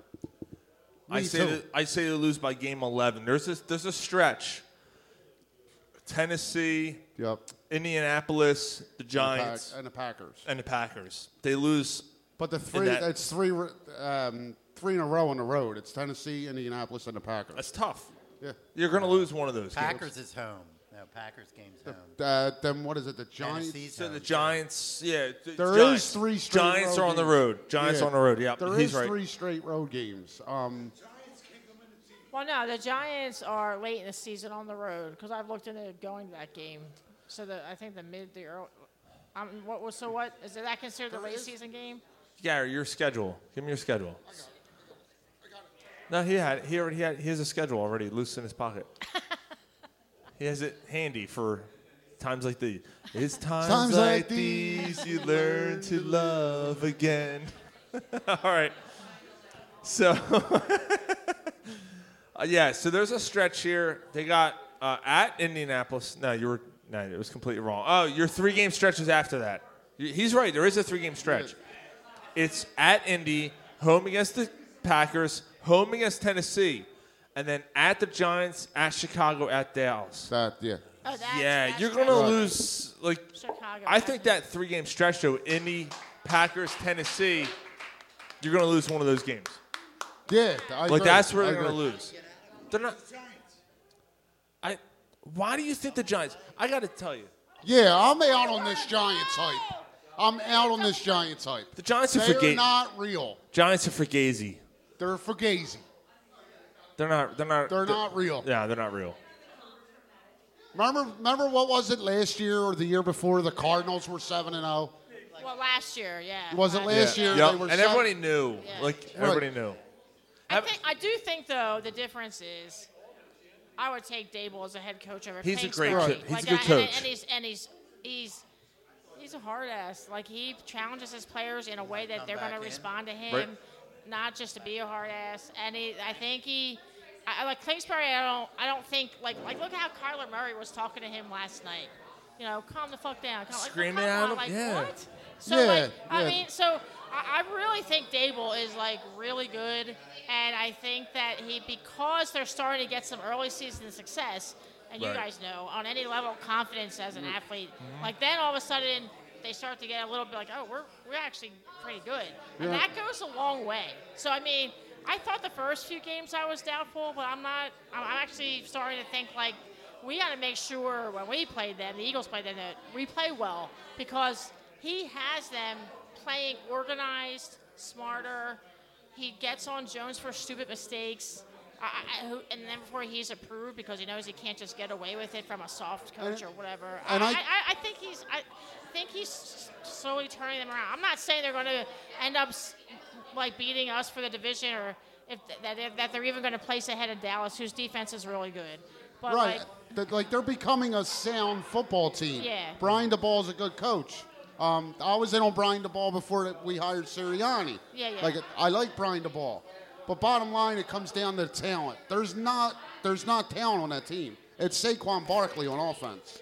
Speaker 4: I
Speaker 11: Me
Speaker 4: say
Speaker 11: too.
Speaker 4: that, I say they lose by game 11. There's this there's a stretch. Tennessee,
Speaker 11: yep.
Speaker 4: Indianapolis, the Giants,
Speaker 11: and the Packers,
Speaker 4: and the Packers. They lose.
Speaker 11: But the Three, It's three, r- um, three in a row on the road. It's Tennessee, Indianapolis, and the Packers.
Speaker 4: That's tough.
Speaker 11: Yeah.
Speaker 4: You're gonna lose one of those.
Speaker 16: Packers is home. No, Packers game's home.
Speaker 11: Uh, then what is it? The Giants.
Speaker 16: Tennessee's
Speaker 4: So the Giants, yeah. th-
Speaker 11: There is
Speaker 4: Giants.
Speaker 11: three straight.
Speaker 4: Giants
Speaker 11: road
Speaker 4: are on the
Speaker 11: games.
Speaker 4: road. Giants
Speaker 11: Yeah.
Speaker 4: are on the road. Yeah,
Speaker 11: There
Speaker 4: he's
Speaker 11: is
Speaker 4: right.
Speaker 11: three straight road games. Um,
Speaker 14: Well, no, the Giants are late in the season on the road because I've looked into going to that game. So the I think the mid the early. Um, what was so what is that considered the late season game?
Speaker 4: Gary, your schedule. Give me your schedule. No, he had he already had he has a schedule already loose in his pocket. he has it handy for times like these. It's times,
Speaker 11: Times
Speaker 4: like,
Speaker 11: like
Speaker 4: these you learn to love again. [laughs] All right. So [laughs] Uh, yeah, so there's a stretch here. They got uh, at Indianapolis. No, you were no, it was completely wrong. Oh, your three game stretch is after that. Y- He's right. There is a three game stretch. It's at Indy, home against the Packers, home against Tennessee, and then at the Giants, at Chicago, at Dallas.
Speaker 11: That yeah.
Speaker 14: Oh, that's,
Speaker 4: yeah,
Speaker 14: that's
Speaker 4: you're gonna
Speaker 11: right.
Speaker 4: lose like.
Speaker 14: Chicago.
Speaker 4: I think that three game stretch though, Indy, Packers, Tennessee, you're gonna lose one of those games.
Speaker 11: Yeah, I
Speaker 4: like
Speaker 11: agree.
Speaker 4: that's where
Speaker 11: I
Speaker 4: they're gonna
Speaker 11: agree.
Speaker 4: lose. They're not. I. Why do you think the Giants? I got to tell you,
Speaker 11: Yeah, I'm out on this Giants hype. I'm out on this Giants hype.
Speaker 4: The Giants are
Speaker 11: They
Speaker 4: forget-
Speaker 11: not real.
Speaker 4: Giants are fugazi.
Speaker 11: They're fugazi.
Speaker 4: They're not. They're not.
Speaker 11: They're not real.
Speaker 4: Yeah, they're not real.
Speaker 11: Remember, remember what was it last year or the year before? The Cardinals were seven and oh? zero.
Speaker 14: Well, last year, yeah.
Speaker 11: Was it last
Speaker 4: Yeah.
Speaker 11: year
Speaker 4: Yup,
Speaker 11: they were
Speaker 4: and
Speaker 11: seven-
Speaker 4: everybody knew.
Speaker 14: Yeah.
Speaker 4: Like
Speaker 11: Right.
Speaker 4: everybody knew.
Speaker 14: I, think, I do think though the difference is, I would take Dable as a head coach over.
Speaker 4: He's a
Speaker 14: Pink
Speaker 4: great
Speaker 14: Scully.
Speaker 4: co- he's a
Speaker 14: Like,
Speaker 4: good
Speaker 14: and-
Speaker 4: coach.
Speaker 14: and he's and he's he's he's a hard ass. Like he challenges his players in a way that they're going to respond to him,
Speaker 4: Right.
Speaker 14: not just to be a hard ass. And he, I think he. I, I like Kingsbury, I don't, I don't think like like look how Kyler Murray was talking to him last night. You know, calm the fuck down. Like, come
Speaker 4: Screaming at
Speaker 14: on,
Speaker 4: him,
Speaker 14: Like,
Speaker 4: yeah.
Speaker 14: What? So
Speaker 4: Yeah,
Speaker 14: like, I
Speaker 4: yeah.
Speaker 14: mean, so I, I really think Dable is like really good, and I think that he because they're starting to get some early season success, and you
Speaker 17: Right.
Speaker 14: guys know on any level of confidence as an
Speaker 4: Mm-hmm.
Speaker 14: athlete, like then all of a sudden they start to get a little bit like, oh, we're we're actually pretty good, and
Speaker 17: Yeah.
Speaker 14: that goes a long way. So I mean, I thought the first few games I was doubtful, but I'm not. I'm, I'm actually starting to think like. We got to make sure when we played them, the Eagles played them, that we play well because he has them playing organized, smarter. He gets on Jones for stupid mistakes. I, I- I, who- and then before he's approved because he knows he can't just get away with it from a soft coach or whatever.
Speaker 11: and
Speaker 14: I,
Speaker 11: I-
Speaker 14: I, I think he's I think he's s- slowly turning them around. I'm not saying they're going to end up s- like beating us for the division or if th- that, that they're even going to place ahead of Dallas, whose defense is really good. But
Speaker 11: right.
Speaker 14: like,
Speaker 11: That- like they're becoming a sound football team.
Speaker 14: Yeah.
Speaker 11: Brian DeBall's a good coach. Um, I was in on Brian DeBall before that we hired Sirianni.
Speaker 14: Yeah, yeah.
Speaker 11: Like I like Brian DeBall, but bottom line, it comes down to talent. There's not there's not talent on that team. It's Saquon Barkley on offense.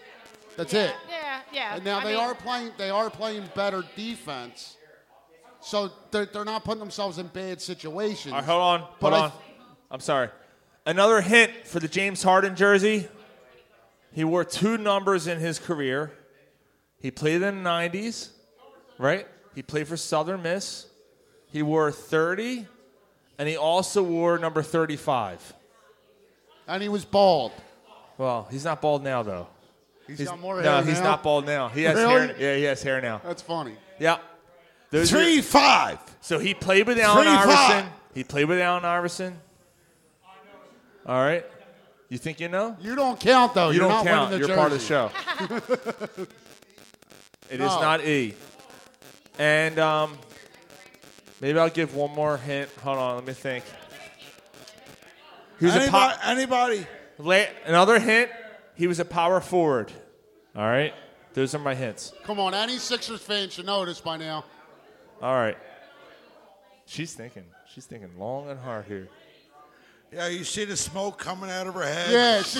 Speaker 11: That's it.
Speaker 14: yeah, yeah.
Speaker 11: And now
Speaker 14: I
Speaker 11: they
Speaker 14: mean- [laughs]
Speaker 11: are playing they are playing better defense, so they're, they're not putting themselves in bad situations.
Speaker 4: All right, hold on.
Speaker 11: But
Speaker 4: Hold
Speaker 11: I
Speaker 4: on. I'm sorry. Another hint for the James Harden jersey. He wore two numbers in his career. He played in the 90s, right? He played for Southern Miss. He wore 30, and he also wore number 35.
Speaker 11: And he was bald.
Speaker 4: Well, he's not bald now, though. He's,
Speaker 11: got more
Speaker 4: no,
Speaker 11: hair
Speaker 4: he's
Speaker 11: now?
Speaker 4: not bald now. He has
Speaker 11: Really?
Speaker 4: hair. Yeah, he has hair now.
Speaker 11: That's funny.
Speaker 4: Yeah.
Speaker 5: Three, five.
Speaker 4: So he played with Allen
Speaker 5: Three, five.
Speaker 4: Iverson. He played with Allen Iverson. All right. You think you know?
Speaker 11: You don't count though.
Speaker 4: You
Speaker 11: You're
Speaker 4: don't
Speaker 11: not
Speaker 4: count.
Speaker 11: Winning the
Speaker 4: You're part of the show.
Speaker 11: show.
Speaker 4: It is
Speaker 11: No.
Speaker 4: not E. And um, maybe I'll give one more hint. Hold on, let me think. He was a pop-
Speaker 5: anybody?
Speaker 4: La- another hint. He was a power forward. All right. Those are my hints.
Speaker 11: Come on, any Sixers fan should know this by now.
Speaker 4: All right. She's thinking. She's thinking long and hard here.
Speaker 5: Yeah, you see the smoke coming out of her head.
Speaker 11: Yeah, she,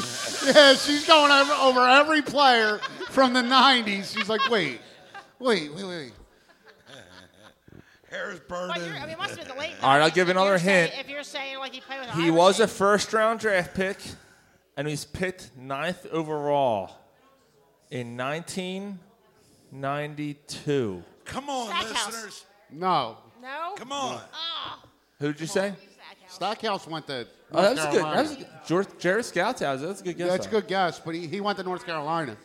Speaker 11: yeah, she's going over, over every player from the '90s. She's like, wait, wait, wait, wait.
Speaker 5: Hair is
Speaker 14: But
Speaker 5: burning.
Speaker 14: you're, I mean, it must have been the
Speaker 4: [laughs]
Speaker 14: late.
Speaker 4: All right, I'll give
Speaker 14: If
Speaker 4: another
Speaker 14: you're saying-
Speaker 4: hint.
Speaker 14: if you're saying like he played with
Speaker 4: He was a first round draft pick, and he's picked ninth overall in 1992.
Speaker 5: Come on, listeners.
Speaker 11: No.
Speaker 14: No.
Speaker 5: Come on.
Speaker 4: Who did you say?
Speaker 11: Stackhouse went to.
Speaker 4: Oh, that
Speaker 11: North
Speaker 4: was a good. That
Speaker 11: Carolina.
Speaker 4: was a good. George, Jared Scouthouse. That's a good guess.
Speaker 11: Yeah, that's a
Speaker 4: though.
Speaker 11: good guess, but he, he went to North Carolina.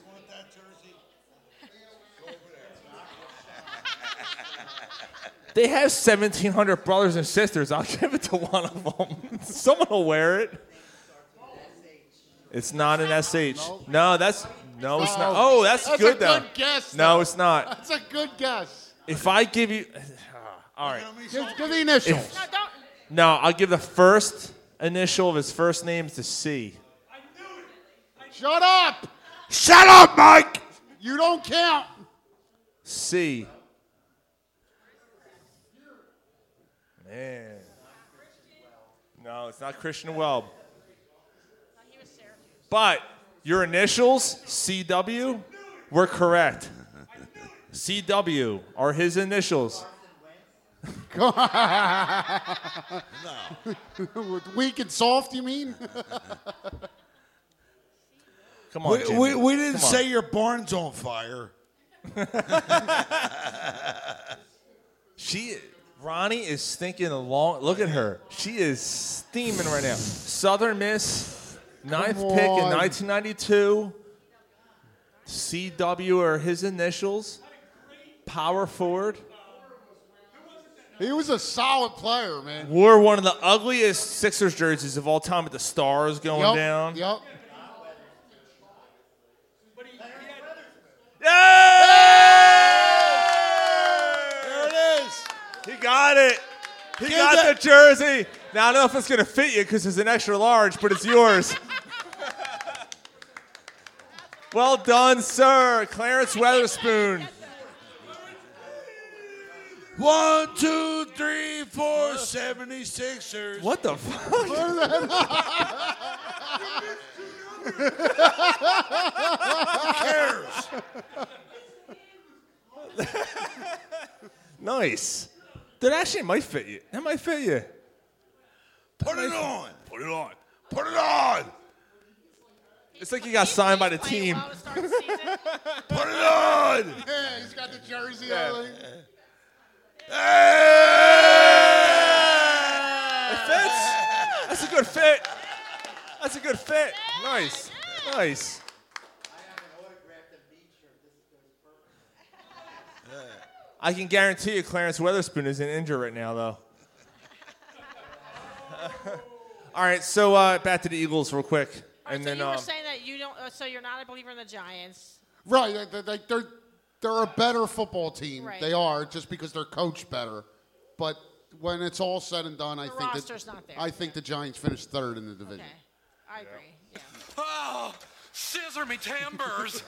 Speaker 4: They have 1,700 brothers and sisters. I'll [laughs] give it to one of them. [laughs] Someone will wear it. It's not an SH. No, that's no, it's not. Oh, that's,
Speaker 11: That's
Speaker 4: good
Speaker 11: a
Speaker 4: though.
Speaker 11: good guess,
Speaker 4: No,
Speaker 11: though.
Speaker 4: it's not.
Speaker 11: That's a good guess.
Speaker 4: If I give you, [sighs] all right.
Speaker 11: Give, give the initials.
Speaker 4: If-
Speaker 14: No, don't.
Speaker 4: No, I'll give the first initial of his first name to C.
Speaker 11: Shut up!
Speaker 4: Shut up, Mike!
Speaker 11: You don't count. [laughs]
Speaker 4: C. Man. No, it's not Christian Welb. But your initials, CW, were correct. CW are his initials.
Speaker 11: With Weak and soft, you mean?
Speaker 4: Come on,
Speaker 5: we,
Speaker 4: Jimmy.
Speaker 5: we, we didn't
Speaker 4: Come on.
Speaker 5: say your barn's on fire.
Speaker 4: She, Ronnie is stinking along. Look at her. She is steaming right now. Southern Miss, ninth
Speaker 11: Come
Speaker 4: pick in
Speaker 11: on.
Speaker 4: 1992. CW are his initials. Power forward.
Speaker 11: he was a solid player, man.
Speaker 4: Wore one of the ugliest Sixers jerseys of all time with the stars going
Speaker 11: Yep,
Speaker 4: down.
Speaker 11: Yep.
Speaker 4: There it is. He got it. He
Speaker 5: Give
Speaker 4: got
Speaker 5: that-
Speaker 4: the jersey. Now I don't know if it's gonna fit you because it's an extra large, but it's
Speaker 5: [laughs]
Speaker 4: yours. well done, sir, Clarence Weatherspoon.
Speaker 5: One, [laughs] two, three, four, 76ers.
Speaker 4: What the fuck?
Speaker 5: [laughs]
Speaker 8: [laughs]
Speaker 4: Nice. That actually might fit you. That might fit you.
Speaker 5: Put it on.
Speaker 4: Put it on.
Speaker 5: Put it on.
Speaker 4: It's like you got signed by the team.
Speaker 5: Put it on.
Speaker 11: Yeah, he's got the jersey on.
Speaker 4: It fits. That's a good fit. That's a good fit. Nice. Nice. I can guarantee you Clarence Weatherspoon isn't injured right now, though. All right, so uh, back to the Eagles real quick. And
Speaker 14: so
Speaker 4: then
Speaker 14: you were
Speaker 4: um,
Speaker 14: saying that you don't. Uh, so you're not a believer in the Giants.
Speaker 11: Right. they- they- they- They're, they're a better football team.
Speaker 14: Right.
Speaker 11: They are just because they're coached better. But when it's all said and done, I
Speaker 14: The
Speaker 11: think
Speaker 14: roster's
Speaker 11: that,
Speaker 14: not there.
Speaker 11: I think the Giants finished third in the division.
Speaker 14: Okay, I agree. Yeah.
Speaker 8: [laughs] Oh, scissor me timbers.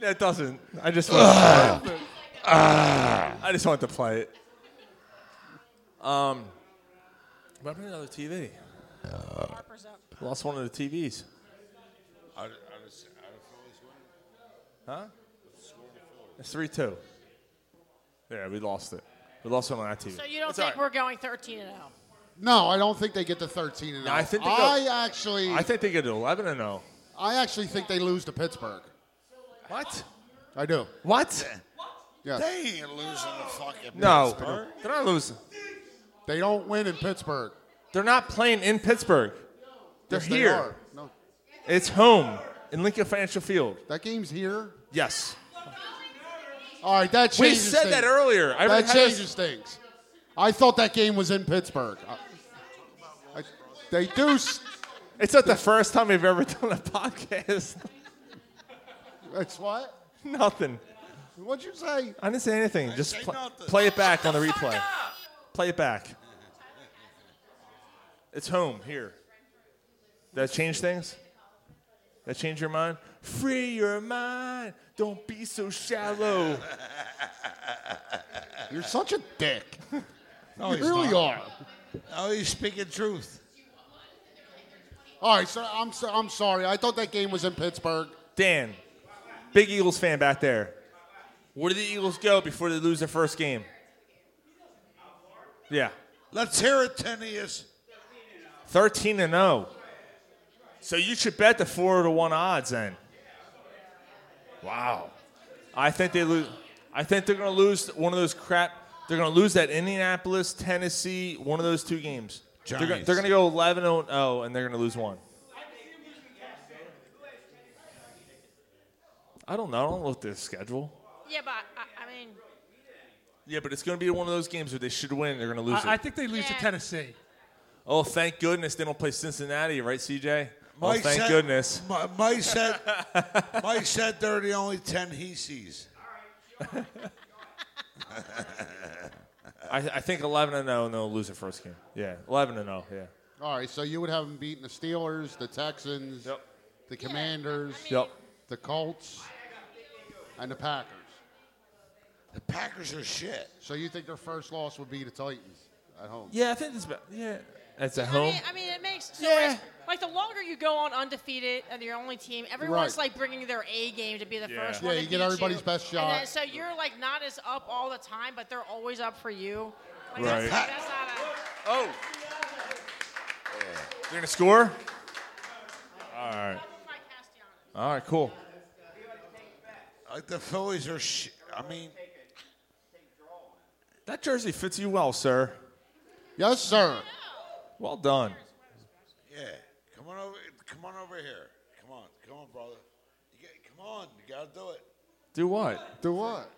Speaker 4: That doesn't. I just want. To play it.
Speaker 5: Ah.
Speaker 4: I just want to play it. Um, what happened to another TV?
Speaker 14: Harper's up.
Speaker 4: Lost one of the TVs. Huh? It's three two. Yeah, we lost it. We lost one on that TV.
Speaker 14: So you don't
Speaker 4: It's all
Speaker 14: think we're going 13 and oh? 0?
Speaker 11: No, I don't think they get to 13 and
Speaker 4: No,
Speaker 11: 0.
Speaker 4: I think they go-
Speaker 11: I actually
Speaker 4: right. I think they get eleven and oh. zero.
Speaker 11: I actually think they lose to Pittsburgh.
Speaker 4: [laughs] What?
Speaker 11: I do.
Speaker 4: What?
Speaker 11: Yes.
Speaker 5: They ain't losing the fucking
Speaker 4: No,
Speaker 5: Pittsburgh.
Speaker 4: they're not losing.
Speaker 11: They don't win in Pittsburgh.
Speaker 4: They're not playing in Pittsburgh. They're
Speaker 11: Yes, they
Speaker 4: here.
Speaker 11: are. No.
Speaker 4: It's home in Lincoln Financial Field.
Speaker 11: That game's here.
Speaker 4: Yes.
Speaker 11: All right, that
Speaker 4: We
Speaker 11: changes.
Speaker 4: said
Speaker 11: things.
Speaker 4: that earlier. I
Speaker 11: that
Speaker 4: had us-
Speaker 11: changes things. I thought that game was in Pittsburgh. I- I- they do. s-
Speaker 4: It's not the first time we've ever done a [laughs] podcast.
Speaker 11: It's what?
Speaker 4: Nothing.
Speaker 11: What'd you say?
Speaker 4: I didn't say anything. Just pl- play it back on the replay. Play it back. It's home here. That change things? That change your mind? Free your mind. Don't be so
Speaker 8: [laughs]
Speaker 4: shallow.
Speaker 11: You're such a dick.
Speaker 5: No,
Speaker 11: you
Speaker 5: he's
Speaker 11: really
Speaker 5: not.
Speaker 11: are.
Speaker 5: Oh, he's speaking truth.
Speaker 11: All right, so I'm so, I'm sorry. I thought that game was in Pittsburgh.
Speaker 4: Dan, big Eagles fan back there. Where do the Eagles go before they lose their first game? Yeah.
Speaker 5: Let's hear it, Tenius.
Speaker 4: 13 and 0. So you should bet the 4 to 1 odds then. Wow. I think they lose I think they're going to lose one of those crap they're going to lose that Indianapolis, Tennessee, one of those two games. They're gonna-
Speaker 5: Giants.
Speaker 4: They're going to go 11 and 0 and they're going to lose one. I don't know. I don't look at their schedule.
Speaker 14: Yeah, but I, I mean,
Speaker 4: Yeah, but it's going to be one of those games where they should win. They're going to lose
Speaker 10: I, I
Speaker 4: it.
Speaker 10: think they lose to Tennessee.
Speaker 4: oh, thank goodness they don't play Cincinnati, right, CJ? Oh,
Speaker 5: Mike
Speaker 4: thank
Speaker 5: said-
Speaker 4: goodness.
Speaker 5: Mi- Mike
Speaker 4: [laughs]
Speaker 5: said, Mike said they're the only 10 he sees.
Speaker 4: I, I think 11 and 0, and they'll lose their first game. Yeah, 11 and 0. Yeah.
Speaker 11: All right, so you would have them beating the Steelers, the Texans, the Commanders,
Speaker 4: Yep.
Speaker 11: the Colts, and the Packers.
Speaker 5: The Packers are shit.
Speaker 11: So you think their first loss would be the Titans at home?
Speaker 4: Yeah, I think it's about. Yeah. That's at
Speaker 11: I
Speaker 4: home.
Speaker 11: mean-
Speaker 14: I mean, it makes so like, like the longer you go on undefeated and you're only team, everyone's
Speaker 11: Right.
Speaker 14: like bringing their A game to be the
Speaker 11: Yeah.
Speaker 14: first
Speaker 11: Yeah,
Speaker 14: one. to
Speaker 11: you get
Speaker 14: beat
Speaker 11: everybody's
Speaker 14: you.
Speaker 11: best
Speaker 14: And
Speaker 11: shot.
Speaker 14: then, so you're like not as up all the time, but they're always up for you. Like,
Speaker 4: Right.
Speaker 11: Uh,
Speaker 14: That's, that's not a,
Speaker 4: oh. They're going to score? All right. All right, cool.
Speaker 5: Like Uh, the Phillies are shit. I mean,
Speaker 4: That jersey fits you well, sir.
Speaker 11: Yes, sir.
Speaker 4: Well done.
Speaker 5: yeah. Come on over. Come on over here. Come on. Come on, brother. You get, come on. You gotta do it.
Speaker 4: Do what?
Speaker 11: Do what?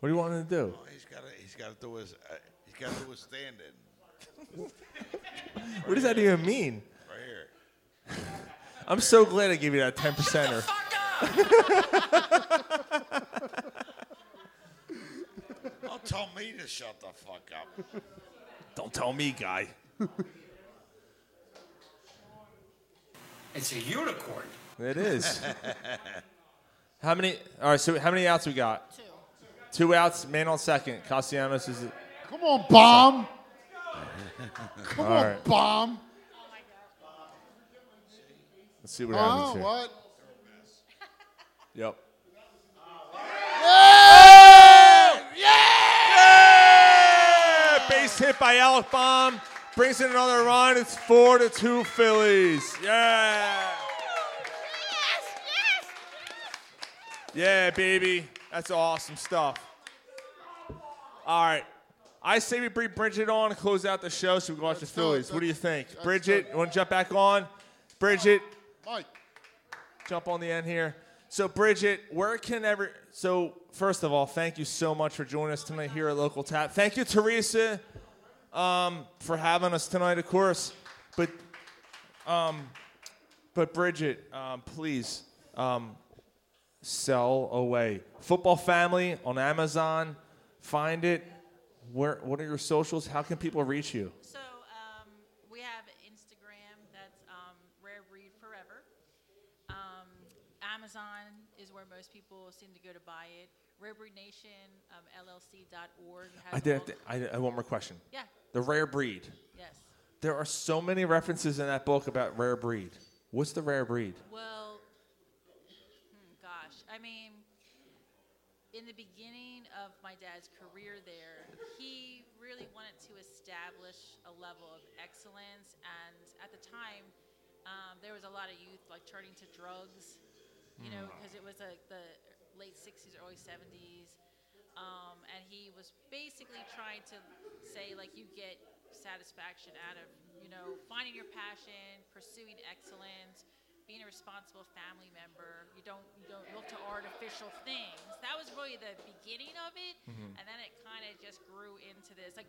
Speaker 4: What do you want him to do?
Speaker 5: Oh, he's gotta. He's gotta do his. Uh, he's gotta do his standing.
Speaker 4: What does that even mean?
Speaker 5: Right here.
Speaker 4: I'm so glad I gave you that 10 percenter.
Speaker 5: Don't tell me to shut the fuck up.
Speaker 4: [laughs] Don't tell me, guy.
Speaker 17: It's a unicorn. [laughs]
Speaker 4: It is. Mm-hmm. how many? All right. So how many outs we got? Two. Two outs. Man on second. Castellanos is.
Speaker 11: Come on, bomb. Come
Speaker 4: All
Speaker 11: on,
Speaker 4: right.
Speaker 11: bomb.
Speaker 4: Let's see what
Speaker 11: oh,
Speaker 4: happens here.
Speaker 11: what?
Speaker 4: Yep. Yeah! Base hit by Alec Baum. Brings in another run. It's four to two Phillies. Yeah. Yeah, baby. That's awesome stuff. All right. I say we bring Bridget on and close out the show so we can watch the Phillies. What do you think? Bridget, you want to jump back on? Bridget.
Speaker 11: Mike.
Speaker 4: Jump on the end here. So, Bridget, where can every. So, first of all, thank you so much for joining us tonight here at Local Tap. Thank you, Teresa, um, for having us tonight, of course. But, um, but Bridget, um, please, um, sell away. Football Family on Amazon. Find it. Where? What are your socials? How can people reach you?
Speaker 12: So um, we have Instagram that's um, Rare Breed Forever. Um, Amazon is where most people seem to go to buy it. Rare Breed Nation, um, LLC.org. Has
Speaker 4: I did.
Speaker 12: all-
Speaker 4: Have to, I, I one more question.
Speaker 12: Yeah.
Speaker 4: The rare breed.
Speaker 12: Yes.
Speaker 4: There are so many references in that book about rare breed. What's the rare breed?
Speaker 12: Well, hmm, gosh, I mean, in the beginning of my dad's career there, he really wanted to establish a level of excellence, and at the time, um, there was a lot of youth like turning to drugs, you know,
Speaker 18: Mm.
Speaker 12: because it was like the late '60s, early '70s, um, and he was basically trying to say like you get satisfaction out of you know finding your passion, pursuing excellence, being a responsible family member. You don't you don't look to artificial things. That was really the beginning of it,
Speaker 18: Mhm.
Speaker 12: and then it kind of just grew into this. Like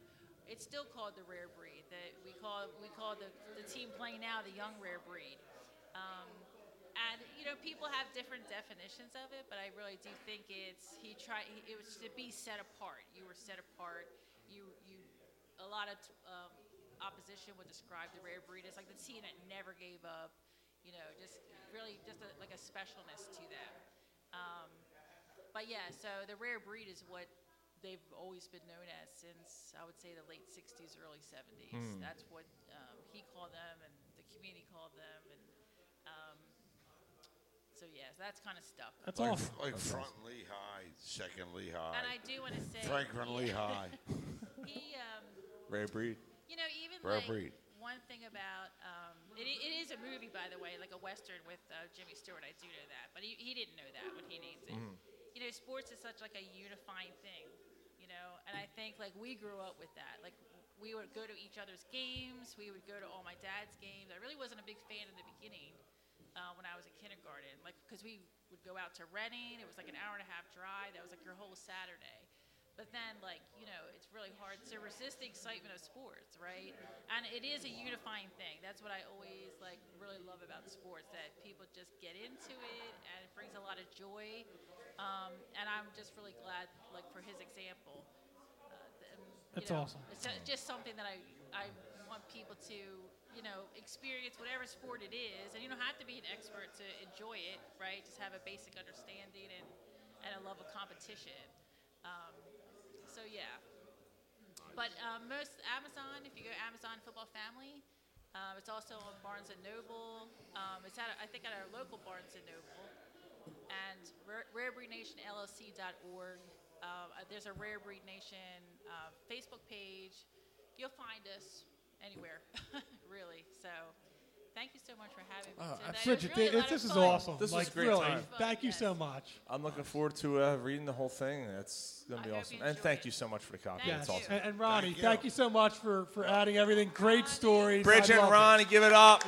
Speaker 12: it's still called the rare breed. That we call we call the the team playing now the young rare breed. Um, and you know people have different definitions of it, but I really do think it's he tried. It was to be set apart. You were set apart. You you a lot of t- um, opposition would describe the rare breed as like the team that never gave up. You know, just really just a, like a specialness to them. Um, but yeah, so the rare breed is what they've always been known as since I would say the late '60s, early '70s.
Speaker 18: Mm.
Speaker 5: Hmm.
Speaker 12: That's what um, he called them, and the community called them, and um, so yeah, so that's kind of stuff.
Speaker 5: like,
Speaker 13: off.
Speaker 5: Like
Speaker 13: That's
Speaker 5: front Lehigh, second Lehigh.
Speaker 12: And I do
Speaker 5: [laughs]
Speaker 12: wanna say-
Speaker 5: Franklin
Speaker 12: Yeah.
Speaker 5: Lehigh.
Speaker 12: [laughs] He, um,
Speaker 4: Rare breed.
Speaker 12: You know, even
Speaker 5: Rare
Speaker 12: like
Speaker 5: breed.
Speaker 12: one thing about um, it, i- it is a movie, by the way, like a western with uh, Jimmy Stewart. I do know that, but he, he didn't know that when he names it.
Speaker 8: Mm-hmm.
Speaker 18: Mhm.
Speaker 12: You know, sports is such like a unifying thing. You know, and I think like we grew up with that. Like we would go to each other's games. We would go to all my dad's games. I really wasn't a big fan in the beginning uh, when I was in kindergarten, like because we would go out to Reading. It was like an hour and a half drive. That was like your whole Saturday. But then, like, you know, it's really hard to resist the excitement of sports, right? And it is a unifying thing. That's what I always, like, really love about sports that people just get into it and it brings a lot of joy. Um, and I'm just really glad, like, for his example. Uh, th- um,
Speaker 10: That's
Speaker 12: you know,
Speaker 10: awesome.
Speaker 12: It's ju- just something that I, I want people to, you know, experience whatever sport it is. And you don't have to be an expert to enjoy it, right? Just have a basic understanding and, and a love of competition. Um, so, yeah. But um, most Amazon, if you go Amazon Football Family, um, it's also on Barnes and Noble. Um, it's at a, I think at our local Barnes and Noble, and Ra- rarebreednationllc.org. Um, Uh, there's a Rare Breed Nation uh, Facebook page. You'll find us anywhere, [laughs] really. So, thank you so much for having me.
Speaker 4: Uh,
Speaker 10: Oh,
Speaker 12: today. It
Speaker 10: absolutely.
Speaker 12: was
Speaker 10: Such a
Speaker 12: really
Speaker 10: thi-
Speaker 12: a lot
Speaker 10: this
Speaker 12: of
Speaker 10: is
Speaker 12: fun.
Speaker 10: awesome.
Speaker 4: This
Speaker 10: Like,
Speaker 4: was a great
Speaker 10: really,
Speaker 4: time.
Speaker 10: thank you so much.
Speaker 4: I'm looking forward to uh, reading the whole thing. That's gonna be awesome. And thank you so much for the copy.
Speaker 10: Yes.
Speaker 4: That's awesome.
Speaker 10: And, and Ronnie, thank you. so much for, for adding everything. Great stories.
Speaker 4: Bridge
Speaker 10: I
Speaker 4: and
Speaker 10: loved it.
Speaker 4: Ronnie, give it up.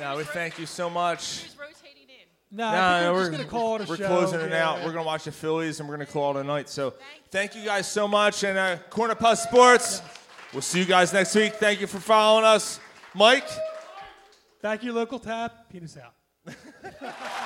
Speaker 4: No, we thank you so much.
Speaker 10: No, I think we're just gonna call it a
Speaker 4: we're
Speaker 10: show.
Speaker 4: closing it
Speaker 10: Yeah.
Speaker 4: out. We're going to watch the Phillies and we're going to call it a night. So thank you guys so much. And uh, Corner Puff Sports, we'll see you guys next week. Thank you for following us. Mike?
Speaker 10: Thank you, Local Tap. Penis out.